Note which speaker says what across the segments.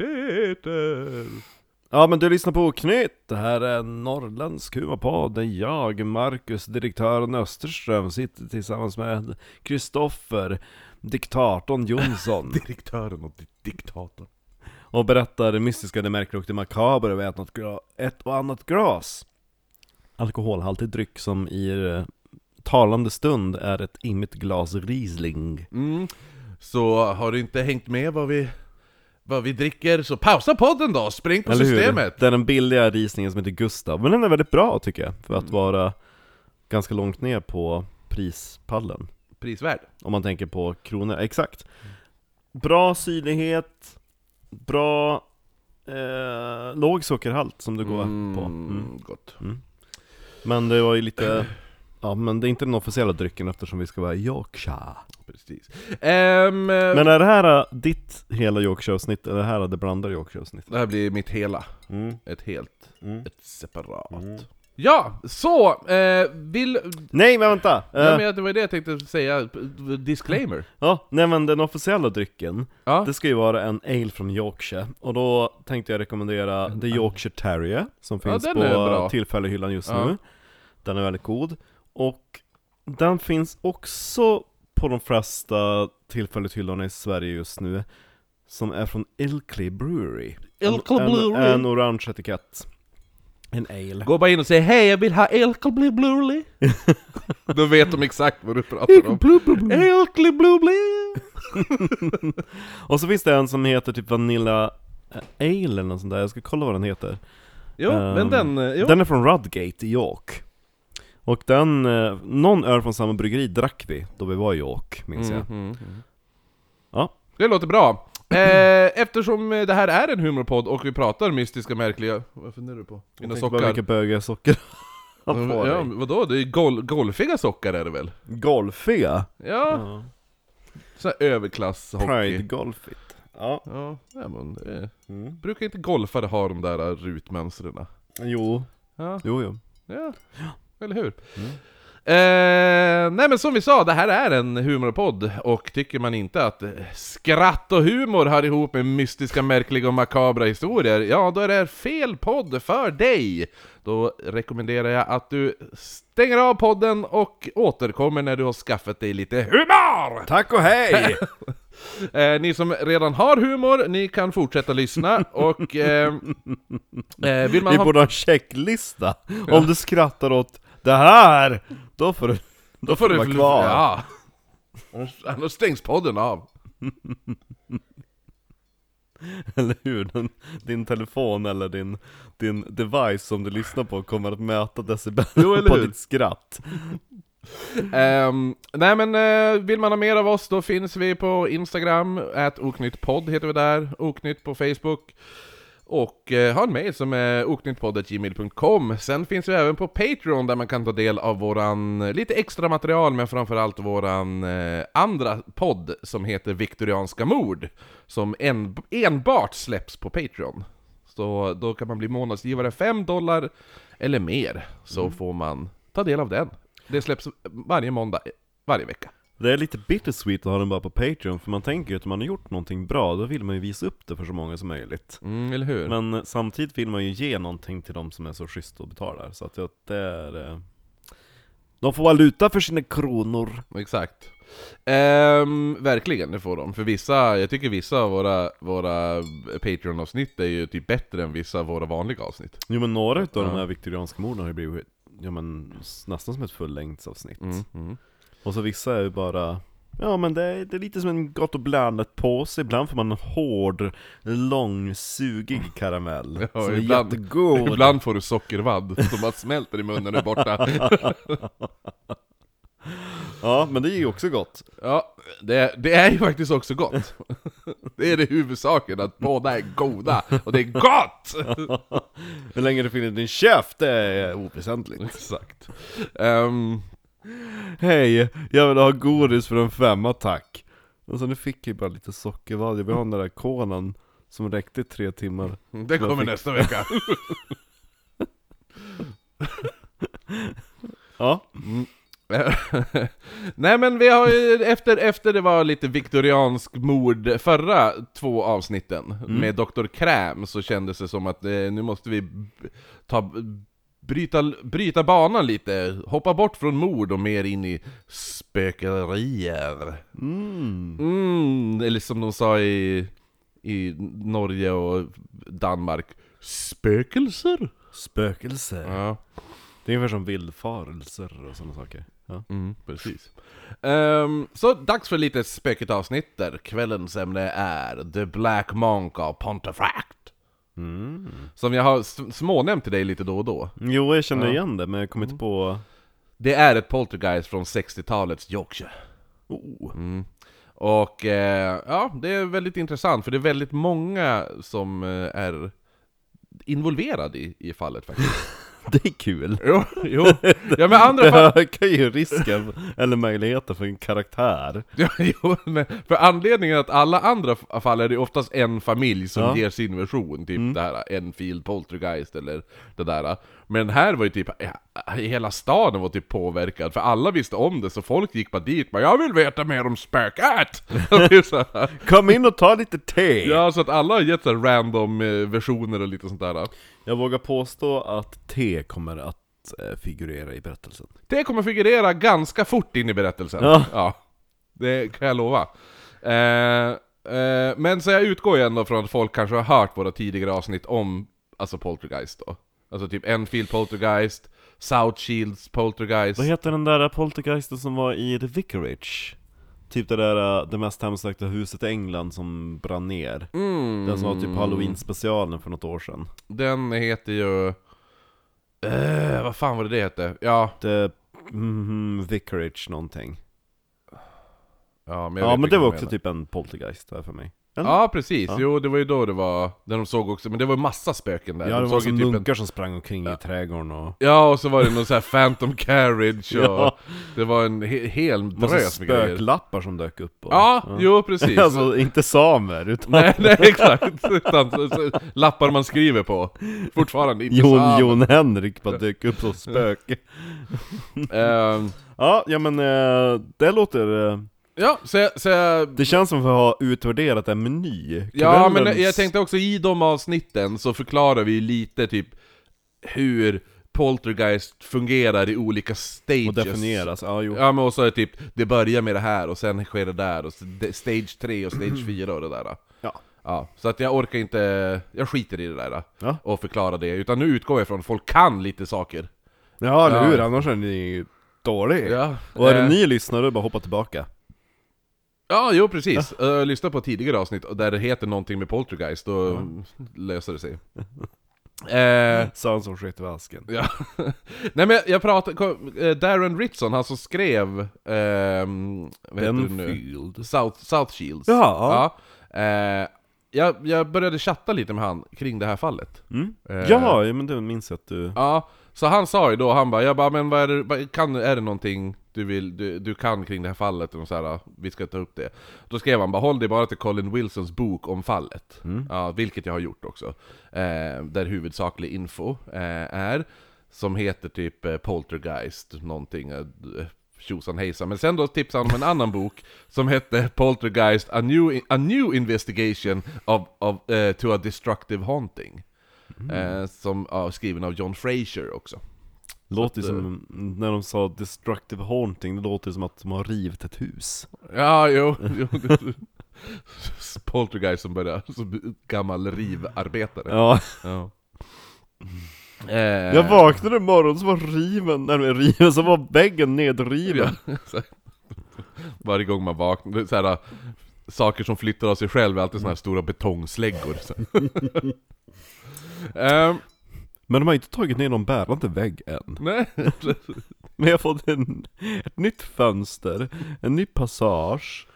Speaker 1: epiteter.
Speaker 2: Ja men du lyssnar på Oknytt, det här är en norrländsk humorpodd där jag, Marcus, direktören Österström, sitter tillsammans med Kristoffer, diktatorn Jonsson
Speaker 1: Direktören och diktatorn.
Speaker 2: och berättar det mystiska, det märkliga och det makabra över ett, något gra- ett och annat glas. Alkoholhaltig dryck som i eh, talande stund är ett immigt glas Riesling.
Speaker 1: Mm. Så har du inte hängt med vad vi, vad vi dricker så pausa podden då, spring på
Speaker 2: Eller hur?
Speaker 1: systemet!
Speaker 2: Det är den billiga risningen som heter Gustav, men den är väldigt bra tycker jag, för att vara ganska långt ner på prispallen.
Speaker 1: Prisvärd.
Speaker 2: Om man tänker på kronor, exakt. Bra syrlighet, bra eh, låg sockerhalt som du går på. Mm.
Speaker 1: Mm, gott.
Speaker 2: Men det var ju lite, ja men det är inte den officiella drycken eftersom vi ska vara i Yorkshire.
Speaker 1: Precis. Ehm,
Speaker 2: Men är det här eh, ditt hela Yorkshire-avsnitt, eller är det här det blandade Yorkshire-avsnittet?
Speaker 1: Det här blir mitt hela,
Speaker 2: Mm.
Speaker 1: ett helt,
Speaker 2: Mm.
Speaker 1: ett separat.
Speaker 2: Mm.
Speaker 1: Ja, så! Eh, vill...
Speaker 2: Nej men vänta!
Speaker 1: Nej
Speaker 2: Eh,
Speaker 1: men det var det jag tänkte säga, disclaimer.
Speaker 2: Ja, nej men den officiella drycken,
Speaker 1: Ja.
Speaker 2: det ska ju vara en ale från Yorkshire Och då tänkte jag rekommendera The Yorkshire Terrier Som
Speaker 1: Ja,
Speaker 2: finns
Speaker 1: den är
Speaker 2: på
Speaker 1: bra.
Speaker 2: tillfällehyllan just
Speaker 1: Ja.
Speaker 2: nu Den är väldigt god Och den finns också på de flesta tillfällighethyllorna i Sverige just nu Som är från Ilkley Brewery
Speaker 1: Ilkley
Speaker 2: En-
Speaker 1: Brewery.
Speaker 2: En, en orange etikett En ale
Speaker 1: Gå bara in och säg hej, jag vill ha Elkley Bluely. Då vet de exakt vad du pratar om. Elkley Bluely.
Speaker 2: Och så finns det en som heter typ Vanilla eh, Ale eller något sånt där, jag ska kolla vad den heter
Speaker 1: Jo, men
Speaker 2: Ehm,
Speaker 1: den... eh, Jo.
Speaker 2: Den är från Rudgate i York Och den, eh, någon öl från samma bryggeri drack vi då vi var i York, minns jag
Speaker 1: Mhm.
Speaker 2: Ja,
Speaker 1: Det låter bra. Eh, eftersom eh, det här är en humorpodd och vi pratar mystiska, märkliga... Vad funderar du på? Mina
Speaker 2: jag tänkte bara
Speaker 1: sockar?
Speaker 2: vilka böga socker han får
Speaker 1: Ja,
Speaker 2: dig.
Speaker 1: men vadå? Det är gol golfiga sockar är det väl?
Speaker 2: Golfiga?
Speaker 1: Ja,
Speaker 2: Ja.
Speaker 1: sån här överklasshockey.
Speaker 2: Pride-golfigt Ja,
Speaker 1: Ja, nej, men, eh,
Speaker 2: mm.
Speaker 1: brukar inte golfare ha de där eh, rutmönstren?
Speaker 2: jo,
Speaker 1: Ja,
Speaker 2: jo, jo
Speaker 1: Ja, eller hur?
Speaker 2: Mm.
Speaker 1: Eh, nej men som vi sa, det här är en humorpodd och tycker man inte att eh, skratt och humor hör ihop med mystiska, märkliga och makabra historier, ja då är det här fel podd för dig! Då rekommenderar jag att du stänger av podden och återkommer när du har skaffat dig lite humor!
Speaker 2: Tack och hej!
Speaker 1: Eh, ni som redan har humor, ni kan fortsätta lyssna och... Eh, eh, vill man
Speaker 2: Vi
Speaker 1: ha...
Speaker 2: borde ha en checklista Om du skrattar åt det här, då får du då får du vara kvar
Speaker 1: Ja. Annars- Annars stängs podden av.
Speaker 2: Eller hur? Den, din telefon eller din, din device som du lyssnar på kommer att mäta decibel
Speaker 1: Jo, eller
Speaker 2: på
Speaker 1: hur?
Speaker 2: ditt skratt.
Speaker 1: Ehm, nej men eh, vill man ha mer av oss då finns vi på Instagram, at oknyttpodd heter vi där, oknytt på Facebook. Och eh, har en mail som är oknyttpodd.gmail.com. Sen finns vi även på Patreon där man kan ta del av våran, eh, lite extra material men framförallt våran eh, andra podd som heter Viktorianska mord. Som en, enbart släpps på Patreon. Så då kan man bli månadsgivare 5 dollar eller mer, så får man ta del av den. Det släpps varje måndag, varje vecka.
Speaker 2: Det är lite bittersweet att ha den bara på Patreon, för man tänker ju att om man har gjort någonting bra, då vill man ju visa upp det för så många som möjligt.
Speaker 1: Mm, eller hur?
Speaker 2: Men eh, samtidigt vill man ju ge någonting till de som är så schyssta och betalar, så att jag- det är... eh, De får valuta för sina kronor.
Speaker 1: Exakt. Ehm, verkligen, det får de. För vissa, jag tycker vissa av våra, våra Patreon-avsnitt är ju typ bättre än vissa av våra vanliga avsnitt.
Speaker 2: Jo men några utav de
Speaker 1: Ja.
Speaker 2: här viktorianska morden har ju blivit, ja men s- nästan som ett fullängdsavsnitt.
Speaker 1: Mm.
Speaker 2: Och så vissa är ju bara Ja men det är, det är lite som en gott och blandat påse, ibland får man en hård, långsugig karamell
Speaker 1: Ja,
Speaker 2: som
Speaker 1: ibland-
Speaker 2: är jättegod
Speaker 1: Ibland får du sockervadd som bara smälter i munnen och är borta.
Speaker 2: Ja men det är ju också gott
Speaker 1: Ja, det, det är ju faktiskt också gott. Det är det huvudsaken, att båda är goda och det är gott!
Speaker 2: Hur länge du finner din käft, det är oväsentligt
Speaker 1: Exakt. Ehm,
Speaker 2: Hej, jag vill ha godis för en femma tack Och så nu fick jag ju bara lite sockervadd, jag vill ha den där kolan som räckte i tre timmar
Speaker 1: det kommer nästa vecka.
Speaker 2: Ja,
Speaker 1: Nej men vi har ju, efter, efter det var lite viktoriansk mord förra två avsnitten med Dr. Kräm så kändes det som att eh, nu måste vi b- ta, bryta, bryta banan lite, hoppa bort från mord och mer in i spökerier. Mm, eller som de sa i, i Norge och Danmark, spökelser?
Speaker 2: Spökelser.
Speaker 1: Ja.
Speaker 2: Det är ungefär som villfarelser och sådana saker. Ja.
Speaker 1: Mm, precis. Ehm, så dags för lite spökigt avsnitt där kvällens ämne är The Black Monk av Pontefract. Som jag har s- smånämnt till dig lite då och då.
Speaker 2: Mm. Jo, jag känner igen det, men jag
Speaker 1: Mm.
Speaker 2: kommer inte på...
Speaker 1: Det är ett poltergeist från 60-talets Yorkshire. Mm.
Speaker 2: Oh.
Speaker 1: Och eh, ja, det är väldigt intressant för det är väldigt många som eh, är involverade i, i fallet faktiskt.
Speaker 2: Det är kul.
Speaker 1: jo, jo. Ja men andra
Speaker 2: Det
Speaker 1: fall...
Speaker 2: ökar ju risken, eller möjligheten för en karaktär.
Speaker 1: Ja, jo, men för anledningen att alla andra f- fall är det oftast en familj som
Speaker 2: Ja.
Speaker 1: ger sin version, typ det här Enfield Poltergeist eller det där. äh. Men här var ju typ, ja, hela staden var typ påverkad, för alla visste om det, så folk gick bara dit bara 'Jag vill veta mer om spöket!' Och det är så här.
Speaker 2: Kom in och ta lite te!
Speaker 1: ja, så att alla har gett så här random eh, versioner och lite sånt där. äh.
Speaker 2: Jag vågar påstå att te kommer att eh, figurera i berättelsen.
Speaker 1: Det kommer figurera ganska fort in i berättelsen.
Speaker 2: Ja.
Speaker 1: det kan jag lova. Eh, eh, men så jag utgår ju ändå från att folk kanske har hört våra tidigare avsnitt om alltså Poltergeist då. Alltså typ Enfield Poltergeist, South Shields Poltergeist.
Speaker 2: Vad heter den där poltergeisten som var i The Vicarage? Typ det där, eh, det mest hemsökta huset i England som brann ner.
Speaker 1: Mm,
Speaker 2: Den som var typ halloween-specialen för något år sedan.
Speaker 1: Den heter ju... Eh, vad fan var det det hette? Ja,
Speaker 2: The mm, Vicarage någonting.
Speaker 1: ja men, jag
Speaker 2: Ja
Speaker 1: vet
Speaker 2: men
Speaker 1: vilken
Speaker 2: det var
Speaker 1: du
Speaker 2: också
Speaker 1: menar.
Speaker 2: typ en poltergeist där för mig. Eller?
Speaker 1: Ja precis,
Speaker 2: Ja.
Speaker 1: jo det var ju då det var, när de såg också, men det var ju massa spöken där.
Speaker 2: Ja det
Speaker 1: de
Speaker 2: var
Speaker 1: såg
Speaker 2: som
Speaker 1: ju typ en-
Speaker 2: munkar som sprang omkring i trädgården och...
Speaker 1: Ja, och så var det någon sån här Phantom Carriage och
Speaker 2: Ja.
Speaker 1: det var en he hel
Speaker 2: Massa
Speaker 1: drös med grejer.
Speaker 2: spöklappar som dök upp och...
Speaker 1: Ja, jo precis.
Speaker 2: Alltså inte samer utan
Speaker 1: Nej, nej exakt. Utan, så, så, lappar man skriver på. Fortfarande inte
Speaker 2: Jon,
Speaker 1: sant.
Speaker 2: Jon Henrik bara dök upp som spöke.
Speaker 1: Ehm,
Speaker 2: Ja, ja men eh, det låter... eh,
Speaker 1: ja, så, jag- så jag-
Speaker 2: Det känns som att vi har utvärderat en meny.
Speaker 1: Ja,
Speaker 2: Kvällens-
Speaker 1: men jag tänkte också i de avsnitten så förklarar vi lite typ hur Poltergeist fungerar i olika stages.
Speaker 2: Och definieras, ja jo.
Speaker 1: Ja men och så är det typ, det börjar med det här och sen sker det där och så det- stage 3 och stage 4 och det där.
Speaker 2: Ja.
Speaker 1: Ja, så att jag orkar inte, jag skiter i det där
Speaker 2: Ja.
Speaker 1: och förklarar det, utan nu utgår jag från att folk kan lite saker.
Speaker 2: Ja, eller
Speaker 1: Ja.
Speaker 2: hur? Annars är ni dåliga.
Speaker 1: Ja,
Speaker 2: Och är det
Speaker 1: eh,
Speaker 2: ni lyssnare, bara hoppa tillbaka.
Speaker 1: Ja, jo precis. Ja. Lyssna på tidigare avsnitt där det heter någonting med poltergeist, då mm, löser det sig. eh,
Speaker 2: Sounds som skit i vasken.
Speaker 1: Ja. Nej men jag pratade, kom- eh, Darren Ritson, han som skrev... ehm, vad heter det nu?
Speaker 2: Benfield.
Speaker 1: South, South Shields.
Speaker 2: Jaha, ja.
Speaker 1: Ja. Eh, jag, jag började chatta lite med han kring det här fallet.
Speaker 2: Mm.
Speaker 1: Eh,
Speaker 2: Ja, ja, men det minns jag att du...
Speaker 1: Ja, så han sa ju då, han bara, jag bara, men vad är det, vad, kan, är det någonting du, vill, du, du kan kring det här fallet? Och så här, vi ska ta upp det. Då skrev han bara, håll dig bara till Colin Wilsons bok om fallet. Ja, vilket jag har gjort också. Eh, där huvudsaklig info eh, är, som heter typ eh, Poltergeist, någonting, eh, tjosan hejsan. Men sen då tipsade han om en annan bok som hette Poltergeist, A New, A New Investigation of, of, eh, to a Destructive Haunting. Eh, som ja, skriven av John Fraser också.
Speaker 2: Låter ju
Speaker 1: att, eh,
Speaker 2: som, när de sa 'destructive haunting' det låter ju som att de har rivit ett hus.
Speaker 1: Ja, jo. jo det- Poltergeist som började som gammal rivarbetare.
Speaker 2: Ja.
Speaker 1: Ja. Eh,
Speaker 2: Jag vaknade en morgon så var riven, nej men riven, så var väggen nedriven.
Speaker 1: ja, exakt. Varje gång man vaknar, det är så här, saker som flyttar av sig själv är alltid såna här stora betongsläggor. Så. Ehm,
Speaker 2: Men de har inte tagit ner någon bärande vägg än.
Speaker 1: nej,
Speaker 2: Men jag har fått en, ett nytt fönster, en ny passage.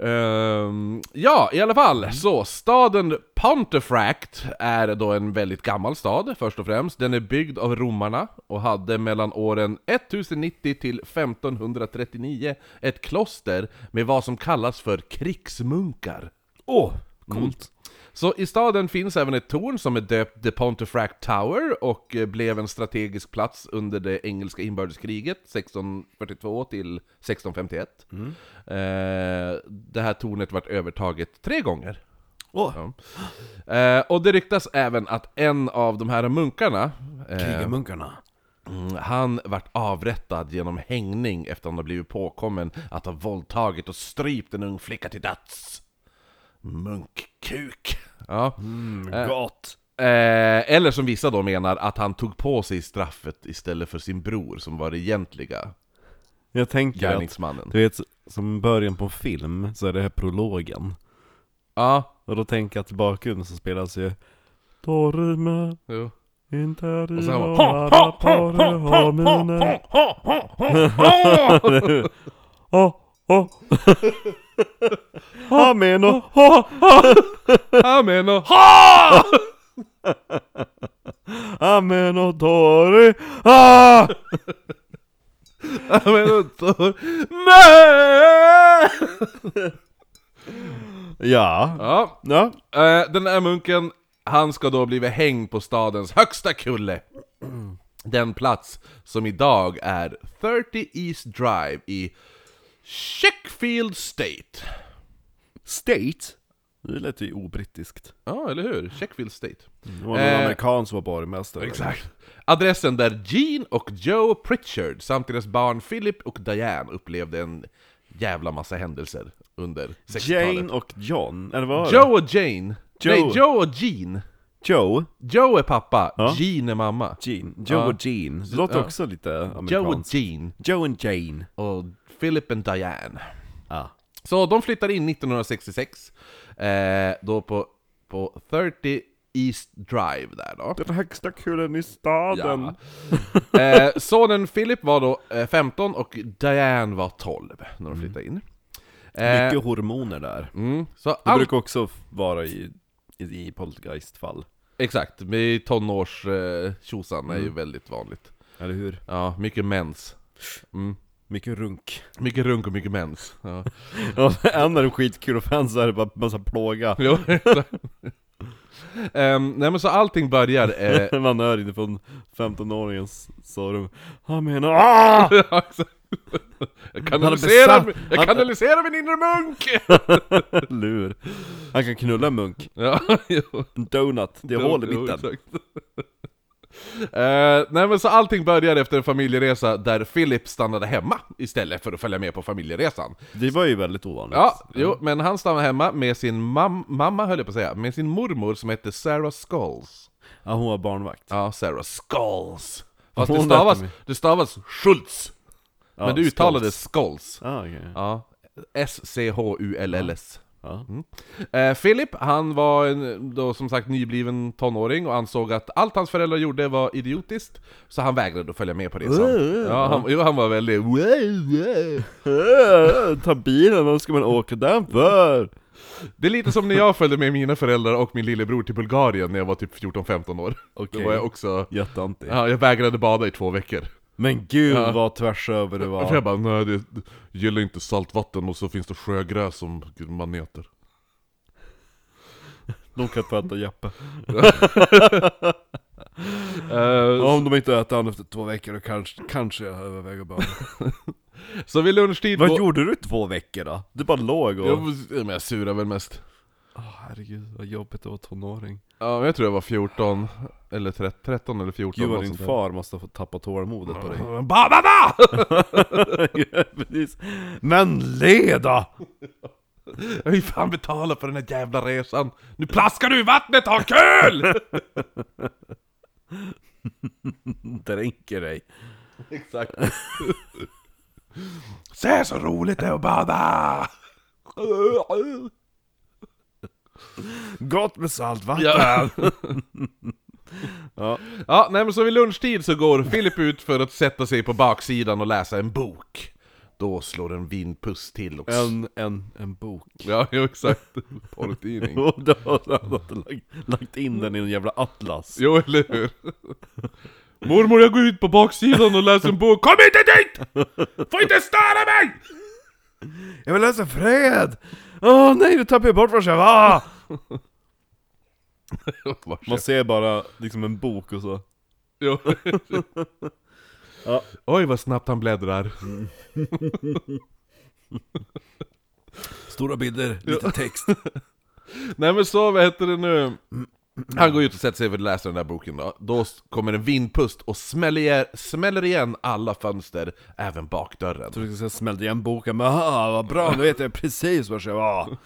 Speaker 1: Ehm, ja, i alla
Speaker 2: Mm.
Speaker 1: fall. Så, staden Pontefract är då en väldigt gammal stad, först och främst. Den är byggd av romarna och hade mellan åren 1090 till 1539 ett kloster med vad som kallas för krigsmunkar. Mm.
Speaker 2: Åh! Coolt.
Speaker 1: Så i staden finns även ett torn som är döpt The Pontefract Tower och eh, blev en strategisk plats under det engelska inbördeskriget 1642 till 1651. Eh, det här tornet vart övertaget tre gånger.
Speaker 2: Åh,
Speaker 1: Ja. Eh, och det ryktas även att en av de här munkarna, eh,
Speaker 2: krigarmunkarna.
Speaker 1: mm, han vart avrättad genom hängning efter han har blivit påkommen att ha våldtagit och strypt en ung flicka till döds. Munkkuk. Ja.
Speaker 2: Mm, gott.
Speaker 1: Eh, eller som vissa då menar, att han tog på sig straffet istället för sin bror som var det egentliga
Speaker 2: Jag tänker att,
Speaker 1: gärningsmannen.
Speaker 2: du vet, som början på en film så är det här prologen.
Speaker 1: Ja,
Speaker 2: Och då tänker jag till bakgrunden så spelas ju Torme,
Speaker 1: jo.
Speaker 2: inte är
Speaker 1: Och
Speaker 2: i
Speaker 1: sen bara,
Speaker 2: vara rapare, ha mina Ha, ha Ha men och ha
Speaker 1: Amen och ha!
Speaker 2: Ha men och Tori Ha!
Speaker 1: Amen och tor... Nej!
Speaker 2: Ja,
Speaker 1: Ja,
Speaker 2: ja
Speaker 1: eh, den där munken, han ska då bli hängd på stadens högsta kulle. Den plats som idag är 30 East Drive i Checkfield State.
Speaker 2: State? Det lät ju obrittiskt
Speaker 1: Ja, eller hur? Checkfield State.
Speaker 2: Det var någon
Speaker 1: Eh,
Speaker 2: amerikan som var borgmästare
Speaker 1: Exakt. Adressen där Gene och Joe Pritchard samt deras barn Philip och Diane upplevde en jävla massa händelser under 60-talet.
Speaker 2: Jane och John, eller vad var det?
Speaker 1: Joe och Jane.
Speaker 2: Joe.
Speaker 1: Nej, Joe och Gene.
Speaker 2: Joe?
Speaker 1: Joe är pappa,
Speaker 2: Ja.
Speaker 1: Gene är mamma.
Speaker 2: Gene. Joe
Speaker 1: Ja.
Speaker 2: och Gene, det låter
Speaker 1: Ja.
Speaker 2: också lite
Speaker 1: Joe och
Speaker 2: amerikanskt
Speaker 1: Gene
Speaker 2: Joe and Jane Ah.
Speaker 1: och Philip och Diane.
Speaker 2: Ja,
Speaker 1: Så de flyttar in 1966, eh, då på, på 30 East Drive där då.
Speaker 2: Den högsta kullen i staden
Speaker 1: Eh, sonen Philip var då eh, 15 och Diane var 12 när de flyttade in. Eh,
Speaker 2: Mycket hormoner där
Speaker 1: mm, så
Speaker 2: Det
Speaker 1: allt,
Speaker 2: brukar också f- vara i, i, i poltergeistfall,
Speaker 1: exakt, med tonårs eh, tjosan är ju väldigt vanligt.
Speaker 2: eller hur?
Speaker 1: Ja, mycket mens. Mm.
Speaker 2: Mycket runk.
Speaker 1: Mycket runk och mycket mens. Ja.
Speaker 2: Ja, en är det skitkul och sen så är det bara massa plåga.
Speaker 1: Jo, exakt. Ehm, nej men så allting börjar... Eh,
Speaker 2: Man hör inifrån 15-åringens sovrum. Han menar ah!
Speaker 1: ja, exakt. jag kanaliserar,
Speaker 2: besatt.
Speaker 1: min- jag kanaliserar min inre munk!
Speaker 2: Lur. Han kan knulla en munk.
Speaker 1: Ja, jo.
Speaker 2: En donut, det är
Speaker 1: Jo,
Speaker 2: hål i
Speaker 1: jo,
Speaker 2: mitten.
Speaker 1: exakt. Eh, nej men så allting börjar efter en familjeresa där Philip stannade hemma istället för att följa med på familjeresan.
Speaker 2: Det var ju väldigt ovanligt.
Speaker 1: Ja, jo, men han stannade hemma med sin mam- mamma, höll jag på att säga, med sin mormor som hette Sarah Skulls.
Speaker 2: Ja, hon var barnvakt.
Speaker 1: Ja, Sarah Skulls. Fast det
Speaker 2: Hon lät
Speaker 1: stavas,
Speaker 2: mig.
Speaker 1: det stavas Schultz,
Speaker 2: Ja,
Speaker 1: men det
Speaker 2: skåls.
Speaker 1: uttalades Skulls.
Speaker 2: Ah, okej.
Speaker 1: Ja, S-C-H-U-L-L-S.
Speaker 2: ja.
Speaker 1: Eh, Philip, han var en, då som sagt nybliven tonåring och ansåg att allt hans föräldrar gjorde var idiotiskt, så han vägrade att följa med på resan. ja, han, jo, han var väldigt...
Speaker 2: Äh, Ta bilen, vad ska man åka den för?
Speaker 1: Det är lite som när jag följde med mina föräldrar och min lillebror till Bulgarien när jag var typ 14-15 år. Då
Speaker 2: Okej.
Speaker 1: var jag också...
Speaker 2: Jätteanti.
Speaker 1: Ja, jag vägrade bada i två veckor.
Speaker 2: Men gud vad tvärs över det var.
Speaker 1: För jag bara, nej det det gillar inte saltvatten och så finns det sjögräs som man äter.
Speaker 2: De kan inte äta Jeppe.
Speaker 1: Eh,
Speaker 2: Ja, om de inte äter han efter två veckor då kanske, kanske jag överväger bara.
Speaker 1: Så vid lunchtid...
Speaker 2: Vad
Speaker 1: på-
Speaker 2: gjorde du i två veckor då? Du bara låg och...
Speaker 1: jag, men jag surade väl mest.
Speaker 2: Åh, herregud vad jobbigt att vara tonåring.
Speaker 1: Ja, men jag tror jag var 14, eller 13, 13 eller 14
Speaker 2: Gud vad
Speaker 1: något
Speaker 2: din
Speaker 1: sånt där.
Speaker 2: far måste ha fått tappa tålamodet på dig.
Speaker 1: Ba, ba, ba!
Speaker 2: Precis. Men le då!
Speaker 1: Jag vill fan betala för den här jävla resan! Nu plaskar du i vattnet, ha kul!
Speaker 2: Dränker dig.
Speaker 1: Exakt. Se så roligt det är att bada!
Speaker 2: Gott med saltvatten!
Speaker 1: Ja.
Speaker 2: Ja.
Speaker 1: ja, nej men så vid lunchtid så går Filip ut för att sätta sig på baksidan och läsa en bok. Då slår en vindpuss till och...
Speaker 2: En, en, en bok.
Speaker 1: Ja, jo, exakt. Porrtidning.
Speaker 2: Och då har han inte lagt, lagt in den i en jävla atlas.
Speaker 1: Jo, eller hur? Mormor, jag går ut på baksidan och läser en bok. Kom inte dit! Får inte störa mig!
Speaker 2: Jag Ah! vill läsa Fred! Åh nej, nu tappade jag bort vart jag var! Man
Speaker 1: Varsågod.
Speaker 2: ser bara liksom en bok och så
Speaker 1: Jo.
Speaker 2: Ja.
Speaker 1: Oj vad snabbt han bläddrar.
Speaker 2: Stora bilder, lite text
Speaker 1: Nej men så, vad heter det nu? Han går ut och sätter sig för att läsa den där boken då. Då s- kommer en vindpust och smäller, smäller igen alla fönster, även bakdörren.
Speaker 2: Så du ska smällde igen boken, men ah, vad bra, nu vet jag precis var jag var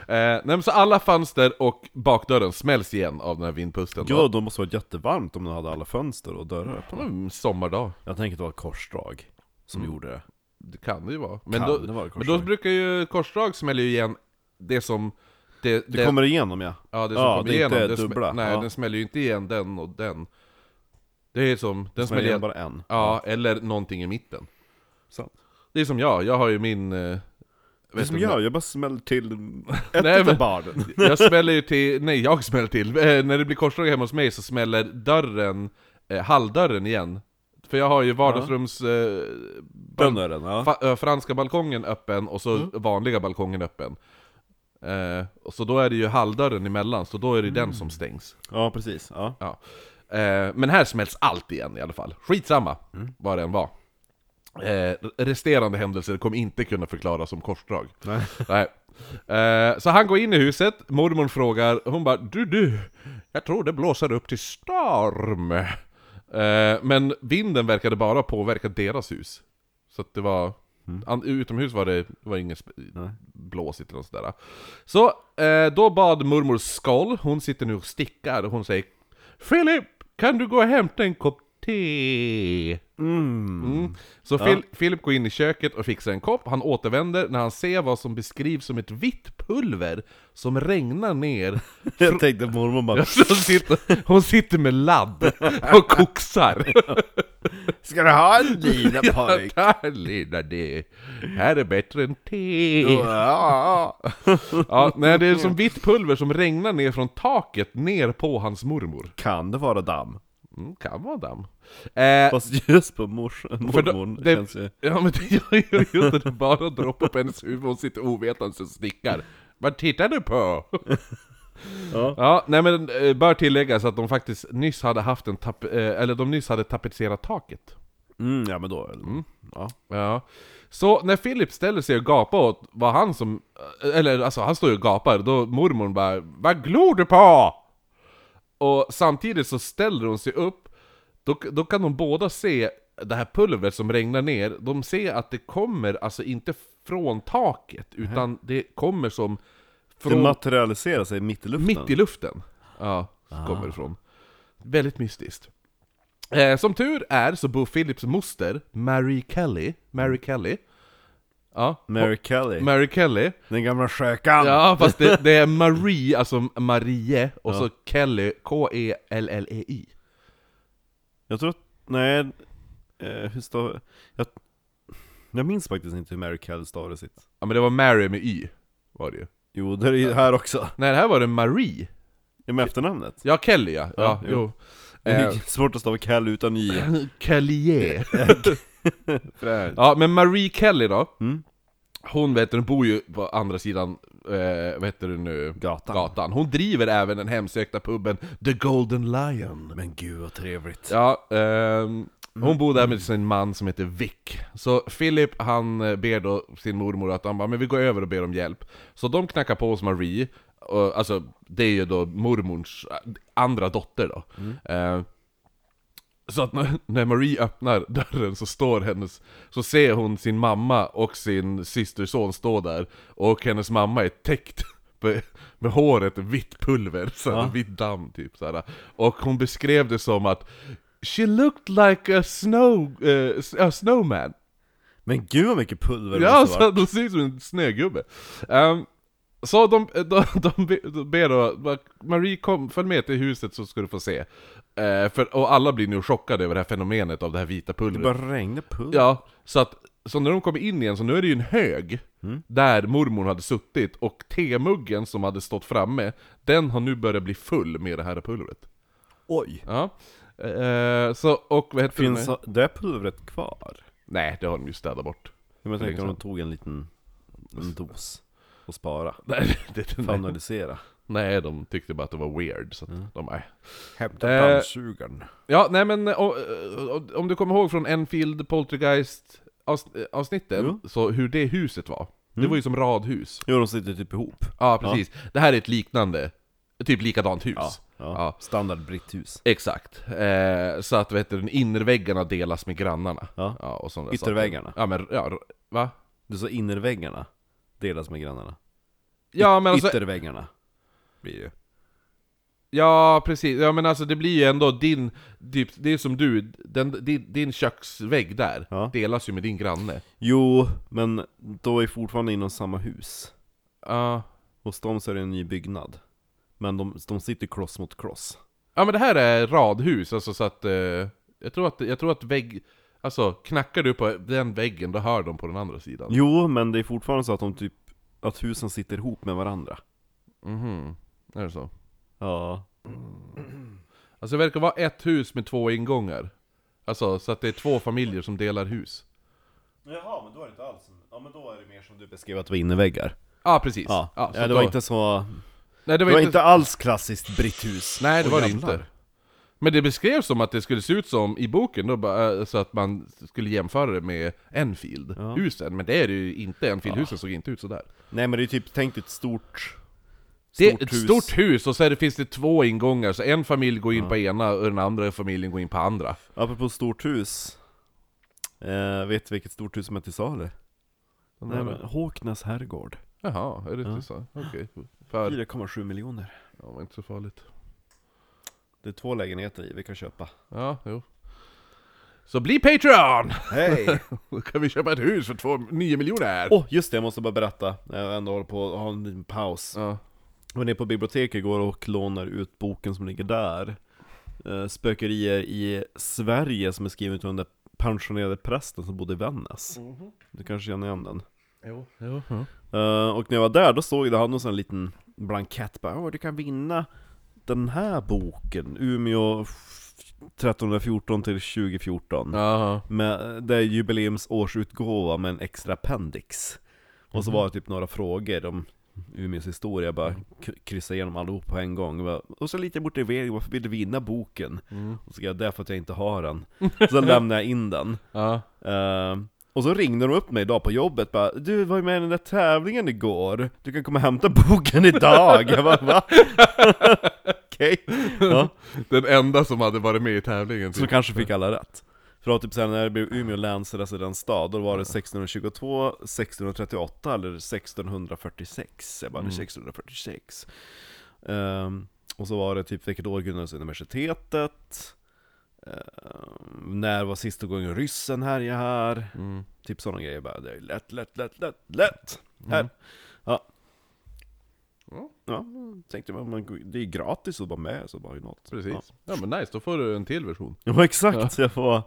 Speaker 1: Eh, nej men så alla fönster och bakdörren smälls igen av den här vindpusten. då.
Speaker 2: Gud, det måste varit jättevarmt om du hade alla fönster och dörrar
Speaker 1: Det
Speaker 2: öppna Mm.
Speaker 1: var en Mm, sommardag.
Speaker 2: Jag tänker att det var korsdrag som gjorde det
Speaker 1: Det kan det ju vara. Men,
Speaker 2: Kan
Speaker 1: då,
Speaker 2: det vara
Speaker 1: men
Speaker 2: korsdrag?
Speaker 1: då brukar ju korsdrag smäller ju igen det som... Det,
Speaker 2: Det
Speaker 1: det-
Speaker 2: kommer igenom ja
Speaker 1: ja, det som
Speaker 2: ja,
Speaker 1: kommer
Speaker 2: det är
Speaker 1: igenom.
Speaker 2: inte
Speaker 1: det smäll-
Speaker 2: dubbla.
Speaker 1: nej,
Speaker 2: Ja.
Speaker 1: den smäller ju inte igen den och den. Det är som, den
Speaker 2: Smäller
Speaker 1: smäller igen
Speaker 2: igen bara en
Speaker 1: Ja, eller någonting i mitten.
Speaker 2: Sant.
Speaker 1: Det är som jag, jag har ju min... eh,
Speaker 2: Det
Speaker 1: vet
Speaker 2: som
Speaker 1: du,
Speaker 2: jag, jag bara smäller till
Speaker 1: Nej,
Speaker 2: ett
Speaker 1: men-
Speaker 2: av barnen
Speaker 1: Jag smäller ju till, nej jag smäller till. Eh, när det blir korsdrag hemma hos mig så smäller dörren, eh, halldörren igen. För jag har ju vardagsrums... Eh,
Speaker 2: Den
Speaker 1: bal-
Speaker 2: dörren, ja
Speaker 1: fa- eh, franska balkongen öppen och så vanliga balkongen öppen. Eh, och så då är det ju halldörren emellan, så då är det ju den som stängs.
Speaker 2: Ja, precis, ja
Speaker 1: Ja. Eh, men här smälts allt igen i alla fall. Skitsamma vad det än var. Eh, resterande händelser kommer inte kunna förklaras som korsdrag.
Speaker 2: Nej.
Speaker 1: Nej. Eh, så han går in i huset, mormor frågar, hon bara du du, jag tror det blåser upp till storm. Eh, men vinden verkade bara påverka deras hus. Så att det var, an, utomhus var det var inget sp-
Speaker 2: Nej.
Speaker 1: blåsigt eller något sådär. Så eh, då bad mormor Skoll, hon sitter nu och stickar, och hon säger Filip, kan du gå och hämta en kopp te? Mm. Så Fil- Filip går in i köket och fixar en kopp, han återvänder när han ser vad som beskrivs som ett vitt pulver som regnar ner
Speaker 2: Jag tänkte mormor bara
Speaker 1: hon, sitter, hon sitter med ladd och koksar.
Speaker 2: Ska du ha en lina pojk?
Speaker 1: Där lilla det. Här är bättre än te.
Speaker 2: Ja.
Speaker 1: Ja, nej, det är som vitt pulver som regnar ner från taket ner på hans mormor.
Speaker 2: Kan det vara damm?
Speaker 1: Mm, kan vara damm. Eh,
Speaker 2: Fast just på mors,
Speaker 1: för då-
Speaker 2: mormor
Speaker 1: det-
Speaker 2: känns ju...
Speaker 1: ja men det gör ju inte det bara droppar på hennes huvud och hon sitter ovetandes och snickar. Vad tittar du på?
Speaker 2: Ja.
Speaker 1: Ja, nej men eh, bör tilläggas att de faktiskt nyss hade haft en tap- eh, eller de nyss hade tapetserat taket.
Speaker 2: Mm, ja men då... Ja.
Speaker 1: Ja. Så när Philip ställer sig och gapar åt vad han som... Eller alltså han står ju och gapar, då mormor bara Vad glor du på? Och samtidigt så ställer hon sig upp, då, då kan de båda se det här pulvret som regnar ner, de ser att det kommer alltså inte från taket, utan det kommer som
Speaker 2: Det
Speaker 1: från
Speaker 2: materialiserar sig mitt i luften.
Speaker 1: mitt i luften. Ja, kommer det ifrån. Väldigt mystiskt. Eh, som tur är så bor Philips moster, Mary Kelly, Mary Kelly, ja,
Speaker 2: Mary Kelly.
Speaker 1: Mary Kelly,
Speaker 2: Den gamla skökan.
Speaker 1: ja fast det, det är Marie, alltså Marie, och så Kelly, E K-E-L-L-E-I.
Speaker 2: Jag tror att... Nej... Eh, hur stav... Jag... jag minns faktiskt inte hur Mary Kelly stavade sitt.
Speaker 1: Ja men det var Mary med Y, var det ju.
Speaker 2: Jo, det är ju här också.
Speaker 1: Nej det här var det Marie.
Speaker 2: Ja, med efternamnet.
Speaker 1: Ja, Kelly ja. Ja,
Speaker 2: Ja,
Speaker 1: jo.
Speaker 2: jo. Det
Speaker 1: Eh,
Speaker 2: är svårt att stava Kelly utan i.
Speaker 1: Kelly. Ja, men Marie Kelly då.
Speaker 2: Mm.
Speaker 1: Hon vet du, bor ju på andra sidan, eh, vad heter det nu,
Speaker 2: Gatan.
Speaker 1: gatan. Hon driver även den hemsökta puben The Golden Lion.
Speaker 2: Men gud vad trevligt.
Speaker 1: Ja, ehm,
Speaker 2: Mm.
Speaker 1: hon bor där med sin man som heter Vic. Så Philip han eh, ber då sin mormor att han bara, men vi går över och ber om hjälp. Så de knackar på hos Marie, och, alltså det är ju då mormors eh, andra dotter då.
Speaker 2: Mm.
Speaker 1: Eh, så att när, när Marie öppnar dörren så står hennes, så ser hon sin mamma och sin systerson stå där Och hennes mamma är täckt med, med håret i vitt pulver, så här, vitt damm typ så här. Och hon beskrev det som att She looked like a, snow, eh, s- a snowman
Speaker 2: Men gud vad mycket pulver det
Speaker 1: Ja,
Speaker 2: måste vara.
Speaker 1: så de ser ut som en snögubbe Ehm, Så de, de, de, be- de ber då, bara, Marie kom, följ med till huset så ska du få se Eh, för, Och alla blir nu chockade över det här fenomenet av det här vita
Speaker 2: Det
Speaker 1: pulvret
Speaker 2: bara regnar pulver.
Speaker 1: Ja, så att så när de kommer in igen, så nu är det ju en hög där mormor hade suttit och temuggen som hade stått framme, den har nu börjat bli full med det här pulvret.
Speaker 2: Oj.
Speaker 1: Ja. Eh, så, och vad heter
Speaker 2: Finns
Speaker 1: det? nu?
Speaker 2: det pulvret kvar?
Speaker 1: Nej, det har de ju städat bort.
Speaker 2: Jag
Speaker 1: För länge
Speaker 2: tänker om de
Speaker 1: sedan.
Speaker 2: tog en liten en dos och spara,
Speaker 1: Nej, det, det,
Speaker 2: för att
Speaker 1: nej.
Speaker 2: analysera
Speaker 1: Nej, de tyckte bara att det var weird. Så att
Speaker 2: Mm.
Speaker 1: de, nej.
Speaker 3: Hämta
Speaker 1: Eh,
Speaker 3: dammsugaren.
Speaker 1: Ja, nej men eh, o- eh, om du kommer ihåg från Enfield Poltergeist avs- eh, avsnitten,
Speaker 2: Jo.
Speaker 1: så hur det huset var. Det
Speaker 2: Mm.
Speaker 1: var ju som radhus.
Speaker 2: Jo, de sitter typ ihop.
Speaker 1: Ja, precis. Det här är ett liknande, typ likadant hus.
Speaker 2: ja.
Speaker 1: Ja.
Speaker 2: Standard britthus.
Speaker 1: Exakt. Eh, så att vet du, den innerväggarna delas med grannarna.
Speaker 2: Ja.
Speaker 1: Ja, och sådana saker.
Speaker 2: Ytterväggarna.
Speaker 1: Ja men, ja, r- va?
Speaker 2: Du sa innerväggarna delas med grannarna.
Speaker 1: Ja men alltså,
Speaker 2: Ytterväggarna blir ju.
Speaker 1: ja precis, ja men alltså det blir ju ändå din, typ, det är som du, den, din, din köksvägg där,
Speaker 2: Ja.
Speaker 1: delas ju med din granne.
Speaker 2: Jo, men då är fortfarande inom samma hus.
Speaker 1: Ja.
Speaker 2: Hos dem så är det en ny byggnad. Men de, de sitter cross mot cross.
Speaker 1: Ja men det här är radhus, alltså så att, eh, jag tror att, jag tror att vägg, alltså knackar du på den väggen då hör de på den andra sidan.
Speaker 2: Jo, men det är fortfarande så att de typ, att husen sitter ihop med varandra.
Speaker 1: Mhm, är det så?
Speaker 2: Ja.
Speaker 1: Alltså det verkar vara ett hus med två ingångar. Alltså så att det är två familjer som delar hus.
Speaker 2: Jaha, men då är det inte alls Ja men då är det mer som du beskrev att det var inneväggar
Speaker 1: Ja precis.
Speaker 2: Ja, ja,
Speaker 1: så
Speaker 2: det
Speaker 1: då-
Speaker 2: var inte så...
Speaker 1: Nej
Speaker 2: Det var inte alls klassiskt britthus
Speaker 1: Nej, det
Speaker 2: Åh,
Speaker 1: var det
Speaker 2: jävlar.
Speaker 1: inte. Men det beskrevs som att det skulle se ut som i boken, då, bara, eh, så att man skulle jämföra det med
Speaker 2: Ja.
Speaker 1: Enfield-husen. Men det är det ju inte, Enfield-husen såg inte ut sådär.
Speaker 2: Nej men det är typ, tänk dig ett stort...
Speaker 1: Det är ett stort hus och så är det, finns det två ingångar, så en familj går in på ena och den andra familjen går in på andra.
Speaker 2: Apropå stort hus eh, Vet du vilket stort hus som är till salu? Nej men Håknäs herrgård
Speaker 1: Jaha, är det
Speaker 2: Ja.
Speaker 1: inte så? Okej. För...
Speaker 2: 4,7 miljoner
Speaker 1: Ja, det var inte så farligt.
Speaker 2: Det är två lägenheter i, vi kan köpa
Speaker 1: Ja, jo. Så bli Patreon!
Speaker 3: Hej!
Speaker 1: Då kan vi köpa ett hus för två, nio miljoner!
Speaker 2: Åh, oh, just det, jag måste bara berätta när Jag ändå håller på att ha en liten paus
Speaker 1: Ja.
Speaker 2: Jag var nere på biblioteket igår och lånar ut boken som ligger där eh, Spökerier i Sverige som är skriven av den där pensionerade prästen som bodde i Vännäs Du kanske känner igen den?
Speaker 1: Jo, jo, jo.
Speaker 2: Eh, och när jag var där, då såg jag, då hade de en liten blankett bara, "Åh, du kan vinna den här boken, Umeå f- 1314 till 2014
Speaker 1: Jaha.
Speaker 2: med, Det är jubileumsårsutgåva med en extra appendix Och så var det typ några frågor om Umeås historia, bara k- kryssa igenom allihop på en gång bara, Och så lite motivering, varför vill du vinna boken?
Speaker 1: Mm.
Speaker 2: Och så skrev jag, därför att jag inte har den Så lämnade jag in den
Speaker 1: Ja.
Speaker 2: Eh, och så ringde de upp mig idag på jobbet bara Du var ju med i den där tävlingen igår, du kan komma och hämta boken idag! Jag bara va? Okej! Ja,
Speaker 1: Den enda som hade varit med i tävlingen typ.
Speaker 2: så kanske fick alla rätt. För då typ sen när det blev Umeå läns residensstad, då var det 1622, 1638 eller 1646. Jag bara,
Speaker 1: Mm.
Speaker 2: det är 1646. Ehm, och så var det typ vilket år grundades universitetet? Ehm, när var sista gången ryssen härjade här?
Speaker 1: Mm.
Speaker 2: Typ sådana grejer bara, det är lätt, lätt, lätt, lätt, lätt! Här! Ja.
Speaker 1: Mm. Ja.
Speaker 2: Ja, tänkte man, man, det är gratis att vara med så bara ju något.
Speaker 1: Precis.
Speaker 2: Ja.
Speaker 1: Ja. men nice, då får du en till version.
Speaker 2: ja exakt, så jag får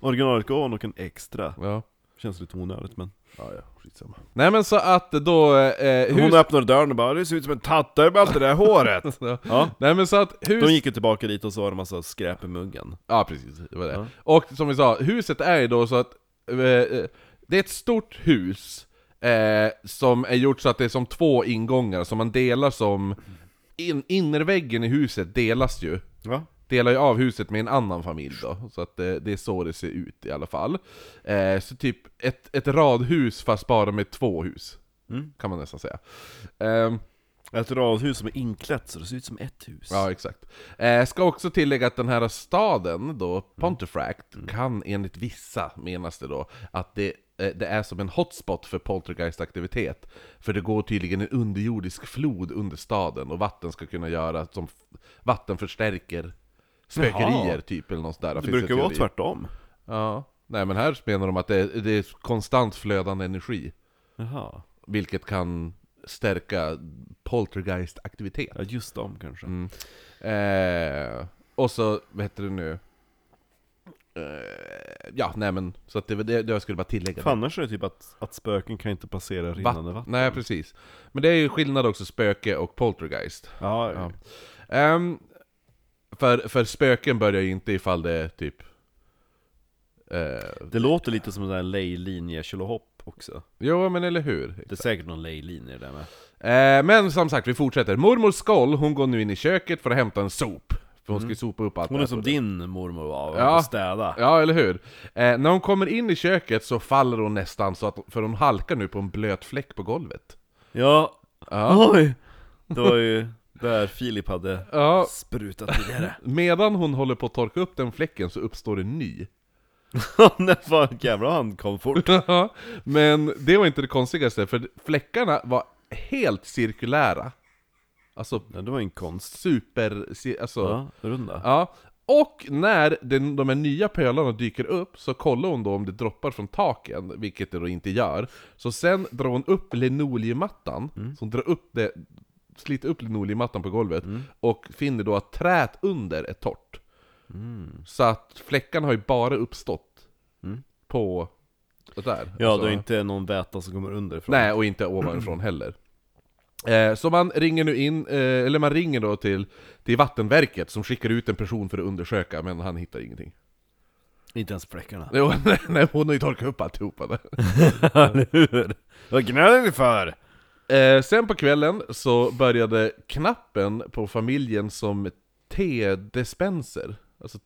Speaker 2: originalutgåvan och en extra.
Speaker 1: Ja.
Speaker 2: Känns lite onödigt men.
Speaker 1: Ja, ja, skitsamma. Nej men så att då... Eh,
Speaker 2: Hon
Speaker 1: hus...
Speaker 2: öppnade dörren och bara 'Det ser ut som en tattare med allt det där håret'
Speaker 1: Ja.
Speaker 2: Ja.
Speaker 1: Nej men så att hus...
Speaker 2: De gick ju tillbaka dit och så var det massa skräp i muggen.
Speaker 1: Ja precis, det var det.
Speaker 2: Ja.
Speaker 1: Och som vi sa, huset är ju då så att... Eh, eh, det är ett stort hus eh, som är gjort så att det är som två ingångar som man delar som... In, innerväggen i huset delas ju.
Speaker 2: Ja.
Speaker 1: delar ju av huset med en annan familj då, så att eh, det, det är så det ser ut i alla fall. Eh, så typ ett, ett radhus fast bara med två hus,
Speaker 2: Mm.
Speaker 1: kan man nästan säga. Ehm,
Speaker 2: Ett radhus som är inklätt så det ser ut som ett hus.
Speaker 1: ja, exakt. Eh, ska också tillägga att den här staden
Speaker 2: Mm.
Speaker 1: då, Pontefract, kan enligt vissa, menas det då, att det eh, det är som en hotspot för poltergeistaktivitet, för det går tydligen en underjordisk flod under staden och vatten ska kunna göra som f- vatten förstärker spökerier
Speaker 2: Jaha.
Speaker 1: typ eller något sånt där.
Speaker 2: Det
Speaker 1: finns
Speaker 2: brukar vara
Speaker 1: teorier.
Speaker 2: tvärtom.
Speaker 1: Ja, nej men här menar de att det är, det är konstant flödande energi,
Speaker 2: Jaha.
Speaker 1: vilket kan stärka poltergeistaktivitet.
Speaker 2: Ja, just dem kanske.
Speaker 1: Mm. Eh, och så, vad heter det nu? Eh, ja, nej men, så att det var det, det jag skulle bara tillägga.
Speaker 2: För annars är det typ att, att spöken kan inte passera rinnande vatten.
Speaker 1: Nej, precis. Men det är ju skillnad också, spöke och poltergeist.
Speaker 2: Ja,
Speaker 1: Ja. Ehm, för, för spöken börjar ju inte ifall det är typ... Eh,
Speaker 2: Det låter lite som en sån där lejlinje också.
Speaker 1: Jo, men eller hur?
Speaker 2: Det är säkert någon lejlinje i det där med.
Speaker 1: Eh, men som sagt, vi fortsätter. Mormor Skoll, hon går nu in i köket för att hämta en sop. För hon ska ju sopa upp allt
Speaker 2: Mm.
Speaker 1: det
Speaker 2: Hon är
Speaker 1: här
Speaker 2: som
Speaker 1: på-
Speaker 2: din mormor var, och
Speaker 1: Ja.
Speaker 2: städa.
Speaker 1: Ja, eller hur? Eh, när hon kommer in i köket så faller hon nästan, så att, för hon halkar nu på en blöt fläck på golvet.
Speaker 2: Ja,
Speaker 1: Ja.
Speaker 2: oj! Det var ju där Filip hade
Speaker 1: ja.
Speaker 2: sprutat tidigare.
Speaker 1: Medan hon håller på att torka upp den fläcken så uppstår en ny.
Speaker 2: När fan jävlar han kom fort.
Speaker 1: Ja, Men det var inte det konstigaste, för fläckarna var helt cirkulära. Alltså
Speaker 2: Ja, det var ju en konst.
Speaker 1: super... Alltså, ja.
Speaker 2: Ja, runda.
Speaker 1: Och när den, de här nya pölarna dyker upp så kollar hon då om det droppar från taken, vilket det då inte gör. Så sen drar hon upp linoleummattan,
Speaker 2: Mm.
Speaker 1: så hon drar upp det, sliter upp linoleummattan på golvet,
Speaker 2: Mm.
Speaker 1: och finner då att träet under är torrt. Så att fläckarna har ju bara uppstått
Speaker 2: Mm.
Speaker 1: på... det Där.
Speaker 2: Ja,
Speaker 1: Alltså-
Speaker 2: det är inte någon väta som kommer underifrån.
Speaker 1: Nej, och inte ovanifrån heller. Eh, så man ringer nu in, eh, eller man ringer då till, till Vattenverket som skickar ut en person för att undersöka, men han hittar ingenting.
Speaker 2: Inte ens fläckarna.
Speaker 1: Jo, nej, hon har ju torkat upp alltihopa där.
Speaker 2: Eller hur? Vad gnäller ni för?
Speaker 1: Eh, sen på kvällen så började knappen på familjen som tedispenser. Alltså,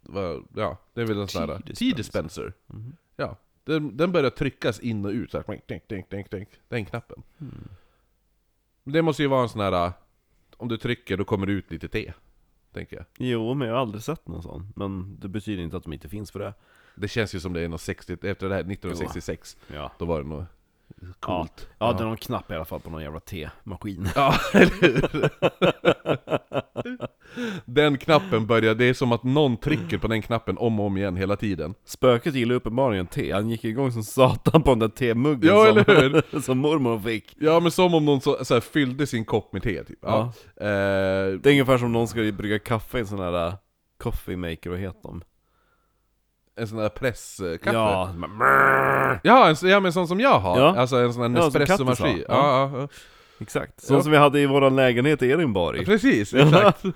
Speaker 1: vad- ja, det är väl en sån här...
Speaker 2: Tidispenser.
Speaker 1: Tidispenser.
Speaker 2: Mm.
Speaker 1: Ja, den, den började tryckas in och ut så här, klink, klink, klink, klink, klink, den knappen. Det måste ju vara en sån här, eh, om du trycker då kommer det ut lite te, tänker jag.
Speaker 2: Jo, men jag har aldrig sett någon sån. Men det betyder inte att de inte finns för det.
Speaker 1: Det känns ju som det är något 60, efter det här 1966,
Speaker 2: Ja.
Speaker 1: då var det nog coolt.
Speaker 2: Ja, det är någon knapp i alla fall på någon jävla T-maskin.
Speaker 1: Ja, eller hur? Den knappen börjar, det är som att någon trycker på den knappen om och om igen hela tiden.
Speaker 2: Spöket gillar uppenbarligen te, han gick igång som satan på den där temuggen
Speaker 1: Ja,
Speaker 2: som,
Speaker 1: eller hur?
Speaker 2: som mormor fick
Speaker 1: Ja men som om någon så, så här, fyllde sin kopp med te typ. Ja. Eh,
Speaker 2: Det är ungefär som någon ska brygga kaffe i en sån här äh, coffee maker, vad heter de?
Speaker 1: en sån där presskaffe.
Speaker 2: Ja, men brrr.
Speaker 1: Ja, en, sån- ja men sån som jag har.
Speaker 2: Ja.
Speaker 1: Alltså en sån här
Speaker 2: Ja, som
Speaker 1: Nespresso-maskin.
Speaker 2: Kattis
Speaker 1: Ja. Ja, ja,
Speaker 2: exakt, sån
Speaker 1: Ja.
Speaker 2: som vi hade i vår lägenhet i Edinborg
Speaker 1: Precis, exakt.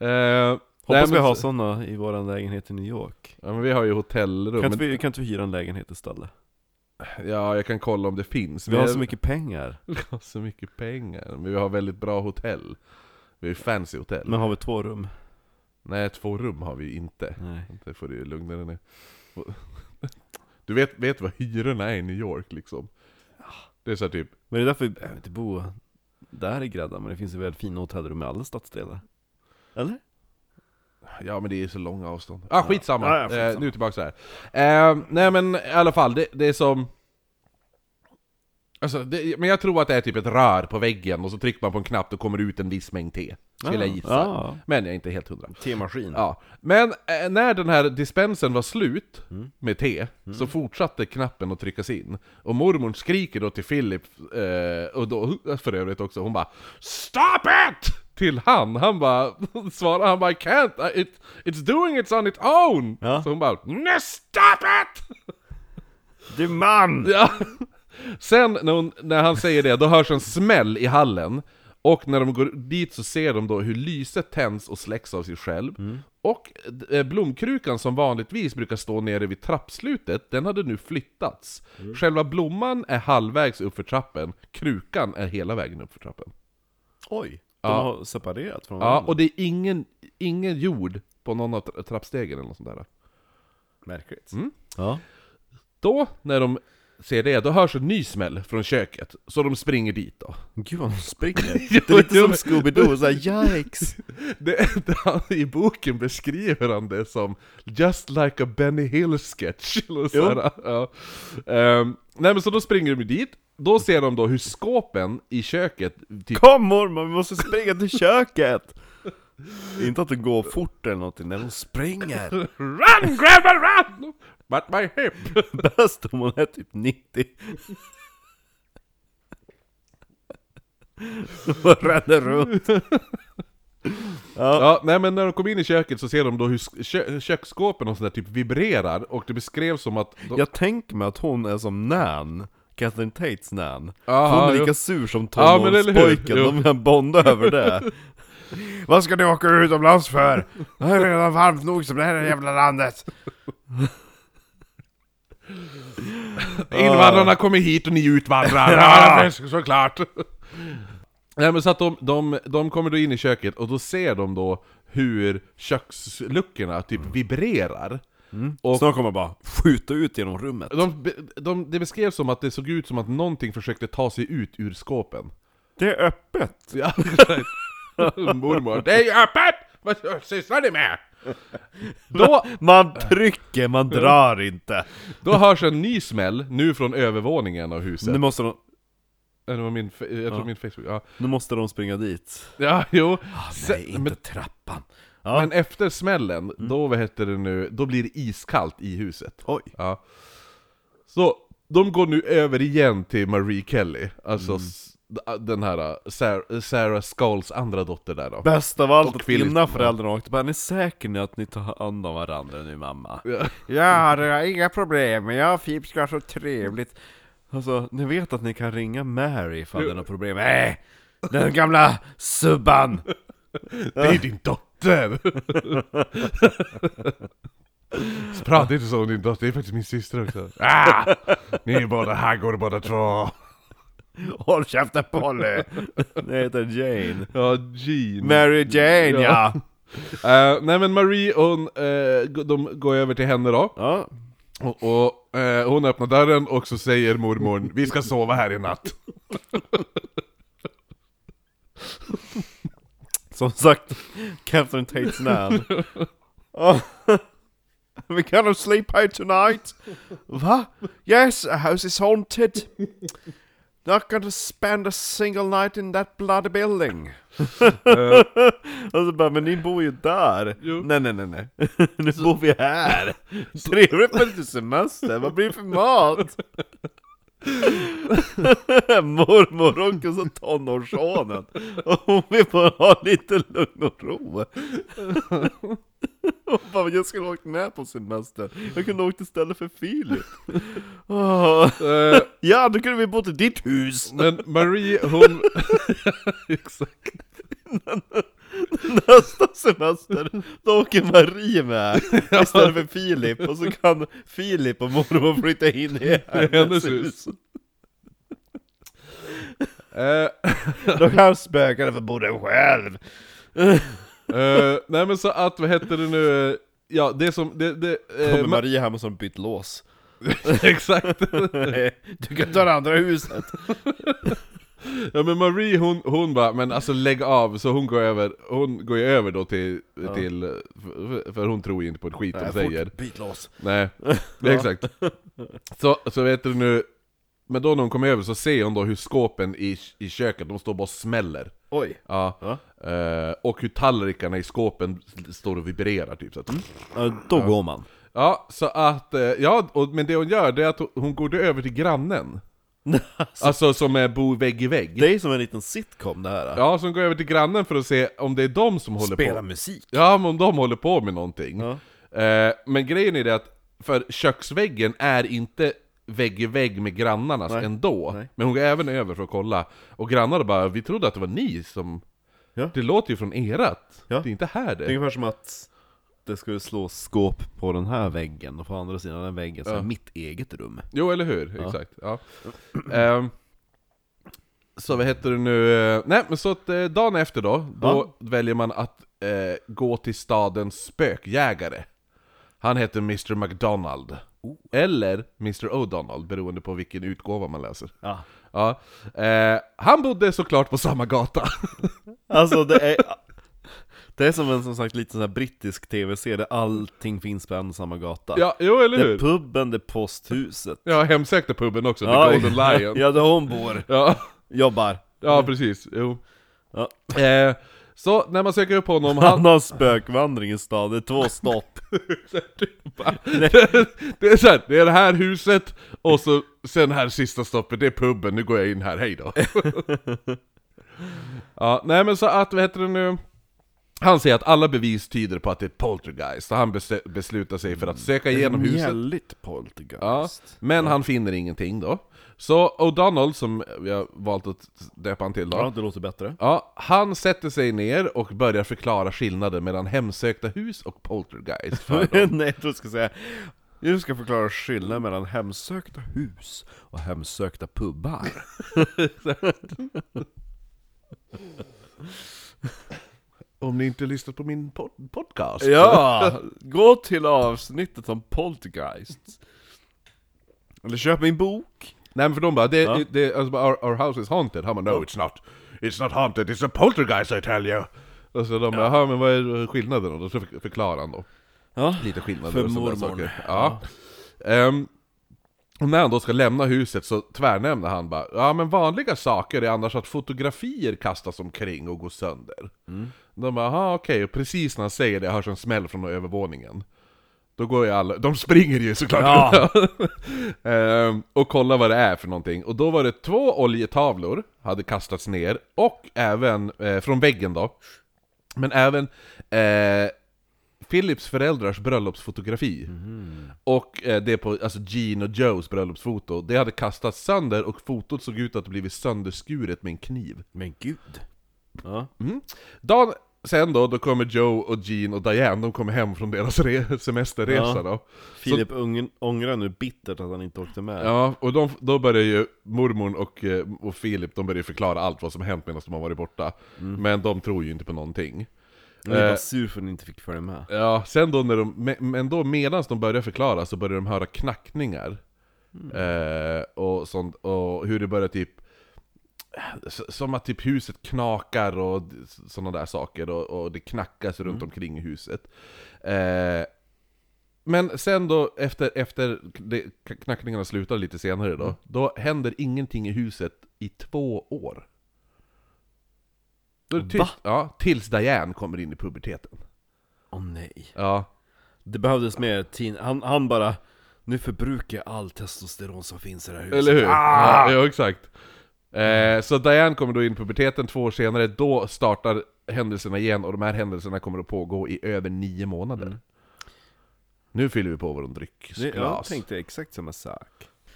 Speaker 1: Eh, nej,
Speaker 2: Hoppas
Speaker 1: men-
Speaker 2: vi har såna i vår lägenhet i New York
Speaker 1: Ja men vi har ju hotellrum.
Speaker 2: kan inte,
Speaker 1: men,
Speaker 2: vi, kan inte vi hyra en lägenhet istället?
Speaker 1: Ja, jag kan kolla om det finns.
Speaker 2: Vi har
Speaker 1: Men-
Speaker 2: så mycket pengar,
Speaker 1: Vi har så mycket pengar, men vi har väldigt bra hotell. Vi har ju fancy hotell.
Speaker 2: men har vi två rum?
Speaker 1: Nej, två rum har vi ju inte.
Speaker 2: Nej
Speaker 1: Det får du ju lugna dig ner. Du vet, vet vad hyrorna är i New York liksom? Det är så här typ,
Speaker 2: Men det är därför vi behöver inte bo där i Grädda, men det finns ju väl fina hotellrum i alla stadsdelar? Eller?
Speaker 1: ja men det är så långa avstånd. Ah skitsamma,
Speaker 2: Ja, ja, skitsamma.
Speaker 1: Eh, nu tillbaka här. Eh, nej men i alla fall, det, det är som... Alltså, det, men jag tror att det är typ ett rör på väggen och så trycker man på en knapp och kommer det ut en viss mängd te. Skulle
Speaker 2: Ah,
Speaker 1: jag gissa.
Speaker 2: Ja,
Speaker 1: Men jag är inte helt hundra.
Speaker 2: T-maskin
Speaker 1: Ja, men eh, när den här dispensen var slut
Speaker 2: Mm.
Speaker 1: med te, så fortsatte knappen att tryckas in. Och mormor skriker då till Philip, eh, och då för övrigt också, hon bara Stop it! Till han, han bara svarar, han bara I can't, I- it, it's doing it on its own!
Speaker 2: Ja.
Speaker 1: Så hon bara "Nej, stop it!
Speaker 2: Du man!
Speaker 1: Ja. Sen när, hon, när han säger det, då hörs en smäll i hallen. Och när de går dit så ser de då hur lyset tänds och släcks av sig själv. Och eh, blomkrukan som vanligtvis brukar stå nere vid trappslutet, den hade nu flyttats. Själva blomman är halvvägs upp för trappen, krukan är hela vägen upp för trappen.
Speaker 2: Oj, de
Speaker 1: Ja.
Speaker 2: har separerat från
Speaker 1: Ja,
Speaker 2: varandra.
Speaker 1: och det är ingen, ingen jord på någon av tra- trappstegen eller något sånt där.
Speaker 2: Märkligt. Ja.
Speaker 1: Då, när de ser det, då hörs en ny smäll från köket. Så de springer dit då.
Speaker 2: Gud vad de springer.
Speaker 1: Jo,
Speaker 2: det är lite
Speaker 1: jo,
Speaker 2: som
Speaker 1: men-
Speaker 2: Scooby-Doo, såhär yikes.
Speaker 1: Det, det, han, I boken beskriver han det som 'Just like a Benny Hill-sketch' eller så här, ja. Ehm, Nej men så då springer de dit, då ser de då hur skåpen i köket typ,
Speaker 2: Kom mormor, vi måste springa till köket! Inte att det går fort eller någonting, när de springer.
Speaker 1: Run grabbar run! But my hip!
Speaker 2: Bäst om hon är typ 90. De bara ränner runt.
Speaker 1: Ja, nej men när de kom in i köket så ser de då hur sk- kö, köksskåpen och sånt där typ vibrerar och det beskrevs som att de,
Speaker 2: Jag tänker mig att hon är som Nan. Catherine Tates Nan.
Speaker 1: Aha,
Speaker 2: hon är
Speaker 1: jo.
Speaker 2: lika sur som
Speaker 1: Ja, men eller hur?
Speaker 2: tonårspojken,
Speaker 1: Jo.
Speaker 2: de kan bonda över det. Vad ska ni åka utomlands för? Det är redan varmt nog som det här jävla landet.
Speaker 1: Invandrarna kommer hit och ni utvandrar! ja, såklart! Nej men så att de, de, de kommer då in i köket och då ser de då hur köksluckorna typ vibrerar. Och-
Speaker 2: Snart kommer jag bara skjuta ut genom rummet.
Speaker 1: De, de, det beskrevs som att det såg ut som att någonting försökte ta sig ut ur skåpen.
Speaker 2: Det är öppet!
Speaker 1: Ja, Mormor, det är ju öppet! Vad sysslar ni med? Då,
Speaker 2: Man trycker, man drar inte.
Speaker 1: då hörs en ny smäll, nu från övervåningen av huset.
Speaker 2: Nu måste de,
Speaker 1: Eh, Det var min, fe- jag tror min Facebook, ja.
Speaker 2: nu måste de springa dit.
Speaker 1: Ja, jo.
Speaker 2: Ah,
Speaker 1: Se-
Speaker 2: Nej, inte
Speaker 1: men,
Speaker 2: trappan. Ja.
Speaker 1: men efter smällen, då vad heter det nu, då blir det iskallt i huset.
Speaker 2: Oj.
Speaker 1: Ja. Så de går nu över igen till Marie Kelly, alltså s- den här Sarah, Sarah Skulls andra dotter där då.
Speaker 2: Bäst av allt
Speaker 1: Och
Speaker 2: att
Speaker 1: vill-
Speaker 2: innan föräldrarna åkte bara, är ni säker nu att ni tar hand om varandra nu mamma?
Speaker 1: Ja.
Speaker 2: Ja, det är inga problem, jag och Phoebe ska ha så trevligt. Alltså, ni vet att ni kan ringa Mary ifall det är något problem? Nej! Den gamla subban!
Speaker 1: Det är din dotter! Så Prata inte så om din dotter, det är faktiskt min syster också. Ah! Ni är båda haggor båda två.
Speaker 2: Håll käften Polly! Det heter Jane.
Speaker 1: Ja, Jean.
Speaker 2: Mary Jane ja!
Speaker 1: Eh, nej men Marie, hon, eh, g- de går över till henne då.
Speaker 2: Ja,
Speaker 1: Och, och eh, hon öppnar dörren och så säger mormor vi ska sova här i natt.
Speaker 2: som sagt, Catherine Tates namn. Oh. We cannot sleep here tonight. Va? Yes, a house is haunted. Not gonna spend a single night in that bloody building. alltså bara, men ni bor ju där.
Speaker 1: Jo.
Speaker 2: Nej, nej, nej, nej. nu bor vi här. Trevligt med lite semester, vad blir det för mat? Mormor och så tonårssonen. Och hon vill bara ha lite lugn och ro. Hon bara, jag skulle ha åkt med på semester. Jag kunde ha åkt istället för Filip. Åh.
Speaker 1: Eh,
Speaker 2: Ja, då kunde vi bott i ditt hus!
Speaker 1: men Marie hon... Exakt.
Speaker 2: Nästa semester, då åker Marie med istället för Filip, och så kan Filip och mormor flytta in i hennes
Speaker 1: hennes
Speaker 2: hus.
Speaker 1: hus. Eh,
Speaker 2: Då kan spökarna få bo där själv!
Speaker 1: eh, nej men så att, vad hette det nu? eh, Ja, det som... Det, det, eh,
Speaker 2: Kommer
Speaker 1: Ma-
Speaker 2: Marie hem och så har hon bytt lås. Eh,
Speaker 1: Exakt.
Speaker 2: Du kan ta det andra huset!
Speaker 1: Ja men Marie hon, hon bara, men alltså lägg av, så hon går över, hon går ju över då till, till för, för hon tror ju inte på ett skit hon säger.
Speaker 2: fort, byt lås!
Speaker 1: Nej, det är exakt. Så, så vet du nu, men då när hon kommer över så ser hon då hur skåpen i, i köket, de står bara och smäller.
Speaker 2: Oj!
Speaker 1: Ja.
Speaker 2: Ja.
Speaker 1: Eh, och hur tallrikarna i skåpen står och vibrerar typ så att,
Speaker 2: Eh, Då går man.
Speaker 1: Ja, så att, eh, ja, och, men det hon gör det är att hon- hon går då över till grannen. Alltså som är bor vägg i vägg.
Speaker 2: Det är som en liten sitcom det här.
Speaker 1: Ja, så hon går över till grannen för att se om det är de som håller på.
Speaker 2: Spela musik!
Speaker 1: Ja, men om de håller på med någonting.
Speaker 2: Ja.
Speaker 1: Eh, men grejen är det att, för köksväggen är inte vägg i vägg med grannarnas
Speaker 2: Nej.
Speaker 1: ändå.
Speaker 2: Nej.
Speaker 1: Men hon går även över för att kolla. Och grannarna bara, vi trodde att det var ni som...
Speaker 2: Ja.
Speaker 1: Det låter ju från erat.
Speaker 2: Ja.
Speaker 1: Det är inte här det.
Speaker 2: Det är ungefär som att det skulle slå skåp på den här väggen och på andra sidan den väggen så är mitt eget rum.
Speaker 1: Jo, eller hur? Exakt. Ja. Ehm, så vad heter det nu? Eh, Nej, men så att eh, dagen efter då, då väljer man att eh, gå till stadens spökjägare. Han heter Mr McDonald.
Speaker 2: Oh.
Speaker 1: Eller Mr O'Donald, beroende på vilken utgåva man läser.
Speaker 2: Ja.
Speaker 1: Ja. Eh, han bodde såklart på samma gata.
Speaker 2: Alltså det är... Det är som en som sagt lite sån här brittisk tv-serie där allting finns på en och samma gata.
Speaker 1: ja, jo, eller
Speaker 2: det är
Speaker 1: hur?
Speaker 2: puben, det är posthuset.
Speaker 1: Jag hemsökte puben också, The Golden Lion.
Speaker 2: ja, där hon bor.
Speaker 1: Ja.
Speaker 2: Jobbar.
Speaker 1: Ja, precis. Jo.
Speaker 2: Ja.
Speaker 1: Eh, så när man söker upp honom, han...
Speaker 2: Han har spökvandring i stan, det är två stopp.
Speaker 1: det är så här, det är det här huset, och så sen här sista stoppet, det är puben, nu går jag in här, hej då. ja, nej men så att, vad heter det nu? Han säger att alla bevis tyder på att det är poltergeist, så han bes- beslutar sig för
Speaker 2: Mm.
Speaker 1: att söka igenom huset.
Speaker 2: Mjälligt
Speaker 1: Ja,
Speaker 2: poltergeist.
Speaker 1: men han finner ingenting då. Så O'Donnell, som vi har valt att döpa han till då,
Speaker 2: Ja. det låter bättre.
Speaker 1: Ja, han sätter sig ner och börjar förklara skillnaden mellan hemsökta hus och poltergeist. För dem.
Speaker 2: Nej, jag tror jag ska säga Du ska förklara skillnaden mellan hemsökta hus och hemsökta pubbar.
Speaker 1: Om ni inte lyssnat på min pod- podcast.
Speaker 2: Ja! Gå till avsnittet om poltergeist. Eller köp min bok.
Speaker 1: Nej men för de bara, det,
Speaker 2: Ja.
Speaker 1: det, alltså, bara, our, our house is haunted. Han bara, no it's not. It's not haunted, it's a poltergeist I tell you. Och så de bara, jaha men vad är skillnaden då? Och så för- förklarar han då.
Speaker 2: Ja.
Speaker 1: Lite skillnader
Speaker 2: För
Speaker 1: och sådana
Speaker 2: mormorn.
Speaker 1: saker. Ja. Ehm, och när han då ska lämna huset så tvärnämner han bara, ja men vanliga saker är annars att fotografier kastas omkring och går sönder.
Speaker 2: Mm.
Speaker 1: De bara, aha okej, och precis när han säger det hörs en smäll från övervåningen. Då går ju alla, de springer ju såklart
Speaker 2: Ja.
Speaker 1: Ehm, Och kollar vad det är för någonting. Och då var det två oljetavlor, hade kastats ner, och även, eh, från väggen då, men även eh, Philips föräldrars bröllopsfotografi. Och eh, det på alltså Gene och Joes bröllopsfoto, det hade kastats sönder och fotot såg ut att ha blivit sönderskuret med en kniv.
Speaker 2: Men gud. Ja.
Speaker 1: Dagen sen då, då kommer Joe och Gene och Diane, de kommer hem från deras re- semesterresa
Speaker 2: Ja.
Speaker 1: då.
Speaker 2: Filip ung- ångrar nu bittert att han inte åkte med.
Speaker 1: Ja, och de, då börjar ju mormon och, eh, och Filip, de börjar ju förklara allt vad som hänt medan de har varit borta. Men de tror ju inte på någonting.
Speaker 2: Han är bara sur för att han inte fick följa med.
Speaker 1: Ja, sen då när de, me- men då medans de börjar förklara så börjar de höra knackningar. Eh, och sånt, och hur det börjar typ, s- som att typ huset knakar och sådana där saker, och, och det knackas runt omkring i huset. Eh, men sen då, efter, efter det, knackningarna slutar lite senare då, då händer ingenting i huset i två år. Då är det tyst,
Speaker 2: Va?
Speaker 1: ja, tills Diane kommer in i puberteten.
Speaker 2: Åh nej.
Speaker 1: Ja.
Speaker 2: Det behövdes mer tin. Han, han bara, nu förbrukar jag all testosteron som finns i det här huset.
Speaker 1: Eller hur?
Speaker 2: Ah!
Speaker 1: Ja, ja, exakt. Eh, så Diane kommer då in i puberteten två år senare, då startar händelserna igen och de här händelserna kommer att pågå i över nio månader.
Speaker 2: Mm.
Speaker 1: Nu fyller vi på vår
Speaker 2: Det, jag
Speaker 1: dryckesglas.
Speaker 2: tänkte exakt samma sak.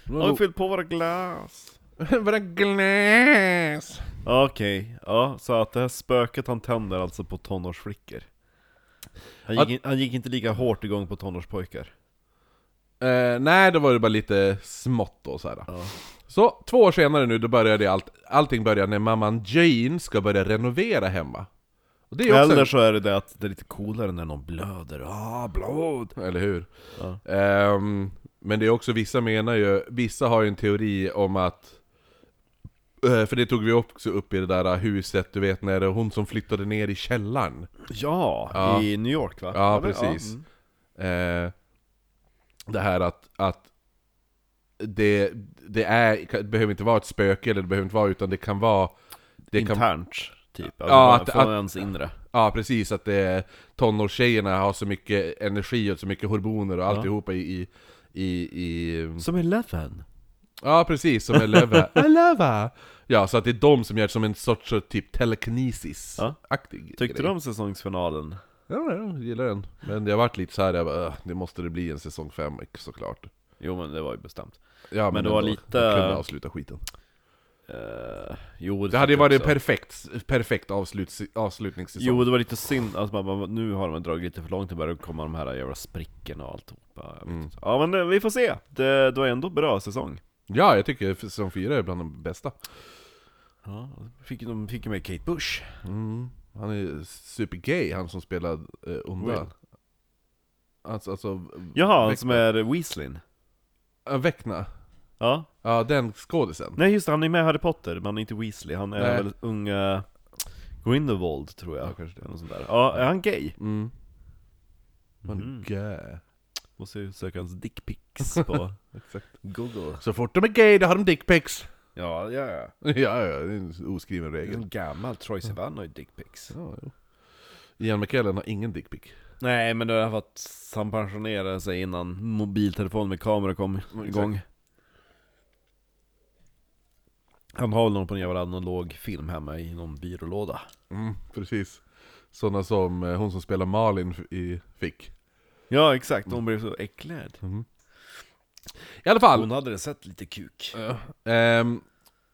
Speaker 2: Har vi
Speaker 1: Våra
Speaker 2: fyllt på våra glas?
Speaker 1: glas!
Speaker 2: Okej, ja, så att det här spöket han tänder alltså på tonårsflickor. Han gick,
Speaker 1: Att-
Speaker 2: in- han gick inte lika hårt igång på tonårspojkar.
Speaker 1: Eh, nej, då var det bara lite smått då så här. Så två år senare nu, då började allt, allting börjar när mamman Jane ska börja renovera hemma. Och det är också en-
Speaker 2: Eller så är det det att det är lite coolare när någon blöder. Ah, blod!
Speaker 1: Eller hur?
Speaker 2: Ja.
Speaker 1: Ehm, men det är också, vissa menar ju, vissa har ju en teori om att eh, för det tog vi också upp i det där huset, du vet när det hon som flyttade ner i källaren.
Speaker 2: Ja,
Speaker 1: Ja.
Speaker 2: i New York va?
Speaker 1: Ja,
Speaker 2: Eller?
Speaker 1: precis.
Speaker 2: mm.
Speaker 1: Eh, det här att, att det, det, är, det behöver inte vara ett spöke, eller det behöver inte vara, utan det kan vara... Det kan,
Speaker 2: Internt, typ. Alltså,
Speaker 1: Ja,
Speaker 2: ja,
Speaker 1: att-
Speaker 2: från
Speaker 1: att- Mm.
Speaker 2: ens inre.
Speaker 1: Ja precis, att det är tonårstjejerna har så mycket energi och så mycket hormoner och alltihopa i, i, i, i
Speaker 2: Som Eleven.
Speaker 1: Ja, precis, som Eleva. Eleva! Ja, så att det är de som gör som en sorts så typ
Speaker 2: Ja.
Speaker 1: telekinesis-aktig
Speaker 2: Tyckte du
Speaker 1: grej.
Speaker 2: om säsongsfinalen?
Speaker 1: Ja, jag gillar den. Men jag vart lite så här, jag bara, "Ugh, det måste det bli en säsong 5 såklart.
Speaker 2: Jo men det var ju bestämt.
Speaker 1: Ja, men,
Speaker 2: det var
Speaker 1: ändå,
Speaker 2: lite-
Speaker 1: Jag kunde avsluta skiten.
Speaker 2: Eh, jo,
Speaker 1: Det hade ju
Speaker 2: tyckte jag
Speaker 1: varit
Speaker 2: också.
Speaker 1: perfekt, perfekt avsluts, avslutningssäsong.
Speaker 2: Jo, det var lite synd att man bara, nu har de dragit lite för långt, det börjar komma de här jävla sprickorna och alltihopa. Jag vet inte. Ja men eh, vi får se, det, det var ändå bra säsong.
Speaker 1: Ja, jag tycker säsong 4 är bland de bästa.
Speaker 2: Ja, fick, de fick ju med Kate Bush.
Speaker 1: Mm. Han är supergay, han som spelar eh, onda.
Speaker 2: Will.
Speaker 1: Alltså, alltså...
Speaker 2: Jaha, han
Speaker 1: Väck-
Speaker 2: som är Weasleyn.
Speaker 1: Ja, Väckna.
Speaker 2: Ja.
Speaker 1: Ja, den skådisen.
Speaker 2: Nej just det, han är med i Harry Potter, men han är inte Weasley, han är
Speaker 1: Nej.
Speaker 2: väl unga Grindelwald tror jag.
Speaker 1: Ja, kanske det.
Speaker 2: Eller något sånt där. Ja, är han gay?
Speaker 1: Mm. Man
Speaker 2: Mhm.
Speaker 1: gay.
Speaker 2: Måste ju söka hans dickpics på Google.
Speaker 1: Så fort de är gay, då har de dickpics. Mm.
Speaker 2: Ja, ja, ja.
Speaker 1: ja, ja, det är en oskriven
Speaker 2: Det är
Speaker 1: regel.
Speaker 2: en gammal Troy Sivan har ju dickpics.
Speaker 1: Ja, jo. Ian McKellen har ingen dickpic.
Speaker 2: Nej men det är för att han pensionerade sig innan mobiltelefon med kamera kom igång Han har väl någon på en jävla analog film hemma i någon byrålåda
Speaker 1: Mm, precis. Sådana som eh, hon som spelar Malin f- i, fick.
Speaker 2: Ja exakt, hon blev så äcklad
Speaker 1: I alla fall.
Speaker 2: Hon hade sett lite kuk
Speaker 1: Ja. Ehm,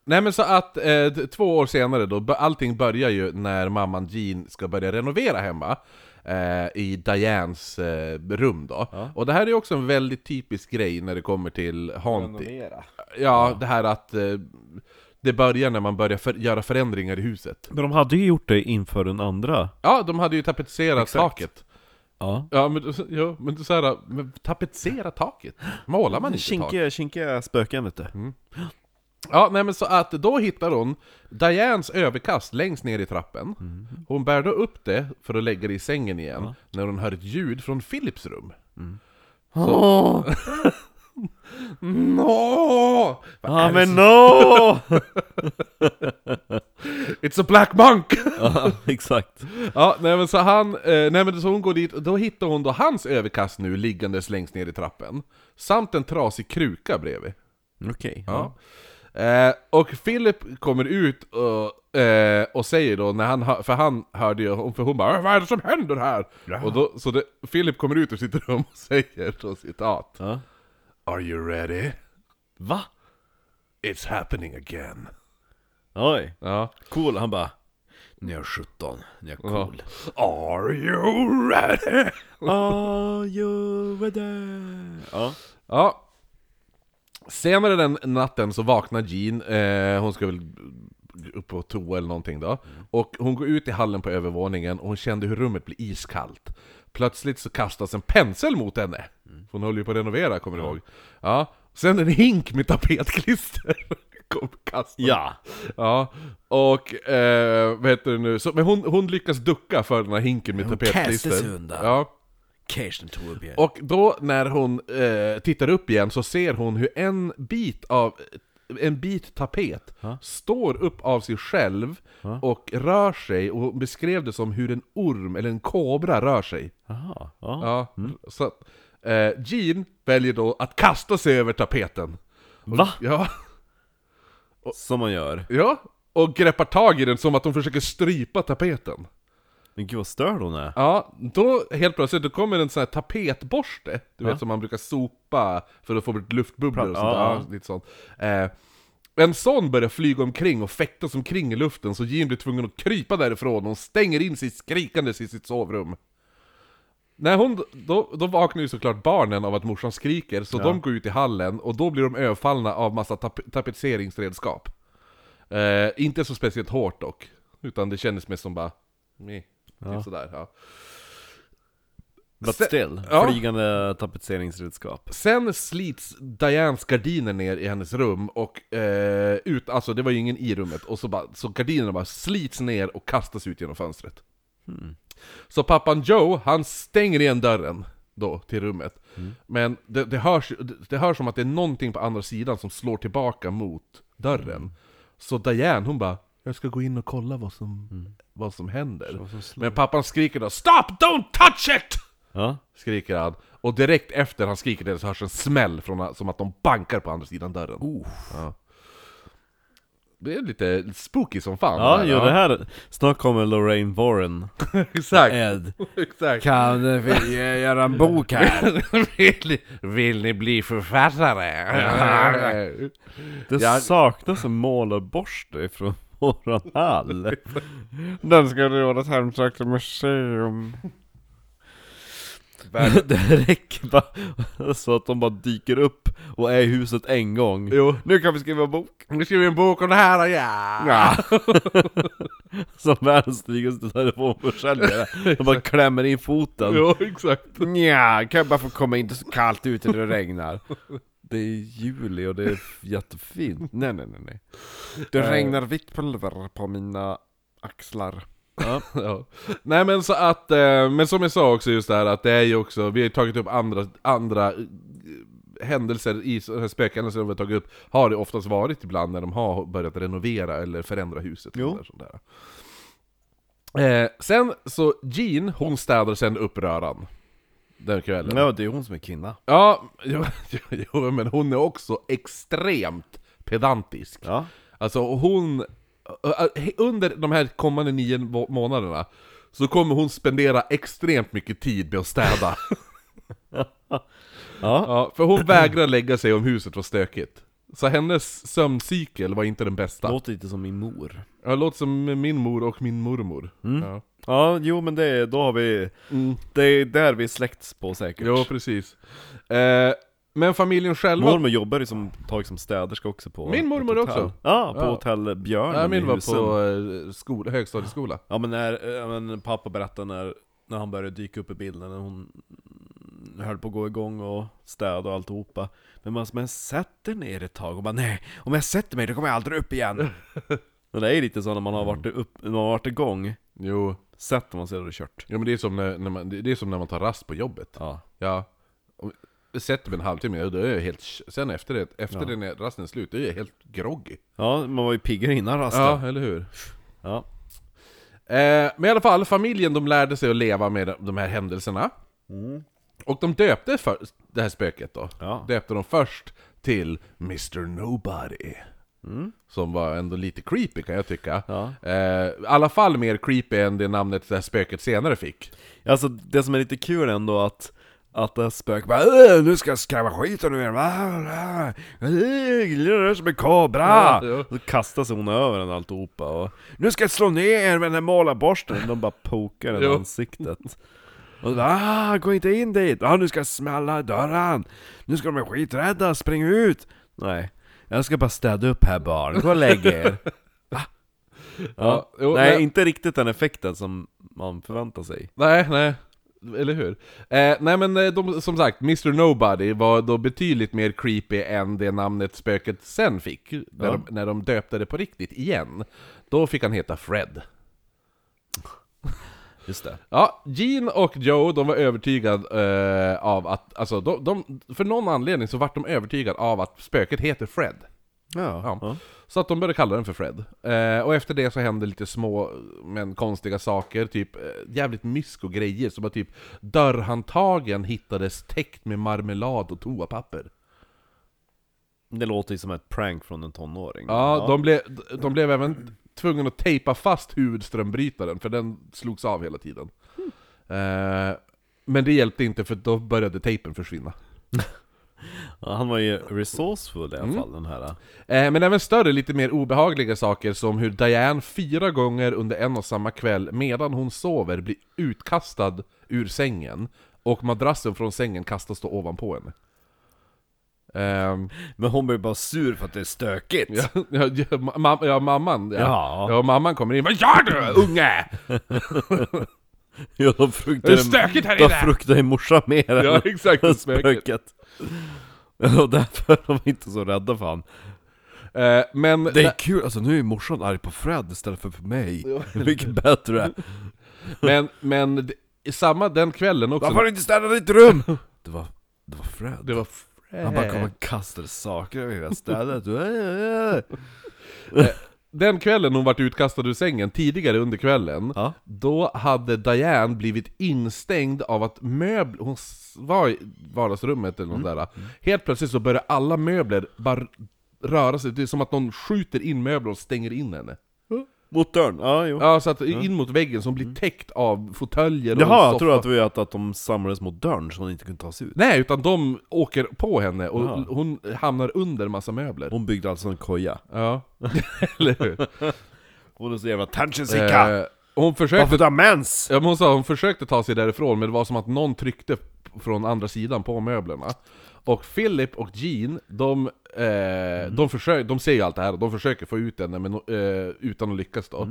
Speaker 1: Nej men så att eh, t- två år senare då, bör- allting börjar ju när mamman Jean ska börja renovera hemma eh, I Dianes eh, rum då.
Speaker 2: Ja.
Speaker 1: Och det här är ju också en väldigt typisk grej när det kommer till Haunting.
Speaker 2: Renovera.
Speaker 1: Ja, det här att eh, det börjar när man börjar för, göra förändringar i huset.
Speaker 2: Men de hade ju gjort det inför den andra.
Speaker 1: Ja, de hade ju tapetserat
Speaker 2: Exakt.
Speaker 1: taket.
Speaker 2: Ja.
Speaker 1: Ja, men, ja, men så här, men tapetsera taket? Målar man inte taket?
Speaker 2: Kinkiga, kinkiga spöken vet du.
Speaker 1: Ja, nej men så att då hittar hon Dianes överkast längst ner i trappen.
Speaker 2: Mm.
Speaker 1: Hon bär då upp det för att lägga det i sängen igen, när hon hör ett ljud från Philips rum.
Speaker 2: Ah. Åh!
Speaker 1: No!
Speaker 2: Ja men no!
Speaker 1: It's a black monk!
Speaker 2: ja, exakt.
Speaker 1: ja, nej men så han, eh, nej men så hon går dit, och då hittar hon då hans överkast nu liggandes längst ner i trappen. Samt en trasig kruka bredvid.
Speaker 2: Okej.
Speaker 1: Ja. Eh, och Philip kommer ut och, eh, och säger då, när han, hör- för han hörde ju, för hon bara "Äh, 'Vad är det som händer här?' Och då, så det, Philip kommer ut ur sitt rum och säger då citat
Speaker 2: Ja.
Speaker 1: 'Are you ready?
Speaker 2: Va?
Speaker 1: It's happening again'
Speaker 2: Oj.
Speaker 1: Ja.
Speaker 2: Cool, han bara När jag är 17, när jag är
Speaker 1: Ja.
Speaker 2: cool
Speaker 1: Are you ready?
Speaker 2: Are you ready? Ja,
Speaker 1: Ja. Senare den natten så vaknar Jean, eh, hon ska väl upp på toa eller någonting
Speaker 2: Mm.
Speaker 1: då. Och hon går ut i hallen på övervåningen och hon kände hur rummet blir iskallt. Plötsligt så kastas en pensel mot henne.
Speaker 2: Mm.
Speaker 1: För Hon håller ju på att renovera, kommer du ihåg? Ja. Sen en hink med tapetklister. kom kastas.
Speaker 2: ja.
Speaker 1: Ja. Och, eh, vad heter det nu? Så, men hon, hon lyckas ducka för den här hinken med
Speaker 2: Hon
Speaker 1: tapetklister.
Speaker 2: kastas undan.
Speaker 1: Ja.
Speaker 2: Cage den tog upp igen
Speaker 1: Och då när hon eh, tittar upp igen så ser hon hur en bit av en bit tapet
Speaker 2: Ja.
Speaker 1: står upp av sig själv
Speaker 2: Ja.
Speaker 1: och rör sig och hon beskrev det som hur en orm eller en kobra rör sig.
Speaker 2: Aha, ja. Mm.
Speaker 1: Ja, så att, eh, Jean väljer då att kasta sig över tapeten.
Speaker 2: Va?
Speaker 1: Ja,
Speaker 2: Som man gör
Speaker 1: ja, och greppar tag i den som att hon försöker strypa tapeten.
Speaker 2: Men gud vad störd hon är
Speaker 1: Ja, då helt plötsligt då kommer en sån här tapetborste, du vet som man brukar sopa för att få bort luftbubblor och
Speaker 2: Pra-
Speaker 1: sånt där.
Speaker 2: ja,
Speaker 1: Ja, lite sånt. Eh, en sån börjar flyga omkring och fäktas omkring i luften så Jean blir tvungen att krypa därifrån och hon stänger in sig skrikandes i sitt sovrum. När hon, då, då vaknar ju såklart barnen av att morsan skriker, så de går ut i hallen och då blir de överfallna av massa tap- tapetseringsredskap. Eh, inte så speciellt hårt dock, utan det kändes mest som bara... Meh, Typ sådär, ja.
Speaker 2: But
Speaker 1: Se-
Speaker 2: still,
Speaker 1: ja.
Speaker 2: flygande tapetseringsredskap
Speaker 1: Sen slits Dianes gardiner ner i hennes rum och eh, ut, alltså det var ju ingen i rummet, och så, bara, så gardinerna bara slits ner och kastas ut genom fönstret. Så pappan Joe, han stänger igen dörren då till rummet. Men det, det, hörs, det, det hörs som att det är någonting på andra sidan som slår tillbaka mot dörren. Så Diane, hon bara jag ska gå in och kolla vad som, vad som händer. Men pappan skriker då 'Stop! Don't touch it!'
Speaker 2: Ja,
Speaker 1: Skriker han. Och direkt efter han skriker det så hörs en smäll från, som att de bankar på andra sidan dörren. Ja. Det är lite spooky som fan.
Speaker 2: ja,
Speaker 1: där,
Speaker 2: jo det här Snart kommer Lorraine Warren
Speaker 1: Exakt.
Speaker 2: Ed
Speaker 1: Exakt.
Speaker 2: Kan vi eh, göra en bok här?
Speaker 1: vill, ni, vill ni bli författare?
Speaker 2: Det
Speaker 1: Ja.
Speaker 2: saknas en målarborste ifrån våran hall Den ska du göra ett hemsökt museum Det räcker bara så att de bara dyker upp och är i huset en gång
Speaker 1: jo.
Speaker 2: Nu kan vi skriva en bok!
Speaker 1: Nu skriver vi en bok om det här och ja!
Speaker 2: Som världens drygaste telefonförsäljare De bara klämmer in foten
Speaker 1: Jo, exakt.
Speaker 2: Nja, kan jag bara få komma in? Det är så kallt ute när det regnar Det är juli och det är jättefint Nej nej nej nej Det regnar vitt pulver på mina axlar
Speaker 1: Ja. Nej men så att, eh, men som jag sa också just det här att det är ju också, vi har ju tagit upp andra, andra eh, händelser i sådana här spökhändelser som vi har tagit upp, har det oftast varit ibland när de har börjat renovera eller förändra huset.
Speaker 2: Jo.
Speaker 1: Eller sånt där. Eh, sen så Jean, hon städar sen upp röran. Den kvällen.
Speaker 2: Ja, det är hon som är kvinna
Speaker 1: Ja, jo, jo, jo, men hon är också extremt pedantisk.
Speaker 2: Ja
Speaker 1: Alltså hon, ö- ö- under de här kommande nio må- månaderna så kommer hon spendera extremt mycket tid med att städa.
Speaker 2: Ja,
Speaker 1: ja, för hon vägrar lägga sig om huset var stökigt. Så hennes sömncykel var inte den bästa.
Speaker 2: Låter lite som min mor.
Speaker 1: Ja, låter som min mor och min mormor.
Speaker 2: Mm. Ja.
Speaker 1: Ja.
Speaker 2: jo men det, då har vi,
Speaker 1: Mm.
Speaker 2: det är där vi släkts på säkert.
Speaker 1: Jo, precis. Eh, men familjen själva...
Speaker 2: Mormor jobbar ju som tag som städerska också på
Speaker 1: Min mormor
Speaker 2: ett hotell.
Speaker 1: också.
Speaker 2: Ja, på
Speaker 1: Ja.
Speaker 2: hotell Björn
Speaker 1: Nej, min
Speaker 2: i
Speaker 1: var
Speaker 2: Husum.
Speaker 1: på eh, skol, högstadieskola.
Speaker 2: Ja men när, eh, ja, men pappa berättade när, när han började dyka upp i bilden, när hon mm, höll på att gå igång och städa och alltihopa. Men man men sätt dig ner ett tag och bara nej, om jag sätter mig då kommer jag aldrig upp igen. Men det är lite så när man har varit, upp, när man har varit igång,
Speaker 1: Jo.
Speaker 2: sätter man sig då är det kört.
Speaker 1: jo, men det är, som när, när man, det det är som när man tar rast på jobbet.
Speaker 2: Ja.
Speaker 1: Ja. Om jag sätter mig en halvtimme, ja, då är jag helt... Sen efter det, efter
Speaker 2: Ja.
Speaker 1: den är rasten är slut, då är jag helt groggy.
Speaker 2: ja, man var ju piggare innan rasten.
Speaker 1: Ja, eller hur?
Speaker 2: Ja.
Speaker 1: Eh, men i alla fall, familjen de lärde sig att leva med de- de här händelserna. Och de döpte för, det här spöket då.
Speaker 2: Ja.
Speaker 1: Döpte de först till Mr Nobody. Som var ändå lite creepy kan jag tycka.
Speaker 2: Ja.
Speaker 1: Eh, I alla fall mer creepy än det namnet det här spöket senare fick.
Speaker 2: Alltså det som är lite kul ändå att att det här spöket bara "Äh, nu ska jag skrämma skiten ur er, va? va, va, äh, gillar det som en kobra!
Speaker 1: Ja, ja.
Speaker 2: Så kastar sig hon över den alltihopa och Nu ska jag slå ner er med den här målarborsten! De bara pokar den i
Speaker 1: Jo.
Speaker 2: ansiktet Och bara, ah, gå inte in dit! Ah, nu ska jag smälla i dörren! Nu ska de vara skiträdda, spring ut! Nej, jag ska bara städa upp här barn, gå och lägg er! Va? Ja,
Speaker 1: Ja, jo,
Speaker 2: nej,
Speaker 1: men-
Speaker 2: inte riktigt den effekten som man förväntar sig
Speaker 1: Nej, nej. Eller hur? Eh, nej men eh, de, som sagt, Mr Nobody var då betydligt mer creepy än det namnet spöket sen fick. När,
Speaker 2: Ja.
Speaker 1: de, när de döpte det på riktigt igen. Då fick han heta Fred.
Speaker 2: Just det.
Speaker 1: Ja, Gene och Joe, de var övertygade eh, av att, alltså de, de, för någon anledning så vart de övertygade av att spöket heter Fred.
Speaker 2: Ja. ja.
Speaker 1: Så att de började kalla den för Fred. Eh, och efter det så hände lite små men konstiga saker, typ eh, jävligt mysko grejer som att typ dörrhandtagen hittades täckt med marmelad och toapapper.
Speaker 2: Det låter ju som ett prank från en tonåring.
Speaker 1: Ja, De, blev, de blev även tvungna att tejpa fast huvudströmbrytaren för den slogs av hela tiden. Eh, men det hjälpte inte för då började tejpen försvinna.
Speaker 2: Ja, han var ju resourceful i
Speaker 1: Mm.
Speaker 2: alla fall, den här.
Speaker 1: Eh, Men även större, lite mer obehagliga saker som hur Diane fyra gånger under en och samma kväll medan hon sover blir utkastad ur sängen och madrassen från sängen kastas då ovanpå henne. Ehm,
Speaker 2: Men hon blev bara sur för att det är stökigt.
Speaker 1: ja, ja, ja, ma- ja, mamman. Ja.
Speaker 2: Ja.
Speaker 1: ja, mamman kommer in. Vad gör du unge?
Speaker 2: ja
Speaker 1: Det
Speaker 2: de
Speaker 1: är
Speaker 2: fruktade,
Speaker 1: stökigt här
Speaker 2: de
Speaker 1: inne!
Speaker 2: fruktade ju morsan mer än
Speaker 1: Ja, exakt.
Speaker 2: än
Speaker 1: det spöket.
Speaker 2: spöket. Och därför är de inte så rädda för han.
Speaker 1: Eh, Men
Speaker 2: Det är kul, alltså nu är morsan arg på Fred istället för på mig. Mycket bättre.
Speaker 1: men, men det- i samma den kvällen också.
Speaker 2: Varför har du inte städat ditt rum? Det var, det var Fred.
Speaker 1: Det var Fred.
Speaker 2: Han bara kom och kastade saker över hela stället.
Speaker 1: Den kvällen hon vart utkastad ur sängen, tidigare under kvällen,
Speaker 2: Ja.
Speaker 1: Då hade Diane blivit instängd av att möbler, hon s- var i vardagsrummet eller något
Speaker 2: Mm.
Speaker 1: där Helt plötsligt så börjar alla möbler bara röra sig, det är som att någon skjuter in möbler och stänger in henne
Speaker 2: Mot dörren, ja jo.
Speaker 1: Ja, så att in mot väggen så hon blir täckt av fåtöljer och
Speaker 2: Jaha,
Speaker 1: soffa.
Speaker 2: jag tror att, vi, att, att de samlades mot dörren så hon inte kunde ta sig ut.
Speaker 1: Nej, utan de åker på henne och
Speaker 2: Jaha.
Speaker 1: hon hamnar under massa möbler
Speaker 2: Hon byggde alltså en koja.
Speaker 1: Ja, eller hur?
Speaker 2: Hon är så jävla tantjensicka!
Speaker 1: Eh, hon försökte
Speaker 2: Varför du har mens?
Speaker 1: Ja, men hon sa hon försökte ta sig därifrån, men det var som att någon tryckte från andra sidan på möblerna. Och Philip och Jean, de, eh, de, försöker, de ser ju allt det här, och de försöker få ut henne men, eh, utan att lyckas då.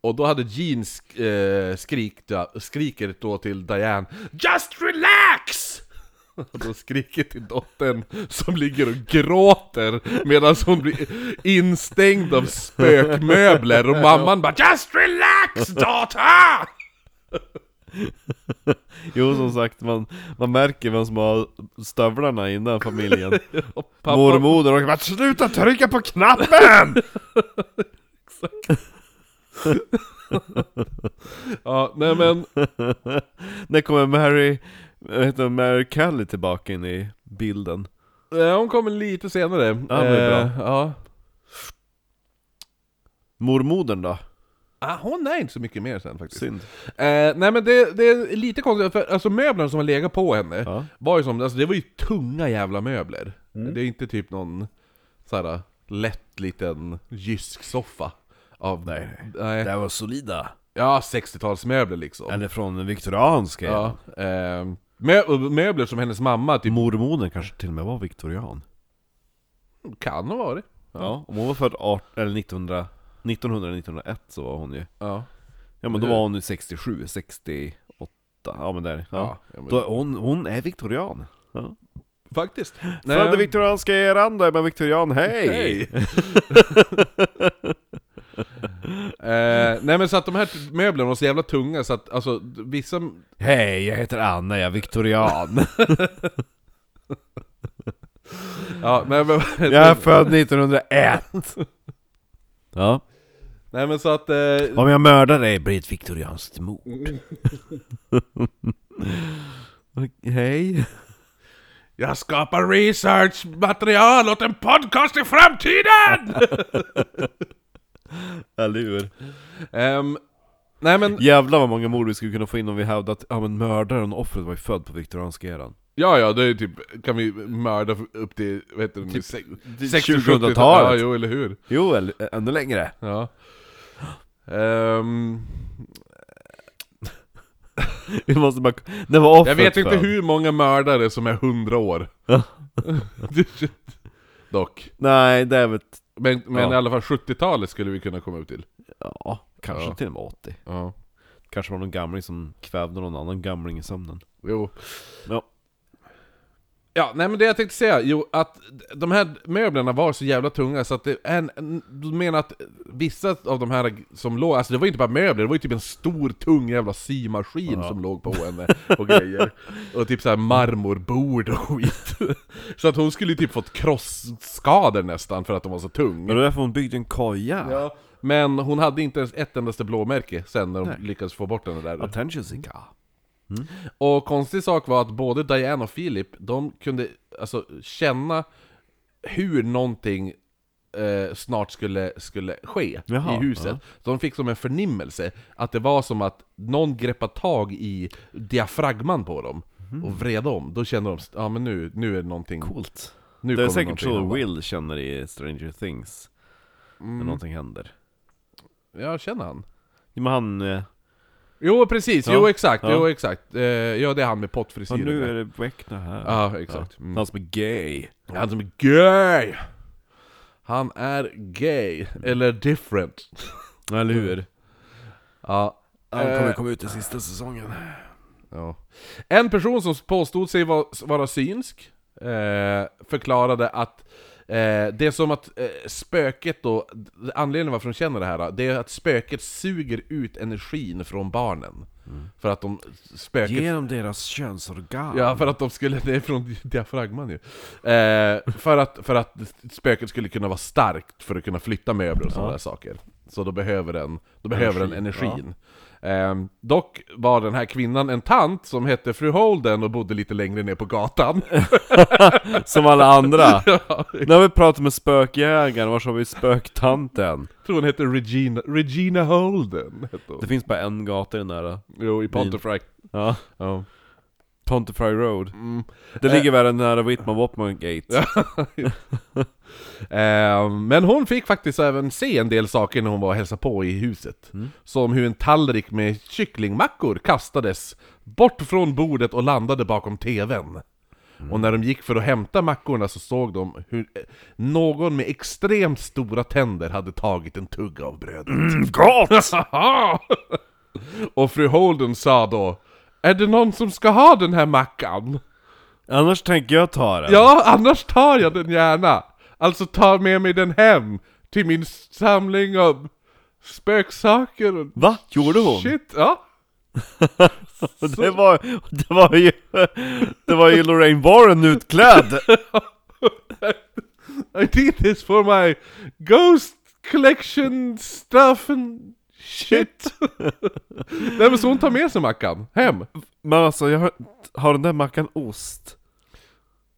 Speaker 1: Och då hade Jean sk eh, skrikt, ja, skriker då till Diane Just relax! Och då skriker till dottern som ligger och gråter medan hon blir instängd av spökmöbler och mamman bara Just relax dotter!
Speaker 2: Jo som sagt, man, man märker vem som har stövlarna i den här familjen.
Speaker 1: Pappa-
Speaker 2: Mormoder och bara 'Sluta trycka på knappen!'
Speaker 1: Ja, nej men,
Speaker 2: När kommer Mary, vad heter hon, Mary Kelly tillbaka in i bilden?
Speaker 1: eh, hon kommer lite senare.
Speaker 2: Ja, det är bra.
Speaker 1: Eh, ja.
Speaker 2: Mormodern då?
Speaker 1: Ah, hon är inte så mycket mer sen faktiskt.
Speaker 2: Synd.
Speaker 1: Eh, nej men det, det är lite konstigt, för alltså möblerna som har legat på henne
Speaker 2: Ja.
Speaker 1: Mm. var ju som, alltså det var ju tunga jävla möbler. Det är inte typ någon såhär lätt liten jysksoffa. Av,
Speaker 2: Nej.
Speaker 1: nej.
Speaker 2: Det här var solida.
Speaker 1: Ja, 60-talsmöbler liksom.
Speaker 2: Eller från den viktorianska.
Speaker 1: Ja, ehm, mö- möbler som hennes mamma typ
Speaker 2: Mormodern kanske till och med var viktorian.
Speaker 1: kan ha varit.
Speaker 2: Ja, om hon var född 18, eller 1900, 1900 1901 så var hon ju.
Speaker 1: Ja.
Speaker 2: Ja men då var hon ju 67, 68, ja men där. Ja.
Speaker 1: Ja, ja, men-
Speaker 2: Då, hon, hon är viktorian. Ja.
Speaker 1: Faktiskt.
Speaker 2: Född i viktorianska eran, då är man viktorian, hej!
Speaker 1: Hej! eh, nej men så att de här t- möblerna var så jävla tunga så att alltså d- vissa...
Speaker 2: Hej, jag heter Anna, jag är viktorian.
Speaker 1: Ja, nej, men,
Speaker 2: jag är född 1901. Ja.
Speaker 1: nej men så att... Eh,
Speaker 2: Om jag mördar dig blir det ett viktorianskt mord. Hej.
Speaker 1: jag skapar researchmaterial åt en podcast i framtiden!
Speaker 2: Eller hur?
Speaker 1: Ehm, nej men,
Speaker 2: Jävlar vad många mord vi skulle kunna få in om vi hävdade att ja, men mördaren och offret var ju född på viktorianska eran.
Speaker 1: ja ja det är typ, kan vi mörda för- upp till, vad heter det nu, se-
Speaker 2: 2000-talet.
Speaker 1: Ja jo eller hur.
Speaker 2: Jo, eller ä- ännu längre.
Speaker 1: Ja. Ehm,
Speaker 2: Vi måste bara... När var offret
Speaker 1: jag vet inte
Speaker 2: född?
Speaker 1: hur många mördare som är 100 år. Dock.
Speaker 2: Nej, det är väl... ett-
Speaker 1: Men, men
Speaker 2: Ja.
Speaker 1: i alla fall 70-talet skulle vi kunna komma upp till.
Speaker 2: Ja, kanske
Speaker 1: Ja.
Speaker 2: till och med 80.
Speaker 1: Ja.
Speaker 2: Kanske var det någon gamling som kvävde någon annan gamling i sömnen.
Speaker 1: Jo.
Speaker 2: Ja.
Speaker 1: Ja, nej men det jag tänkte säga, jo att de här möblerna var så jävla tunga så att det, en, en, du menar att vissa av de här som låg, alltså det var ju inte bara möbler, det var ju typ en stor tung jävla symaskin
Speaker 2: Ja.
Speaker 1: som låg på henne och grejer. Och typ så här marmorbord och skit. Så att hon skulle ju typ fått krossskador nästan för att de var så tung.
Speaker 2: Men det var därför hon byggde en koja.
Speaker 1: Ja, men hon hade inte ens ett endaste blåmärke sen när de lyckades få bort henne där.
Speaker 2: Attention seeker.
Speaker 1: Och konstig sak var att både Diane och Philip, de kunde alltså känna hur någonting eh, snart skulle, skulle ske
Speaker 2: Jaha,
Speaker 1: i huset.
Speaker 2: ja.
Speaker 1: Så de fick som en förnimmelse att det var som att någon greppade tag i diafragman på dem
Speaker 2: Mhm.
Speaker 1: och vred om. Då kände de, ja men nu, nu är det någonting...
Speaker 2: Coolt.
Speaker 1: Nu
Speaker 2: Mm. det är
Speaker 1: kommer
Speaker 2: säkert så
Speaker 1: någonting hända. Mm.
Speaker 2: Will känner i Stranger Things. När någonting händer.
Speaker 1: Ja, känner han?
Speaker 2: Men han... eh,
Speaker 1: Jo precis,
Speaker 2: Ja,
Speaker 1: jo exakt,
Speaker 2: ja.
Speaker 1: jo exakt. Eh, ja det är han med
Speaker 2: Ja,
Speaker 1: pottfrisyren.
Speaker 2: nu
Speaker 1: där.
Speaker 2: är det Beckna här.
Speaker 1: Ja, exakt.
Speaker 2: Ja.
Speaker 1: Mm.
Speaker 2: Han som är gay.
Speaker 1: Han som är gay! Han är gay, eller different.
Speaker 2: Eller hur?
Speaker 1: Ja.
Speaker 2: Han
Speaker 1: Eh.
Speaker 2: kommer komma ut i sista säsongen.
Speaker 1: ja. En person som påstod sig va- vara synsk eh, förklarade att eh, det är som att eh, spöket då, anledningen varför de känner det här, då, det är att spöket suger ut energin från barnen.
Speaker 2: Mm.
Speaker 1: För att de, spöket
Speaker 2: Genom deras könsorgan.
Speaker 1: Ja, för att de skulle... Det är från diafragman ju. Eh, för, att, för att spöket skulle kunna vara starkt för att kunna flytta möbler och sådana
Speaker 2: Ja.
Speaker 1: där saker. Så då behöver den, då behöver den
Speaker 2: Energi,
Speaker 1: energin. Ehm, dock var den här kvinnan en tant som hette fru Holden och bodde lite längre ner på gatan.
Speaker 2: Som alla andra.
Speaker 1: Ja,
Speaker 2: När vi pratar med spökjägaren, var har vi spöktanten?
Speaker 1: jag tror hon hette Regina, Regina Holden. Hette hon.
Speaker 2: Det finns bara en gata i den där.
Speaker 1: Jo, i Pontefract.
Speaker 2: Ja.
Speaker 1: Ja.
Speaker 2: Pontefry Road.
Speaker 1: Mm.
Speaker 2: Det
Speaker 1: Eh.
Speaker 2: ligger väl nära Whitman Wapman Gate.
Speaker 1: Ehm, men hon fick faktiskt även se en del saker när hon var och hälsade på i huset. Som hur en tallrik med kycklingmackor kastades bort från bordet och landade bakom TVn. Och när de gick för att hämta mackorna så såg de hur eh, någon med extremt stora tänder hade tagit en tugga av brödet.
Speaker 2: Mm. Gott!
Speaker 1: och fru Holden sa då Är det någon som ska ha den här mackan?
Speaker 2: Annars tänker jag ta den.
Speaker 1: Ja, annars tar jag den gärna. Alltså tar med mig den hem till min samling av spöksaker och
Speaker 2: Va? Gjorde hon?
Speaker 1: shit. Ja.
Speaker 2: Det var, det var ju... Det var ju Lorraine Warren utklädd!
Speaker 1: I did this for my ghost collection stuff and shit. Nej men så hon tar med sig Mackan hem.
Speaker 2: Men alltså, jag har, har den där mackan ost?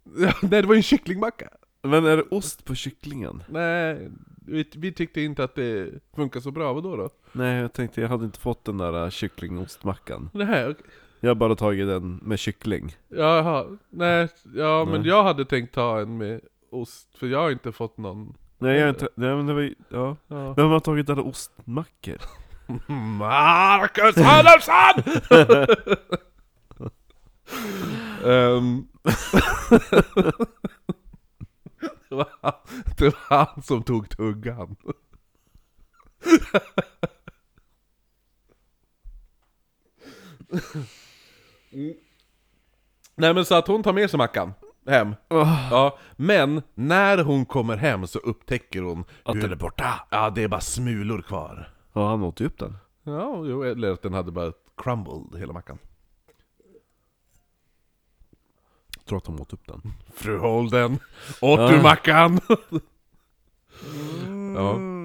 Speaker 1: Nej det var ju en kycklingmacka.
Speaker 2: Men är det ost på kycklingen?
Speaker 1: Nej, vi, vi tyckte inte att det funkar så bra. Vadå då?
Speaker 2: Nej, jag tänkte jag hade inte fått den där äh, kycklingostmackan.
Speaker 1: Nej, okej.
Speaker 2: Jag har bara tagit den med kyckling.
Speaker 1: Jaha, nej, ja men jag hade tänkt ta en med ost, för jag har inte fått någon.
Speaker 2: Nej, jag har inte, nej men det var ju, ja.
Speaker 1: Ja.
Speaker 2: Vem har tagit alla ostmackor?
Speaker 1: Marcus Adolfsson! Ehm. det, var han, det var han som tog tuggan. Mm. Nej men så att hon tar med sig Mackan hem. Ja, men när hon kommer hem så upptäcker hon
Speaker 2: Att
Speaker 1: hur-
Speaker 2: den är borta!
Speaker 1: Ja, det är bara smulor kvar.
Speaker 2: Ja, han åt ju upp den.
Speaker 1: Ja, jo, eller att den hade bara crumbled hela mackan.
Speaker 2: Jag tror att de åt upp den.
Speaker 1: Fru Holden, åt
Speaker 2: Ja.
Speaker 1: du mackan?
Speaker 2: Ja. Mm, ja.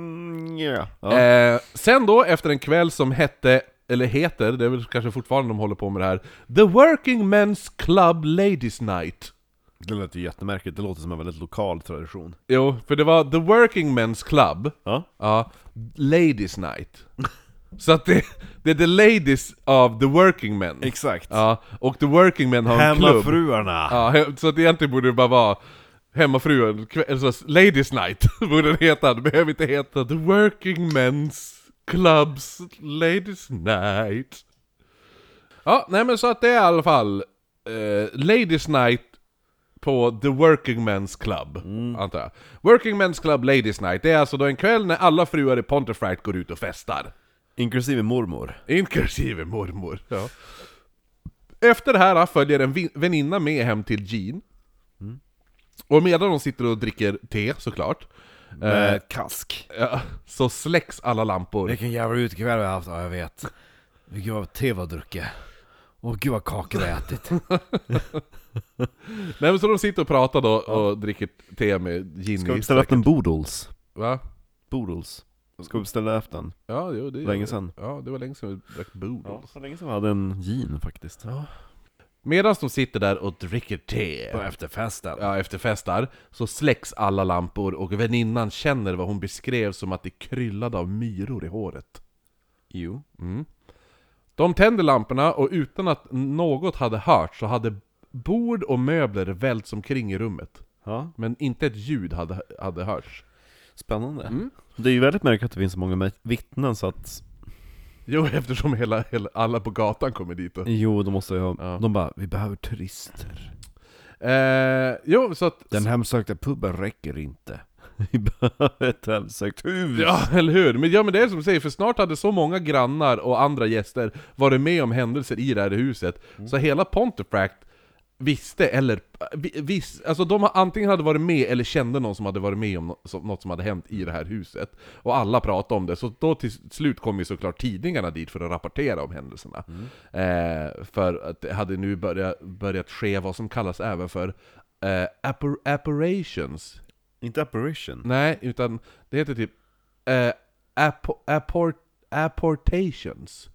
Speaker 1: Eh, sen då, efter en kväll som hette, eller heter, det är väl kanske fortfarande de håller på med det här, The Working Men's Club Ladies Night.
Speaker 2: Det låter ju jättemärkligt, det låter som en väldigt lokal tradition.
Speaker 1: Jo, för det var The Working Men's Club,
Speaker 2: Ja.
Speaker 1: ja, Ladies Night. Så att det, det är The Ladies of The Working Men.
Speaker 2: Exakt.
Speaker 1: Ja, och The Working Men har en klubb.
Speaker 2: Hemmafruarna!
Speaker 1: Ja, he- så att egentligen borde det bara vara Hemmafruen, kve- alltså Ladies Night borde den heta, det behöver inte heta The Working Men's Clubs Ladies Night. Ja, nej men så att det är i alla fall eh, Ladies Night på The Working Men's Club, antar jag. Working Men's Club Ladies Night, det är alltså då en kväll när alla fruar i Pontefract går ut och festar.
Speaker 2: Inklusive mormor.
Speaker 1: Inklusive mormor. Ja. Efter det här följer en vin- väninna med hem till Jean.
Speaker 2: Mm.
Speaker 1: Och medan de sitter och dricker te såklart, eh,
Speaker 2: Med kask.
Speaker 1: ja, så släcks alla lampor.
Speaker 2: Vilken jävla utekväll vi har haft, ja jag vet. Gud vad te vi har druckit. Och gud vad kakor vi har ätit.
Speaker 1: Nej, men så de sitter och pratar då och dricker te med gin
Speaker 2: Ska vi
Speaker 1: i.
Speaker 2: beställa efter en Bodils?
Speaker 1: Va?
Speaker 2: Bodils. Ska vi beställa efter den?
Speaker 1: Ja, jo, det
Speaker 2: Länge sedan.
Speaker 1: Ja, det var länge sedan vi drack
Speaker 2: Ja,
Speaker 1: Boodles.
Speaker 2: så länge som vi hade en gin faktiskt. Ja.
Speaker 1: Medan de sitter där och dricker te,
Speaker 2: efterfesten.
Speaker 1: ja, efter festar, så släcks alla lampor och väninnan känner vad hon beskrev som att det kryllade av myror i håret. Mm.
Speaker 2: Jo.
Speaker 1: De tände lamporna och utan att något hade hört så hade bord och möbler välts omkring i rummet.
Speaker 2: Ja,
Speaker 1: Men inte ett ljud hade, hade hörts.
Speaker 2: spännande. Det är ju väldigt märkligt att det finns så många med- vittnen så att
Speaker 1: Jo, eftersom hela, hela, alla på gatan kommer dit. Och,
Speaker 2: Jo, de måste ju ha...
Speaker 1: Ja.
Speaker 2: De bara, vi behöver turister.
Speaker 1: eh, jo, så att...
Speaker 2: hemsökta puben räcker inte. vi behöver ett hemsökt hus!
Speaker 1: Ja, eller hur? Men, ja, men det är som du säger, för snart hade så många grannar och andra gäster varit med om händelser i det här huset, så hela Pontefract visste, eller vi- vis, alltså de har antingen hade varit med eller kände någon som hade varit med om nå- som- något som hade hänt i det här huset. Och alla pratade om det, så då till slut kom ju såklart tidningarna dit för att rapportera om händelserna.
Speaker 2: Mm.
Speaker 1: Eh, för att det hade nu börjat, börjat ske vad som kallas även för eh, appar- apparitions,
Speaker 2: Inte apparition.
Speaker 1: Nej, utan det heter typ eh, appo- apport, apportations.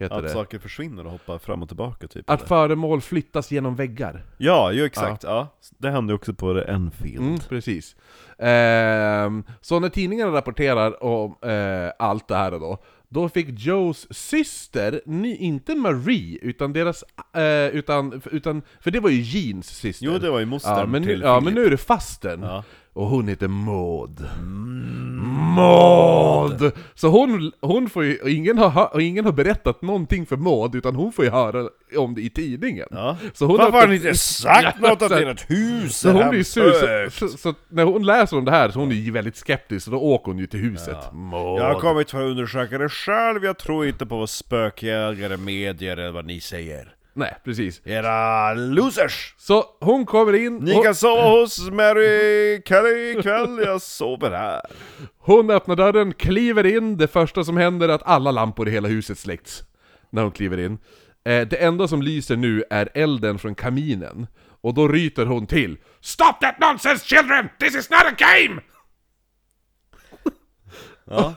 Speaker 1: Heter
Speaker 2: Att
Speaker 1: det.
Speaker 2: saker försvinner och hoppar fram och tillbaka typ.
Speaker 1: Att
Speaker 2: eller?
Speaker 1: föremål flyttas genom väggar.
Speaker 2: Ja, ju exakt. Ja. Det hände ju också på The Enfield.
Speaker 1: Mm, precis. Ehm, så när tidningarna rapporterar om eh, allt det här då, då fick Joes syster, ny, inte Marie, utan deras, eh, utan, utan, för det var ju Jeans syster.
Speaker 2: Jo, det var ju mostern
Speaker 1: ja, men nu,
Speaker 2: till
Speaker 1: ja,
Speaker 2: Philip.
Speaker 1: men nu är det fasten.
Speaker 2: Ja. Mm.
Speaker 1: Och hon heter Maud. Maud! Så hon, hon får ju, och ingen har, hö- och ingen har berättat någonting för Maud, utan hon får ju höra om det i tidningen.
Speaker 2: Ja.
Speaker 1: Så hon
Speaker 2: Varför
Speaker 1: har-
Speaker 2: har ni inte sagt något om
Speaker 1: så-
Speaker 2: ert hus
Speaker 1: så
Speaker 2: är
Speaker 1: hon blir sur,
Speaker 2: hemsökt?
Speaker 1: så, så, så när hon läser om det här så hon är ju väldigt skeptisk, så då åker hon ju till huset. Maud.
Speaker 2: Jag har kommit för att undersöka det själv, jag tror inte på vad spökjägare, medier eller vad ni säger.
Speaker 1: Nej, precis.
Speaker 2: Era losers!
Speaker 1: Så hon kommer in,
Speaker 2: Ni
Speaker 1: hon,
Speaker 2: kan sova hos Mary Kelly ikväll, jag sover här.
Speaker 1: hon öppnar dörren, kliver in, det första som händer är att alla lampor i hela huset släcks. När hon kliver in. Eh, det enda som lyser nu är elden från kaminen. Och då ryter hon till. Stop that nonsense children! This is not a game!
Speaker 2: Ja.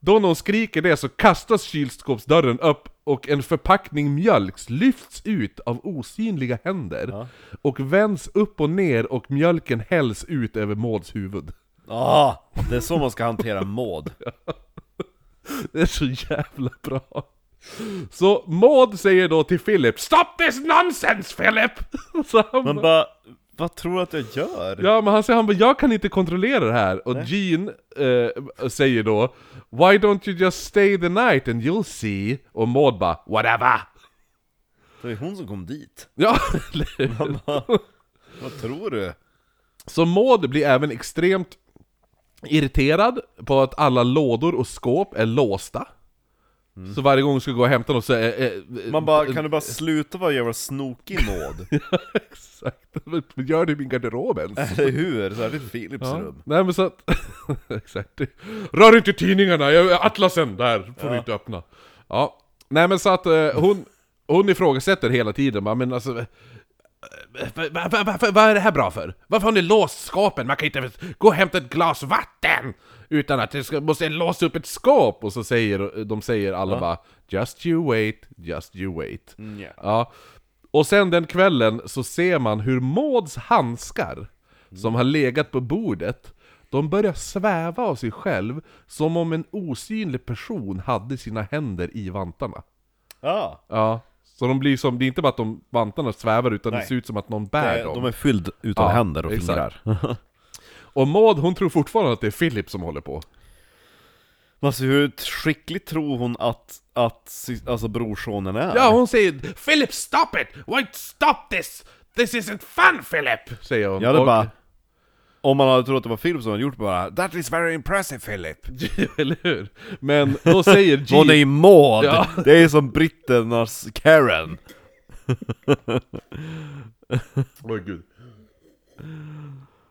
Speaker 1: Då någon skriker det så kastas kylskåpsdörren upp och en förpackning mjölk lyfts ut av osynliga händer och vänds upp och ner och mjölken hälls ut över Mauds huvud.
Speaker 2: Ja, det är så man ska hantera Maud.
Speaker 1: Det är så jävla bra. Så Maud säger då till Philip 'Stop this nonsense Philip!' Så han
Speaker 2: Man
Speaker 1: bara-
Speaker 2: bara, Vad tror du att jag gör?
Speaker 1: Ja men han säger han bara, jag kan inte kontrollera det här och
Speaker 2: Nej.
Speaker 1: Gene eh, säger då Why don't you just stay the night and you'll see? Och Maud bara whatever!
Speaker 2: Det är hon som kom dit.
Speaker 1: Ja, eller hur?
Speaker 2: Han bara, Vad tror du?
Speaker 1: Så Maud blir även extremt irriterad på att alla lådor och skåp är låsta. Så varje gång hon ska gå och hämta något så är... är-
Speaker 2: Mm. Man bara, kan du bara sluta vara jävla snokig Maud?
Speaker 1: Exakt. Men Gör det i min garderob ens.
Speaker 2: Eller hur? Så här är Philips
Speaker 1: Ja.
Speaker 2: rum.
Speaker 1: Nej men så att... Exakt. Rör inte tidningarna, jag, atlasen, där får du inte öppna. Ja. Nej men så att eh, hon, hon ifrågasätter hela tiden bara, men alltså... eh, va- va- va- va- Vad är det här bra för? Varför har ni låst skåpen? Man kan inte gå och hämta ett glas vatten! Utan att det ska, måste låsa upp ett skåp! Och så säger de säger alla bara Just you wait, just you wait.
Speaker 2: Nja.
Speaker 1: Ja. Och sen den kvällen så ser man hur Mauds handskar, som har legat på bordet, de börjar sväva av sig själv som om en osynlig person hade sina händer i vantarna.
Speaker 2: Ja,
Speaker 1: Ja. Så de blir som, det är inte bara att de vantarna svävar utan det
Speaker 2: Nej.
Speaker 1: ser ut som att någon bär dem.
Speaker 2: de är fyllda utav
Speaker 1: Ja,
Speaker 2: händer och
Speaker 1: exakt.
Speaker 2: fingrar. Mm.
Speaker 1: Och Maud hon tror fortfarande att det är Philip som håller på.
Speaker 2: Alltså hur skickligt tror hon att, att sy- alltså, brorsonen är?
Speaker 1: Ja hon säger 'Philip stop it! Wait stop this! This isn't fun Philip!' Säger hon.
Speaker 2: Jag hade
Speaker 1: Och-
Speaker 2: bara... Om man hade trott att det var Philip som hade gjort bara 'That is very impressive Philip'
Speaker 1: Eller hur? Men då säger Gene...
Speaker 2: Hon är i Maud!
Speaker 1: Ja.
Speaker 2: Det är som britternas Karen
Speaker 1: Åh gud.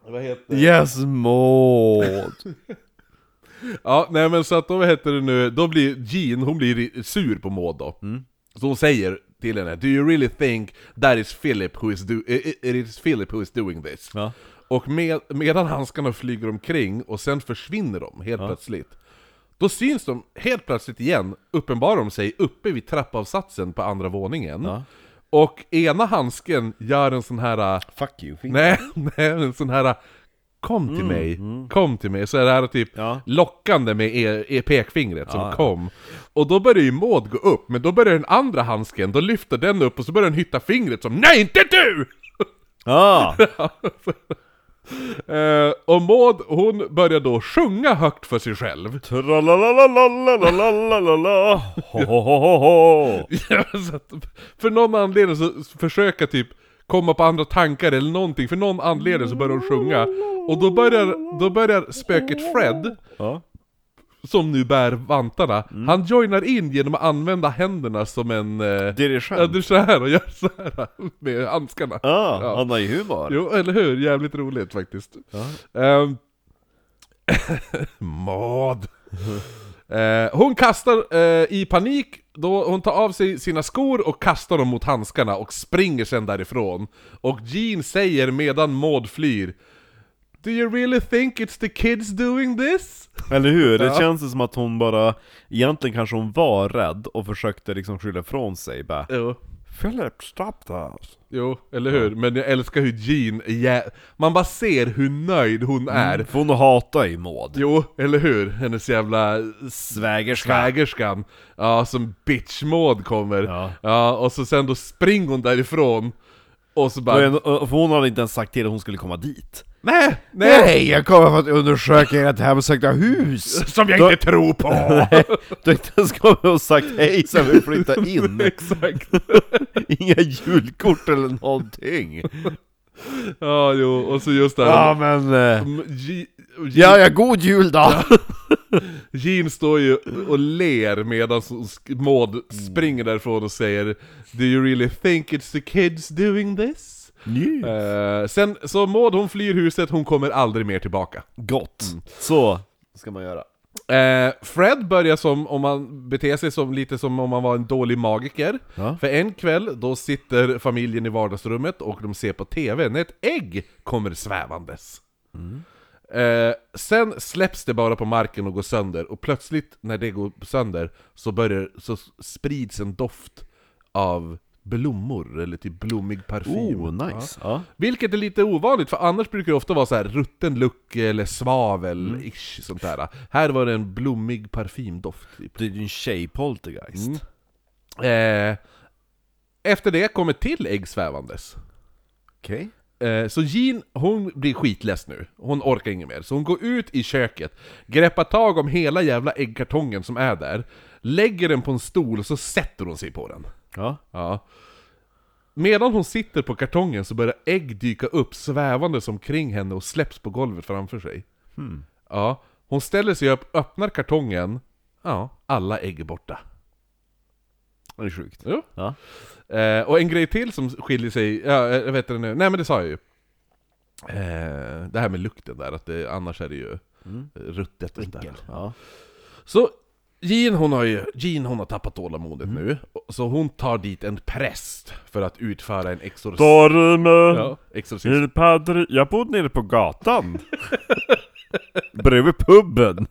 Speaker 1: Vad heter
Speaker 2: Yes Maud!
Speaker 1: Ja, nej men så att då, vad heter det nu, då blir Jean, hon blir ri- sur på Maud då.
Speaker 2: Mm.
Speaker 1: Så hon säger till henne 'Do you really think that is Philip who is, do i- i- it is Philip who is doing this?'
Speaker 2: Ja.
Speaker 1: Och med, medan handskarna flyger omkring och sen försvinner de helt plötsligt. Då syns de helt plötsligt igen, uppenbarar de sig uppe vid trappavsatsen på andra våningen.
Speaker 2: Ja.
Speaker 1: Och ena handsken gör en sån här... äh,
Speaker 2: Fuck you Philip
Speaker 1: Nej, nej, en sån här Kom till mig, kom till mig. Så är det här typ
Speaker 2: Mm, Ja.
Speaker 1: lockande med e, e pekfingret som
Speaker 2: Ja, ja.
Speaker 1: kom. Och då börjar ju Maud gå upp, men då börjar den andra handsken, då lyfter den upp och så börjar den hitta fingret som NEJ INTE DU!
Speaker 2: Ja!
Speaker 1: Eh, och Maud, hon börjar då sjunga högt för sig själv.
Speaker 2: Tralalalalalalalala Ho, ho, ho, ho, ho.
Speaker 1: Ja, så att, för någon anledning så försöker typ komma på andra tankar eller någonting, för någon anledning så börjar hon sjunga. Och då börjar, då börjar spöket Fred,
Speaker 2: Ja.
Speaker 1: som nu bär vantarna, han joinar in genom att använda händerna som en... Eh, ja,
Speaker 2: Dirigent
Speaker 1: du så här och gör så här med handskarna.
Speaker 2: Ja, Ah, han har ju humor
Speaker 1: Jo, eller hur? Jävligt roligt faktiskt. Ehm, Maud. Eh, hon kastar eh, i panik, då hon tar av sig sina skor och kastar dem mot handskarna och springer sen därifrån. Och Jean säger medan Maud flyr Do you really think it's the kids doing this?
Speaker 2: Eller hur? Det känns som att hon bara Egentligen kanske hon var rädd och försökte liksom skylla ifrån sig bara
Speaker 1: Jo,
Speaker 2: Philip, stop that!
Speaker 1: jo eller hur? Men jag älskar hur Jean, är jä- man bara ser hur nöjd hon är.
Speaker 2: För hon hatar ju Maud
Speaker 1: Jo, eller hur? Hennes jävla
Speaker 2: Svägerska
Speaker 1: svägerskan Ja, som bitchmod kommer ja.
Speaker 2: Ja.
Speaker 1: och så sen då springer hon därifrån Och så bara
Speaker 2: Och en- och- För hon hade inte ens sagt till att hon skulle komma dit
Speaker 1: Nej! Nej!
Speaker 2: Nej, jag kommer för att undersöka ert hemsökta hus!
Speaker 1: Som jag
Speaker 2: Då-
Speaker 1: inte tror på!
Speaker 2: Du har inte ens kommit och sagt hej sen vi flyttade in
Speaker 1: Exakt!
Speaker 2: Inga julkort eller någonting
Speaker 1: Ja, jo, och så just det här
Speaker 2: Ja men... eh,
Speaker 1: Mm, Ge-
Speaker 2: Ja, ja, god jul då!
Speaker 1: Jean står ju och ler medan
Speaker 2: Mm.
Speaker 1: Maud springer därifrån och säger Do you really think it's the kids doing this?
Speaker 2: Mm.
Speaker 1: Eh, sen, så Maud hon flyr huset, hon kommer aldrig mer tillbaka
Speaker 2: Gott! Så ska man göra
Speaker 1: Eh, Fred börjar som om han beter sig som, lite som om han var en dålig magiker.
Speaker 2: Ja.
Speaker 1: För en kväll, då sitter familjen i vardagsrummet och de ser på TV när ett ägg kommer svävandes.
Speaker 2: Mm.
Speaker 1: Eh, sen släpps det bara på marken och går sönder, och plötsligt när det går sönder så, börjar, så sprids en doft av blommor, eller typ blommig parfym.
Speaker 2: Oh, nice! Ja.
Speaker 1: Vilket är lite ovanligt, för annars brukar det ofta vara så här rutten luck eller svavel ish sånt där. Här var det en blommig parfymdoft typ.
Speaker 2: Det är ju en tjejpoltergeist
Speaker 1: Mm. Eh, efter det kommer till ägg svävandes.
Speaker 2: Okej
Speaker 1: Eh, Så Jean, hon blir skitless nu. Hon orkar inget mer. Så hon går ut i köket, greppar tag om hela jävla äggkartongen som är där, lägger den på en stol och så sätter hon sig på den.
Speaker 2: Ja.
Speaker 1: Ja. Medan hon sitter på kartongen så börjar ägg dyka upp svävandes omkring henne och släpps på golvet framför sig. Ja. Hon ställer sig upp, öppnar kartongen. Ja, alla ägg är borta.
Speaker 2: Det är sjukt.
Speaker 1: Jo.
Speaker 2: Ja.
Speaker 1: Eh, och en grej till som skiljer sig, ja, jag vet det nu, nej men det sa jag ju. Eh, det här med lukten där, att det, annars är det ju
Speaker 2: Mm.
Speaker 1: ruttet och sånt där.
Speaker 2: Ja.
Speaker 1: Så Jean hon har ju, Jean hon har tappat tålamodet nu, så hon tar dit en präst för att utföra en exorcism.
Speaker 2: Dorme,
Speaker 1: Ja, exorcism.
Speaker 2: il padre. Jag bodde nere på gatan. Bredvid puben.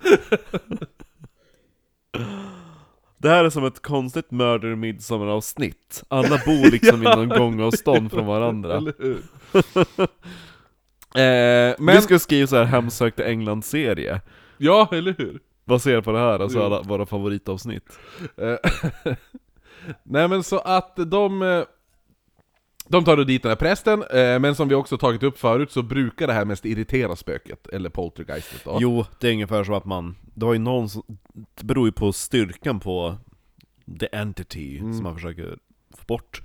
Speaker 2: Det här är som ett konstigt mörder i midsommaravsnitt. Alla bor liksom inom gångavstånd från varandra.
Speaker 1: Eller hur? eh,
Speaker 2: Vi
Speaker 1: men,
Speaker 2: skulle skriva så här hemsökta England-serie.
Speaker 1: ja eller hur?
Speaker 2: Baserat på det här, alltså
Speaker 1: Jo.
Speaker 2: alla våra favoritavsnitt.
Speaker 1: Eh, Nej men så att de... eh, De tar då dit den här prästen, eh, men som vi också tagit upp förut så brukar det här mest irritera spöket, eller poltergeistet då.
Speaker 2: Jo, det är ungefär som att man, det var ju någon som, det beror ju på styrkan på the entity
Speaker 1: Mm.
Speaker 2: som man försöker få bort.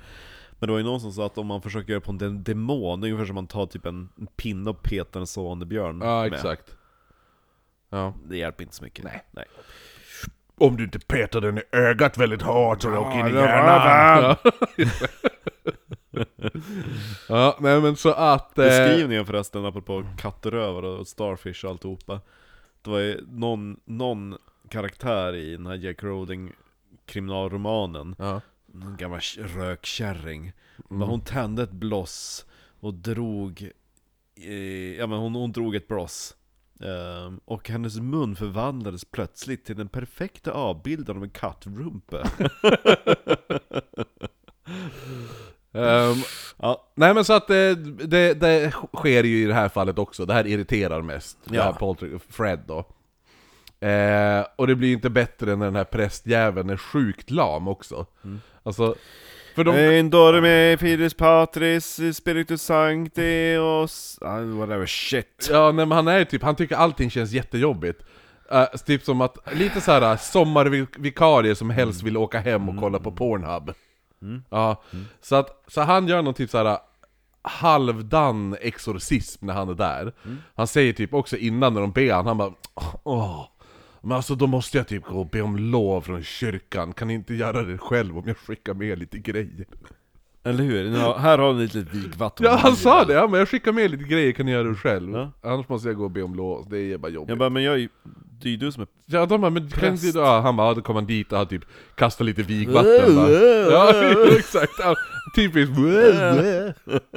Speaker 2: Men det var ju någon som sa att om man försöker göra på en de- demon, det är ungefär som att man tar typ en, en pinne och petar en sovande björn
Speaker 1: Ja,
Speaker 2: med.
Speaker 1: exakt. Ja.
Speaker 2: Det hjälper inte så mycket. Nej. Nej.
Speaker 1: Om du inte petar den i ögat väldigt hårt så åker
Speaker 2: in i hjärnan.
Speaker 1: Ja, ja nej men så att... Eh,
Speaker 2: Beskrivningen förresten, apropå kattrövar och starfish och alltihopa. Det var ju någon, någon karaktär i den här Jack Rowling kriminalromanen
Speaker 1: ja.
Speaker 2: Någon gammal k- rökkärring.
Speaker 1: Mm.
Speaker 2: Men hon tände ett bloss och drog, eh, ja men hon, hon drog ett bloss. Ehm, och hennes mun förvandlades plötsligt till den perfekta avbilden av en kattrumpa.
Speaker 1: Ehm,
Speaker 2: ja,
Speaker 1: Nej men så att det, det, det sker ju i det här fallet också, det här irriterar mest, det
Speaker 2: Ja.
Speaker 1: här Polter, Fred då. Eh, och det blir ju inte bättre när den här prästjäveln är sjukt lam också.
Speaker 2: Mm.
Speaker 1: Alltså, för de...
Speaker 2: Indorme, Fidus Patris, Spiritus Sancti och... Whatever shit.
Speaker 1: Ja, nej, men han är ju typ, han tycker allting känns jättejobbigt. Eh, typ som att, lite så här sommarvikarie som
Speaker 2: Mm.
Speaker 1: helst vill åka hem och kolla på Pornhub. Ja, så att, så han gör någon typ så här halvdan exorcism när han är där.
Speaker 2: Mm.
Speaker 1: Han säger typ också innan när de ber han, han bara åh. Men alltså då måste jag typ gå och be om lov från kyrkan, kan ni inte göra det själv om jag skickar med lite grejer?
Speaker 2: Eller hur? Nu, har- här har ni ett litet vigvatten.
Speaker 1: Ja alltså. han sa det, ja, men jag skickar med lite grejer, kan ni göra det själv?
Speaker 2: Ja.
Speaker 1: Annars måste jag gå och be om lov, det är bara jobbigt.
Speaker 2: Jag bara, men jag är ju... Det är ju du som är...
Speaker 1: Ja, de bara, men kan
Speaker 2: Präst.
Speaker 1: inte du... Ja, han bara, ja, då kom han dit och han typ kastade lite vigvatten bara. Ja, exakt. Ja, typiskt. Äh,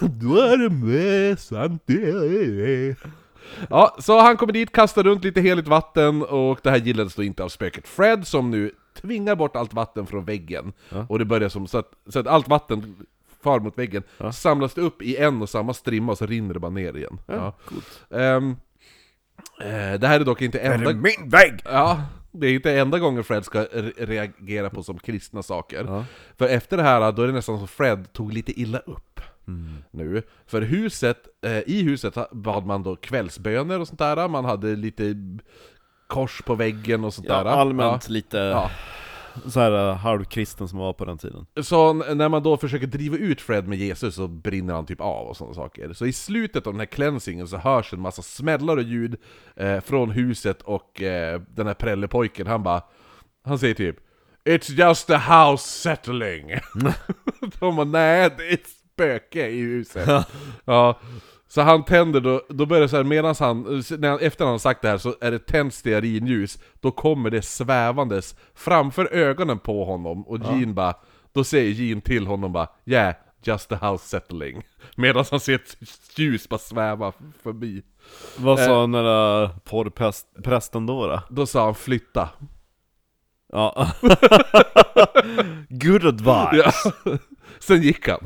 Speaker 1: Då är det med, sant det är. Ja, så han kommer dit, kastar runt lite heligt vatten och det här gillades då inte av spöket Fred som nu tvingar bort allt vatten från väggen.
Speaker 2: Ja.
Speaker 1: Och det börjar som så att, så att allt vatten far mot väggen,
Speaker 2: Ja.
Speaker 1: samlas det upp i en och samma strimma och så rinner det bara ner igen. Ja. Ehm, eh, det här är dock inte enda...
Speaker 2: min vägg?
Speaker 1: Ja, det är inte enda gången Fred ska re- reagera på som kristna saker.
Speaker 2: Ja.
Speaker 1: För efter det här, då är det nästan som Fred tog lite illa upp.
Speaker 2: Mm.
Speaker 1: Nu. För huset, eh, i huset bad man då kvällsböner och sånt där, man hade lite kors på väggen och sånt
Speaker 2: Ja,
Speaker 1: där.
Speaker 2: allmänt eh, lite
Speaker 1: Ja.
Speaker 2: så här eh, halvkristen som man var på den tiden.
Speaker 1: Ja. Så n- när man då försöker driva ut Fred med Jesus så brinner han typ av och sådana saker. Så i slutet av den här cleansingen så hörs en massa smällar och ljud eh, från huset och eh, den här prällepojken, han bara Han säger typ It's just a house settling. De bara nej, det är ett spöke i huset. ja. Så han tänder då, då börjar det så här, medans han, när han, efter han har sagt det här så är det tänt stearinljus, då kommer det svävandes framför ögonen på honom och Jean bara, då säger Jean till honom bara Yeah, just the house settling. Medan han ser ett ljus bara sväva förbi.
Speaker 2: Vad
Speaker 1: Eh.
Speaker 2: sa den där porrprästen då då?
Speaker 1: Då sa han flytta.
Speaker 2: Ja. Good advice!
Speaker 1: Ja. Sen gick han.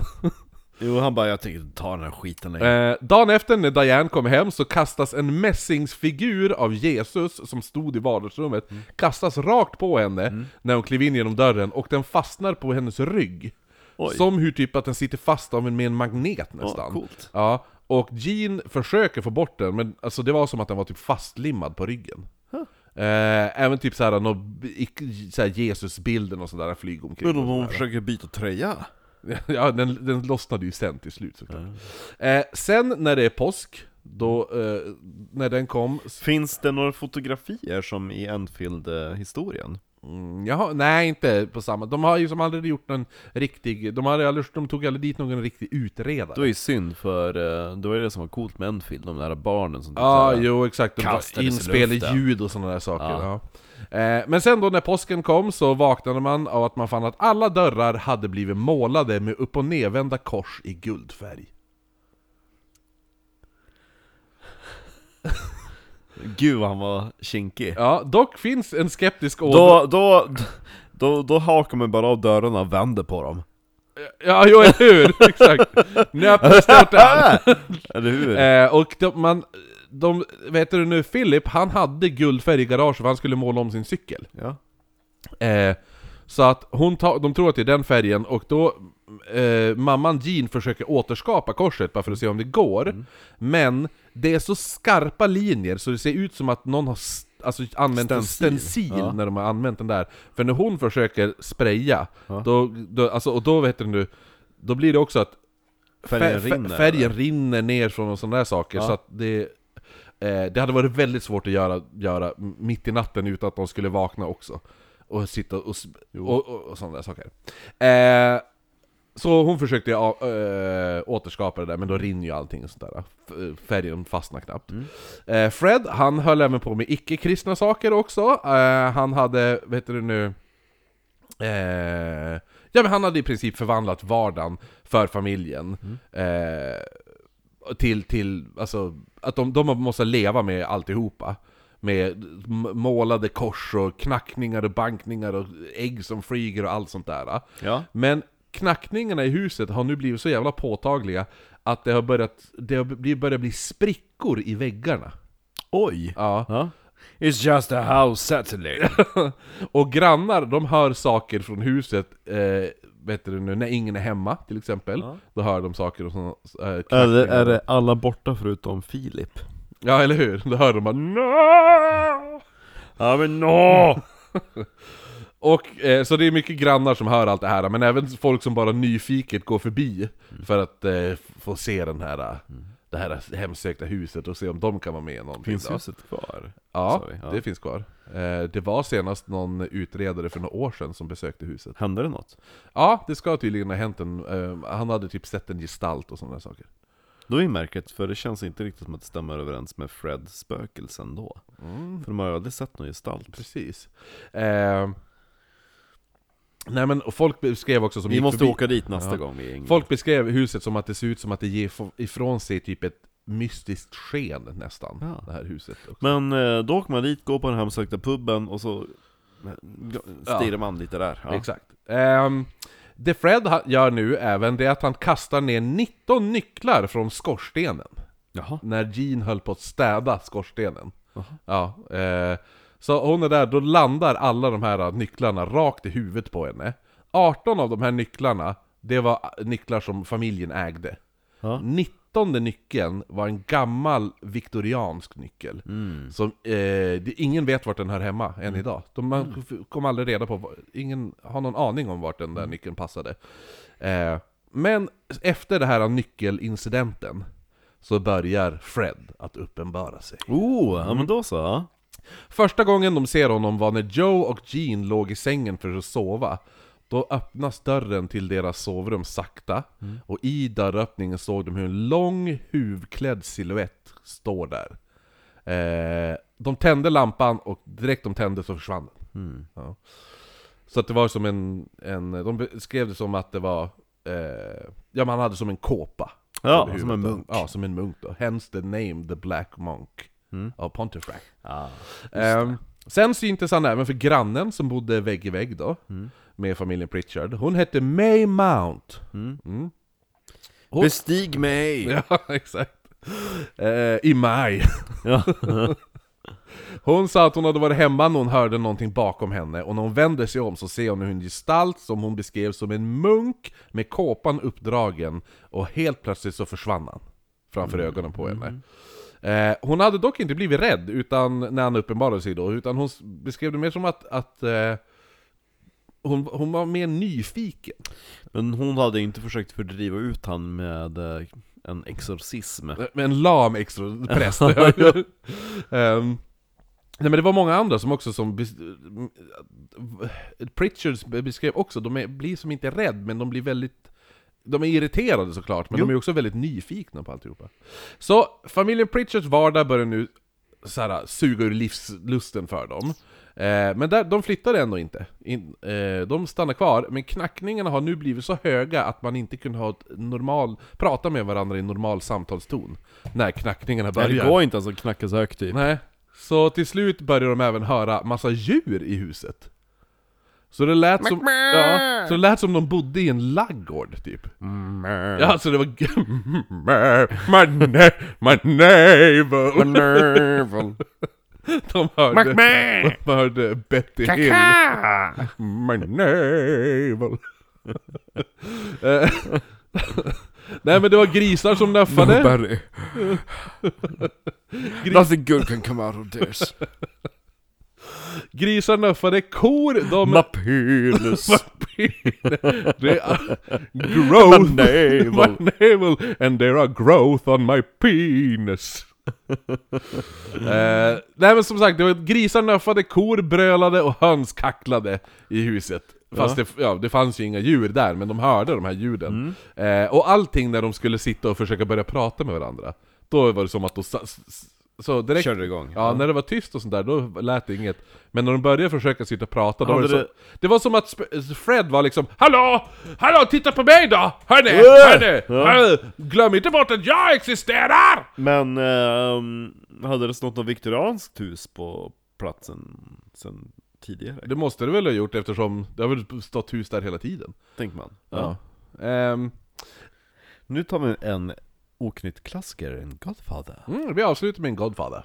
Speaker 2: Jo, han bara 'Jag tänker inte ta den här skiten längre'
Speaker 1: Eh, dagen efter när Diane kom hem så kastas en mässingsfigur av Jesus som stod i vardagsrummet,
Speaker 2: Mm.
Speaker 1: kastas rakt på henne när hon klev in genom dörren och den fastnar på hennes rygg.
Speaker 2: Oj.
Speaker 1: Som hur typ att den sitter fast av en, med en magnet
Speaker 2: Ja,
Speaker 1: nästan.
Speaker 2: coolt.
Speaker 1: Ja, och Jean försöker få bort den, men alltså det var som att den var typ fastlimmad på ryggen.
Speaker 2: Huh.
Speaker 1: Eh, även typ såhär, någon, i- såhär Jesusbilden och sådär flyger omkring.
Speaker 2: Men om
Speaker 1: och
Speaker 2: hon
Speaker 1: sådär.
Speaker 2: försöker byta tröja?
Speaker 1: Ja, den, den lossnade ju sen till slut såklart. Eh, sen när det är påsk, då, eh, när den kom... s-
Speaker 2: Finns det några fotografier som i Enfield-historien?
Speaker 1: Mm, jaha, nej inte på samma... De har ju som aldrig gjort någon riktig... De, har aldrig, de tog aldrig dit någon riktig utredare.
Speaker 2: Det var ju synd för eh, det var ju det som var coolt med Enfield, de där barnen som typ
Speaker 1: Ja,
Speaker 2: så här-
Speaker 1: jo exakt. De bara
Speaker 2: kastades i
Speaker 1: inspel i
Speaker 2: luften.
Speaker 1: ljud och sådana där saker. Ja.
Speaker 2: Ja.
Speaker 1: Eh, men sen då när påsken kom så vaknade man av att man fann att alla dörrar hade blivit målade med upp och nedvända kors i guldfärg.
Speaker 2: Gud vad han var kinkig
Speaker 1: Ja, dock finns en skeptisk ådra...
Speaker 2: då, då, då, då hakar man bara av dörrarna och vänder på dem
Speaker 1: Ja, jo, eller hur? Exakt! Nu har jag förstått det!
Speaker 2: Eller hur?
Speaker 1: Eh, och de, man, de, vet du nu, Philip, han hade guldfärg i garaget för han skulle måla om sin cykel.
Speaker 2: Ja.
Speaker 1: Eh, så att hon ta, de tror att det är den färgen och då eh, mamman Jean försöker återskapa korset bara för att se om det går.
Speaker 2: Mm.
Speaker 1: Men det är så skarpa linjer så det ser ut som att någon har s- alltså, använt
Speaker 2: Stencil.
Speaker 1: en stencil
Speaker 2: Ja.
Speaker 1: när de har använt den där. För när hon försöker spraya,
Speaker 2: Ja.
Speaker 1: då, då, alltså, och då vet du nu, då blir det också att
Speaker 2: Färgen
Speaker 1: fär-
Speaker 2: rinner
Speaker 1: färgen rinner ner från och sådana där saker.
Speaker 2: Ja.
Speaker 1: Så att det, eh, det hade varit väldigt svårt att göra, göra m- mitt i natten utan att de skulle vakna också. Och sitta och, s- och, och, och sådana där saker. Eh, så hon försökte ja, eh, återskapa det där, men då rinner ju allting och sånt där. F- eh, Färgen fastnar knappt. Eh, Fred, han höll även på med icke-kristna saker också. Eh, han hade, vad heter det nu? Eh, ja, men han hade i princip förvandlat vardagen för familjen eh, till, till alltså, att de, de måste leva med alltihopa. Med m- målade kors och knackningar och bankningar och ägg som flyger och allt sånt där.
Speaker 2: Ja.
Speaker 1: Men knackningarna i huset har nu blivit så jävla påtagliga att det har börjat, det har bli- börjat bli sprickor i väggarna.
Speaker 2: Oj!
Speaker 1: Ja.
Speaker 2: Ja. It's just a house Saturday
Speaker 1: Och grannar, de hör saker från huset, eh, vet du nu, när ingen är hemma till exempel.
Speaker 2: Ja.
Speaker 1: Då hör de saker och sådana eh,
Speaker 2: Eller
Speaker 1: knackningar.
Speaker 2: är det alla borta förutom Filip?
Speaker 1: Ja, eller hur? Då hör de bara no!
Speaker 2: Ja men nå!
Speaker 1: Och eh, så det är mycket grannar som hör allt det här, men även folk som bara nyfiket går förbi för att eh, f- få se den här, eh,
Speaker 2: Mm.
Speaker 1: det här hemsökta huset och se om de kan vara med i någonting.
Speaker 2: Finns
Speaker 1: då.
Speaker 2: huset kvar?
Speaker 1: Ja,
Speaker 2: sa vi, ja.
Speaker 1: det finns kvar. Eh, det var senast någon utredare för några år sedan som besökte huset.
Speaker 2: Hände det något?
Speaker 1: Ja, det ska tydligen ha hänt en... Eh, han hade typ sett en gestalt och sådana saker.
Speaker 2: Då är det märkligt, för det känns inte riktigt som att det stämmer överens med Freds spökelse ändå För de har ju aldrig sett någon gestalt
Speaker 1: Mm. Precis. Eh, nej men, och folk beskrev också som
Speaker 2: Vi
Speaker 1: gick
Speaker 2: måste
Speaker 1: förbi-
Speaker 2: åka dit nästa
Speaker 1: Ja.
Speaker 2: gång vi är i England.
Speaker 1: Folk beskrev huset som att det ser ut som att det ger fo- ifrån sig typ ett mystiskt sken nästan,
Speaker 2: Ja.
Speaker 1: det här huset.
Speaker 2: Men eh, då åker man dit, går på den hemsökta puben och så stirrar man lite där ja.
Speaker 1: Exakt. Ehm, det Fred ha- gör nu även, det är att han kastar ner 19 nycklar från skorstenen.
Speaker 2: Jaha.
Speaker 1: när Jean höll på att städa skorstenen.
Speaker 2: Jaha.
Speaker 1: Ja, eh, så hon är där, då landar alla de här nycklarna rakt i huvudet på henne. 18 av de här nycklarna, det var nycklar som familjen ägde.
Speaker 2: Ja.
Speaker 1: 19 nyckeln var en gammal viktoriansk nyckel. Som, eh, det, ingen vet vart den hör hemma än idag. De, man f- kom aldrig reda på, var- ingen har någon aning om vart den där nyckeln passade. Eh, men efter den här nyckelincidenten så börjar Fred att uppenbara sig.
Speaker 2: Oh, ja men då så. ja.
Speaker 1: Första gången de ser honom var när Joe och Jean låg i sängen för att sova. Då öppnas dörren till deras sovrum sakta,
Speaker 2: Mm.
Speaker 1: och i dörröppningen såg de hur en lång huvudklädd silhuett står där. Eh, de tände lampan och direkt de tände så försvann den.
Speaker 2: Mm.
Speaker 1: Ja. Så att det var som en, en... De beskrev det som att det var... Eh, ja, man hade som en kåpa.
Speaker 2: Ja,
Speaker 1: över
Speaker 2: som
Speaker 1: huvudet
Speaker 2: en
Speaker 1: då.
Speaker 2: munk.
Speaker 1: Ja, som en munk då. Hence the name The Black Monk
Speaker 2: Mm.
Speaker 1: av Pontefract.
Speaker 2: Ja.
Speaker 1: Ehm, sen syntes han även för grannen som bodde vägg i vägg då, med familjen Pritchard. Hon hette May Mount. Och-
Speaker 2: Bestig mig!
Speaker 1: Ja, exakt. Eh, I maj.
Speaker 2: Ja.
Speaker 1: Hon sa att hon hade varit hemma när hon hörde någonting bakom henne och när hon vänder sig om så ser hon hur en gestalt som hon beskrev som en munk med kåpan uppdragen och helt plötsligt så försvann han framför ögonen på henne. Eh, hon hade dock inte blivit rädd utan, när han uppenbarade sig då, utan hon s- beskrev det mer som att, att eh, hon, hon var mer nyfiken.
Speaker 2: Men hon hade inte försökt fördriva ut han med eh, en exorcism.
Speaker 1: Med en lam extra präst. Ehm, nej men det var många andra som också som... bes- Pritchards beskrev också, de är, blir som inte rädd, men de blir väldigt... De är irriterade såklart, men
Speaker 2: Jo.
Speaker 1: de är också väldigt nyfikna på alltihopa. Så familjen Pritchards vardag börjar nu så här, suga ur livslusten för dem. Eh, men där, de flyttar ändå inte. In, eh, de stannar kvar, men knackningarna har nu blivit så höga att man inte kunde ha ett normal, prata med varandra i normal samtalston. När knackningarna
Speaker 2: Nej,
Speaker 1: börjar.
Speaker 2: det går inte ens att knacka så högt typ.
Speaker 1: Nej. Så till slut börjar de även höra massa djur i huset. Så det lät som, ja, så det lät som de bodde i en laggård typ.
Speaker 2: Mm.
Speaker 1: Ja, alltså det var... my, ne- my navel. De hörde, de hörde Betty Hill. My navel. Eh, Nej men det var grisar som näffade.
Speaker 3: Barry. Nothing good can come out of this.
Speaker 1: Grisar nuffade, kor de...
Speaker 2: Mapylus.
Speaker 1: det är
Speaker 2: Oh,
Speaker 1: growth
Speaker 2: Navel.
Speaker 1: my navel and there are growth on my penis. eh, nej men som sagt, det var grisar nöffade, kor brölade och höns kacklade i huset. Fast det, ja, det fanns ju inga djur där, men de hörde de här ljuden. Eh, och allting när de skulle sitta och försöka börja prata med varandra, då var det som att de... sa- s- s- Så direkt,
Speaker 2: Körde igång.
Speaker 1: Ja, när det var tyst och sånt där, då lät det inget. Men när de började försöka sitta och prata, då var
Speaker 2: Hade
Speaker 1: det, så,
Speaker 2: det-
Speaker 1: det var som att Sp- Fred var liksom Hallå! Hallå, titta på mig då! Hörni! Hörni! Hörni! Glöm inte bort att jag existerar!
Speaker 2: Men ehm, hade det stått något viktorianskt hus på platsen sen tidigare?
Speaker 1: Det måste det väl ha gjort eftersom det har väl stått hus där hela tiden.
Speaker 2: Tänker man.
Speaker 1: Ja. Ehm,
Speaker 2: Nu tar vi en oknytt klassiker, en Godfather.
Speaker 1: mm, vi avslutar med en Godfather.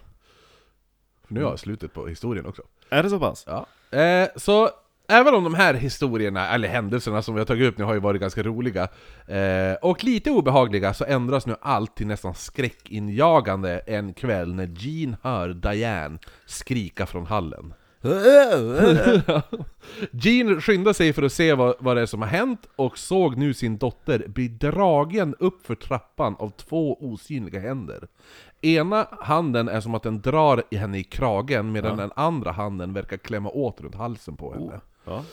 Speaker 1: För nu har jag slutet på historien också.
Speaker 2: Är det så pass?
Speaker 1: Ja. Eh, så även om de här historierna, eller händelserna som vi har tagit upp nu har ju varit ganska roliga eh, och lite obehagliga så ändras nu allt till nästan skräckinjagande en kväll när Jean hör Diane skrika från hallen. Jean skyndar sig för att se vad, vad det är som har hänt och såg nu sin dotter bli dragen upp för trappan av två osynliga händer. Ena handen är som att den drar i henne i kragen medan den andra handen verkar klämma åt runt halsen på henne.
Speaker 2: Ja.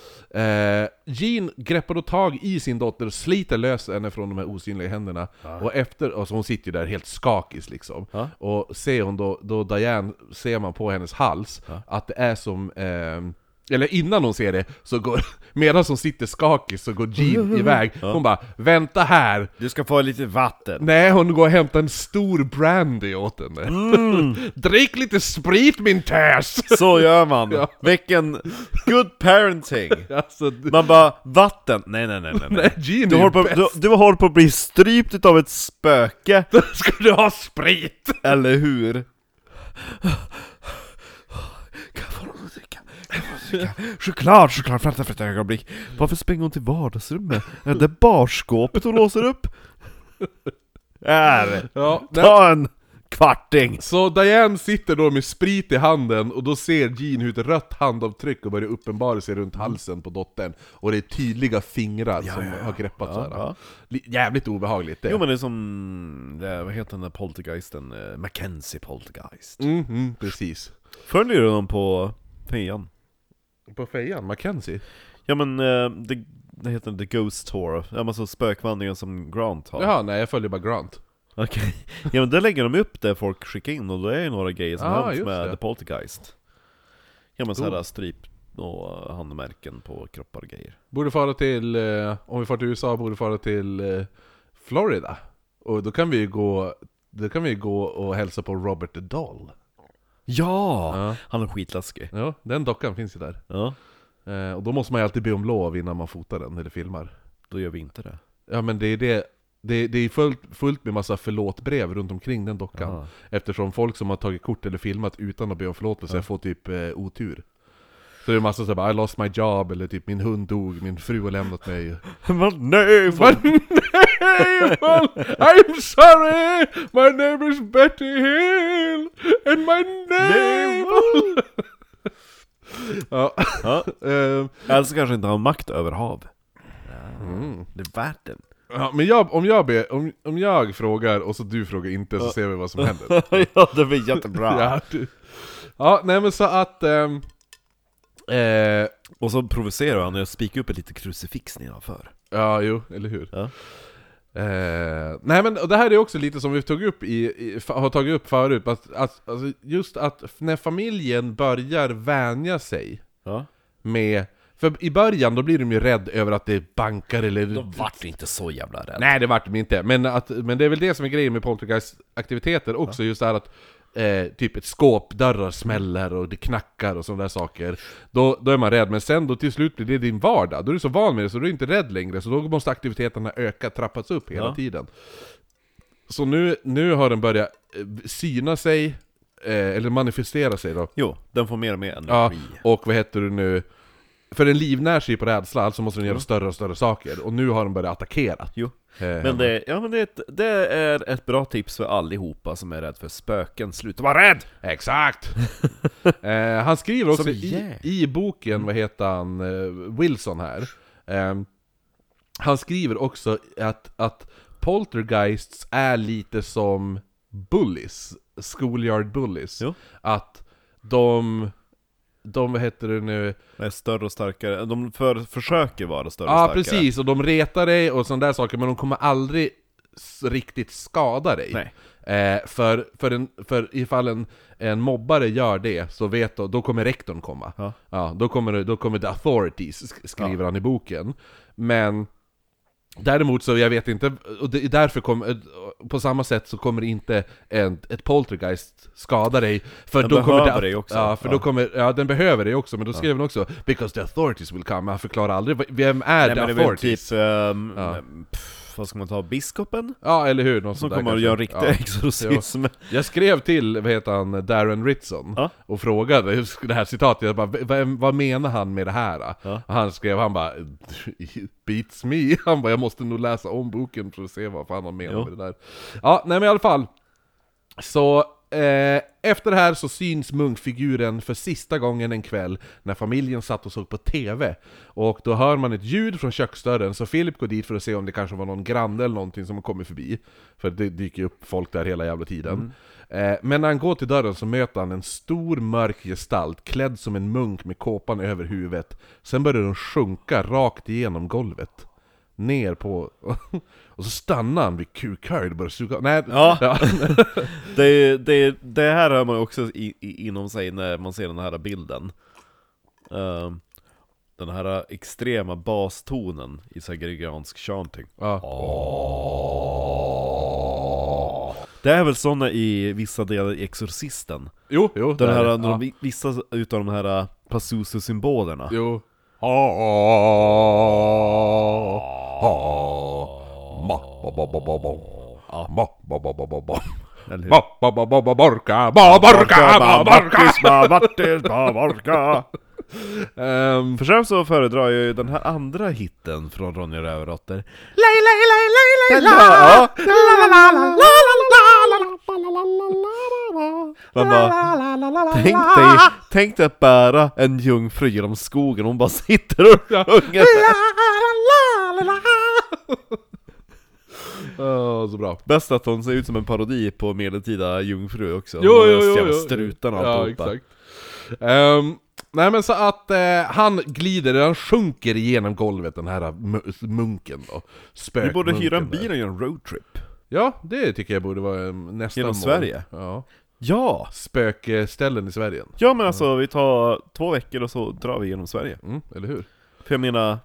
Speaker 1: Eh, Jean greppar då tag i sin dotter och sliter lös henne från de här osynliga händerna. Och efter, alltså hon sitter ju där helt skakis liksom.
Speaker 2: Ja.
Speaker 1: Och ser hon då, då Diane, ser man på hennes hals, att det är som... ehm, eller innan hon ser det, så går... Medan hon sitter skakis så går Jean iväg. Hon bara 'Vänta här!'
Speaker 2: Du ska få lite vatten.
Speaker 1: Nej, hon går och hämtar en stor brandy åt henne.
Speaker 2: Mm.
Speaker 1: Drick lite sprit min täs!
Speaker 2: Så gör man!
Speaker 1: Ja.
Speaker 2: Vilken good parenting!
Speaker 1: Alltså, d-
Speaker 2: Man bara, vatten! Nej nej nej nej, nej.
Speaker 1: nej, Jean
Speaker 2: Du
Speaker 1: är
Speaker 2: håller,
Speaker 1: ju
Speaker 2: på,
Speaker 1: bäst!
Speaker 2: du, du håller på att bli strypt utav ett spöke,
Speaker 1: Ska du ha sprit?
Speaker 2: eller hur?
Speaker 3: Kan jag få något att dricka? Kan jag få något att dricka? Choklad, choklad, vänta för ett ögonblick.
Speaker 2: Varför springer hon till vardagsrummet? Är det barskåpet hon låser upp? Här!
Speaker 1: Ja, nej.
Speaker 2: Ta en kvarting!
Speaker 1: Så Diane sitter då med sprit i handen och då ser Jean hur ett rött handavtryck och börjar uppenbara sig runt halsen på dottern Och det är tydliga fingrar som har greppat så här.
Speaker 2: ja.
Speaker 1: Li- Jävligt obehagligt det.
Speaker 2: Jo men det är som, det, vad heter den där poltergeisten? Eh, Mackenzie poltergeist.
Speaker 1: Mm, mm, precis.
Speaker 2: Följer du dem på fejan?
Speaker 1: På fejan, Mackenzie?
Speaker 2: Ja men, eh, det, det heter The Ghost Tour, ja men så spökvandringen som Grant har.
Speaker 1: Jaha, nej jag följer bara Grant.
Speaker 2: Okej. Ja men där lägger de upp det folk skickar in och då är ju några grejer som
Speaker 1: Ah,
Speaker 2: har hänt
Speaker 1: just
Speaker 2: med
Speaker 1: det.
Speaker 2: The Poltergeist. Ja men såhär
Speaker 1: Oh.
Speaker 2: stryp och handmärken på kroppar och grejer.
Speaker 1: Borde fara till, eh, om vi far till USA, borde fara till eh, Florida. Och då kan vi ju gå, då kan vi ju gå och hälsa på Robert Dahl.
Speaker 2: Ja!
Speaker 1: Ja.
Speaker 2: Han är skitläskig.
Speaker 1: Ja, den dockan finns ju där.
Speaker 2: Ja,
Speaker 1: Eh, och då måste man ju alltid be om lov innan man fotar den eller filmar.
Speaker 2: då gör vi inte det.
Speaker 1: Ja men det är det Det, det är fullt, fullt med massa förlåtbrev runt omkring den dockan.
Speaker 2: Ja.
Speaker 1: Eftersom folk som har tagit kort eller filmat utan att be om förlåtelse
Speaker 2: Ja.
Speaker 1: får typ eh, otur. Så det är massa såhär bara 'I lost my job' eller typ 'Min hund dog, min fru har lämnat mig'
Speaker 2: Vad nej!
Speaker 1: Vad nej! Well, I'm sorry! My name is Betty Hill! And my name... ja,
Speaker 2: Ja.
Speaker 1: eh,
Speaker 2: Alltså kanske inte har makt över hav.
Speaker 1: mm.
Speaker 2: Det är världen.
Speaker 1: ja, men jag, om, jag be, om, om jag frågar och så du frågar inte så ser vi vad som händer.
Speaker 2: ja, det blir jättebra.
Speaker 1: Ja, du. ja nej men så att... ehm, eh,
Speaker 2: Och så provocerar han och jag spikar upp ett litet krucifix nedanför.
Speaker 1: Ja, jo, eller hur?
Speaker 2: Ja.
Speaker 1: Eh, nej men och det här är också lite som vi tog upp i, i, fa- har tagit upp förut, att, att, alltså, just att f- när familjen börjar vänja sig
Speaker 2: Ja.
Speaker 1: med... För i början då blir de ju rädd över att det bankar eller...
Speaker 2: vart inte så jävla rädd.
Speaker 1: Nej det vart de inte, men, att, men det är väl det som är grejen med poltergeist-aktiviteter också, just det här att eh, typ ett skåp, dörrar smäller och det knackar och sådana där saker. Då, då är man rädd, men sen då till slut blir det din vardag. Då är du så van med det så du är inte rädd längre, så då måste aktiviteterna öka, trappas upp hela
Speaker 2: Ja.
Speaker 1: tiden. Så nu, nu har den börjat eh, syna sig, eh, eller manifestera sig då.
Speaker 2: Jo, den får mer och mer
Speaker 1: Ja,
Speaker 2: energi.
Speaker 1: och vad heter du nu? För den livnär sig på rädsla, alltså måste den göra större och större saker. Och nu har den börjat attackera.
Speaker 2: Jo.
Speaker 1: Eh,
Speaker 2: Men, det, ja, men det, är ett, det är ett bra tips för allihopa som är rädd för spöken. Sluta vara rädd!
Speaker 1: Exakt! eh, han skriver också
Speaker 2: Som
Speaker 1: i,
Speaker 2: yeah.
Speaker 1: i boken, vad heter han, eh, Wilson här. Ehm, han skriver också att, att poltergeists är lite som bullies, schoolyard bullies.
Speaker 2: Jo.
Speaker 1: Att de, de, vad heter det nu,
Speaker 2: De är större och starkare. De för, försöker vara större och
Speaker 1: Ja
Speaker 2: starkare.
Speaker 1: precis, och de retar dig och sådana där saker, men de kommer aldrig s- riktigt skada dig.
Speaker 2: Nej.
Speaker 1: Eh, för, för, en, för ifall en, en mobbare gör det, så vet du, då kommer rektorn komma.
Speaker 2: Ja.
Speaker 1: då, kommer, det- då kommer the authorities, sk- skriver han i boken. Men däremot så, jag vet inte, och det, är därför kommer, på samma sätt så kommer inte en, ett poltergeist skada dig. För
Speaker 2: Den
Speaker 1: då kommer
Speaker 2: behöver
Speaker 1: det,
Speaker 2: dig också.
Speaker 1: Ja, för
Speaker 2: Ja.
Speaker 1: då kommer, ja den behöver det också, men då skrev han också 'Because the authorities will come' Han förklarar aldrig, vad- vem är
Speaker 2: Nej,
Speaker 1: the
Speaker 2: men det är väl
Speaker 1: authorities?
Speaker 2: typ, ehm,
Speaker 1: Ja.
Speaker 2: pff, vad ska man ta, biskopen?
Speaker 1: Ja, eller hur? Någon
Speaker 2: Som
Speaker 1: sån där
Speaker 2: kommer att
Speaker 1: kanske.
Speaker 2: göra en riktig
Speaker 1: Ja.
Speaker 2: exorcism.
Speaker 1: Jag skrev till, vad heter han, Darren Ritson
Speaker 2: Ja.
Speaker 1: och frågade hur sk- det här citatet, jag bara, vem, vad menar han med det här?
Speaker 2: Ja.
Speaker 1: Och han skrev, han bara "It Beats me, han bara jag måste nog läsa om boken för att se vad fan han menar
Speaker 2: Jo.
Speaker 1: med det där Ja, nej men i alla fall Så eh, efter det här så syns munkfiguren för sista gången en kväll När familjen satt och såg på TV Och då hör man ett ljud från köksdörren Så Philip går dit för att se om det kanske var någon granne eller någonting som har kommit förbi För det dyker ju upp folk där hela jävla tiden Eh, men när han går till dörren så möter han en stor mörk gestalt klädd som en munk med kåpan över huvudet. Sen börjar den sjunka rakt igenom golvet. Ner på... Och så stannar han vid kukhöjd och börjar suga... Nej,
Speaker 2: Ja.
Speaker 1: ja.
Speaker 2: Det, det, det här hör man också i, i, inom sig när man ser den här bilden. Ehm, den här extrema bastonen i typ. så här gregoriansk chanting.
Speaker 1: ja.
Speaker 2: Det är väl sådana i vissa delar i Exorcisten.
Speaker 1: Jo, jo.
Speaker 2: Den
Speaker 1: där
Speaker 2: här,
Speaker 1: är det.
Speaker 2: när de, Vissa utav de här Pazuzu-symbolerna.
Speaker 1: Jo.
Speaker 2: Ah, Eller hur?
Speaker 1: Borka, borka, borka! Ehm,
Speaker 2: För sen så föredrar jag ju den här andra hitten från Ronja Rövardotter. Ja. Man bara, tänk dig, tänk dig att bära en jungfru genom skogen, hon bara sitter och sjunger.
Speaker 1: Åh, så bra.
Speaker 2: Bäst att hon ser ut som en parodi på medeltida jungfru också.
Speaker 1: Jo,
Speaker 2: Hon har
Speaker 1: jo, jo,
Speaker 2: jävla
Speaker 1: jo.
Speaker 2: Strutarna och
Speaker 1: Ja,
Speaker 2: alltihopa.
Speaker 1: exakt. Ehm, nej men så att eh, han glider, han sjunker igenom golvet den här mu- munken då.
Speaker 2: Vi
Speaker 1: Spökmunken.
Speaker 2: borde hyra en
Speaker 1: där.
Speaker 2: bil och göra en roadtrip.
Speaker 1: Ja, det tycker jag borde vara eh, nästa
Speaker 2: Genom
Speaker 1: mål.
Speaker 2: Sverige?
Speaker 1: Ja.
Speaker 2: Ja!
Speaker 1: Spökställen i Sverige.
Speaker 2: Ja men alltså vi tar två veckor och så drar vi genom Sverige.
Speaker 1: Mm, eller hur?
Speaker 2: För jag menar,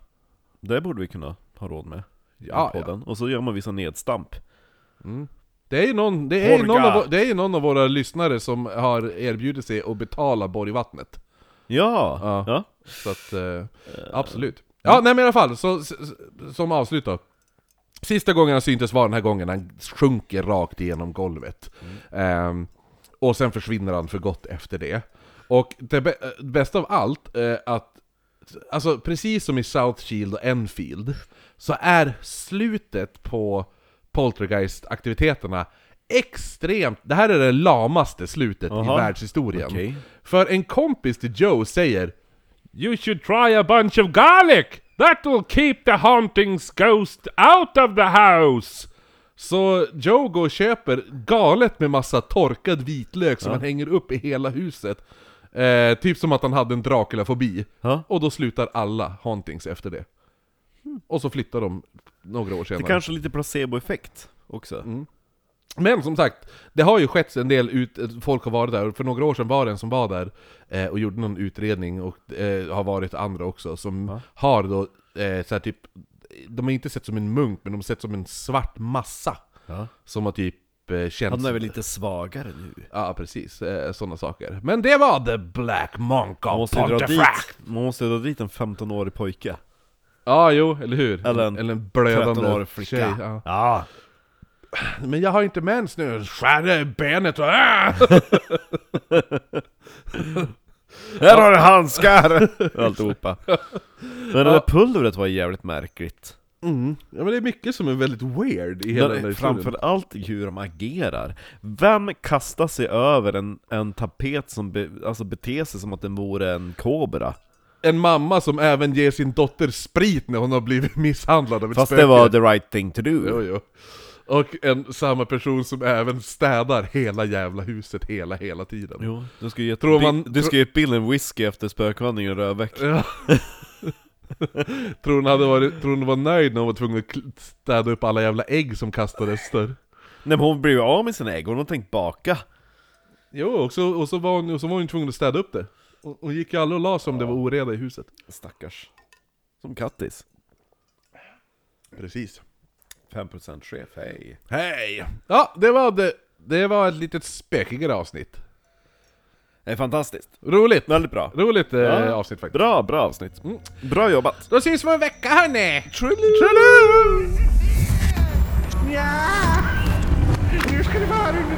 Speaker 2: det borde vi kunna ha råd med. i
Speaker 1: Ja, ja.
Speaker 2: podden. Och så gör man vissa nedstamp.
Speaker 1: Mm. Det är ju någon, det är ju någon,
Speaker 2: Porga.
Speaker 1: av, vå- det är ju någon av våra lyssnare som har erbjudit sig att betala Borgvattnet.
Speaker 2: Ja!
Speaker 1: Ja.
Speaker 2: ja.
Speaker 1: Så att, eh, absolut. Ja, nej men i alla fall, så, s- s- som avslut då. Sista gången han syntes var den här gången han sjunker rakt igenom golvet. Ehm, och sen försvinner han för gott efter det. Och det bä- eh, bästa av allt, eh, att alltså precis som i South Shield och Enfield, så är slutet på Poltergeist-aktiviteterna extremt... Det här är det lamaste slutet
Speaker 2: Aha.
Speaker 1: i världshistorien.
Speaker 2: Okej.
Speaker 1: För en kompis till Joe säger You should try a bunch of garlic! That will keep the hauntings ghost out of the house! Så Joe går och köper galet med massa torkad vitlök som han hänger upp i hela huset. Eh, typ som att han hade en Dracula-fobi.
Speaker 2: Ja.
Speaker 1: Och då slutar alla hauntings efter det. Och så flyttar de några år senare.
Speaker 2: Det kanske är lite placeboeffekt också.
Speaker 1: Mm. Men som sagt, det har ju skett en del ut, folk har varit där, för några år sedan var det en som var där eh, och gjorde någon utredning och eh, har varit andra också som har då, eh, så här typ, de har inte sett som en munk men de har sett som en svart massa
Speaker 2: Ja.
Speaker 1: som har typ eh, känts...
Speaker 2: Han är väl lite svagare nu?
Speaker 1: Ja precis, eh, sådana saker. Men det var The Black Monk
Speaker 2: Man
Speaker 1: of
Speaker 2: måste, ju dra
Speaker 1: Pontefract!
Speaker 2: dit, man måste ju dra dit en 15-årig pojke.
Speaker 1: Ja, jo, eller hur?
Speaker 2: Eller en
Speaker 1: blödande
Speaker 2: 13-årig flicka.
Speaker 1: tjej, ja.
Speaker 2: ja.
Speaker 1: Men jag har inte mens nu, skär i benet och... Ah!
Speaker 2: Här har du handskar! Alltihopa. Men det där pulvret var jävligt märkligt.
Speaker 1: Mm. Ja men det är mycket som är väldigt weird i hela den där
Speaker 2: Men
Speaker 1: historien.
Speaker 2: Framförallt hur de agerar. Vem kastar sig över en, en tapet som be, alltså beter sig som att den vore en kobra?
Speaker 1: En mamma som även ger sin dotter sprit när hon har blivit misshandlad av ett
Speaker 2: Fast
Speaker 1: spöke.
Speaker 2: det var the right thing to do.
Speaker 1: Jo, jo. Och en samma person som även städar hela jävla huset hela, hela tiden.
Speaker 2: Jo, du ska ju gett,
Speaker 1: Tror man-
Speaker 2: Bi- du ska ju gett Bill en whisky efter spökvandringen och rödbäck.
Speaker 1: Ja. tror, hon hade varit, tror hon var nöjd när hon var tvungen att kl- städa upp alla jävla ägg som kastades där?
Speaker 2: Nej men hon blev ju av med sina ägg, hon har tänkt baka.
Speaker 1: Jo, och så, och så, var, hon, och så var hon ju tvungen att städa upp det. Och, och gick ju aldrig och la sig om det var oreda i huset.
Speaker 2: Stackars. Som Kattis.
Speaker 1: Precis.
Speaker 2: 5% chef, hej.
Speaker 1: Hej! Ja, det var, det, det var ett litet spökigare avsnitt.
Speaker 2: Det är fantastiskt.
Speaker 1: Roligt!
Speaker 2: Väldigt bra.
Speaker 1: Roligt eh,
Speaker 2: Ja.
Speaker 1: avsnitt faktiskt.
Speaker 2: Bra, bra avsnitt. Bra jobbat.
Speaker 1: Då ses vi om en vecka hörni! Trudelutt!
Speaker 3: Ja! Nu ska ni få höra hur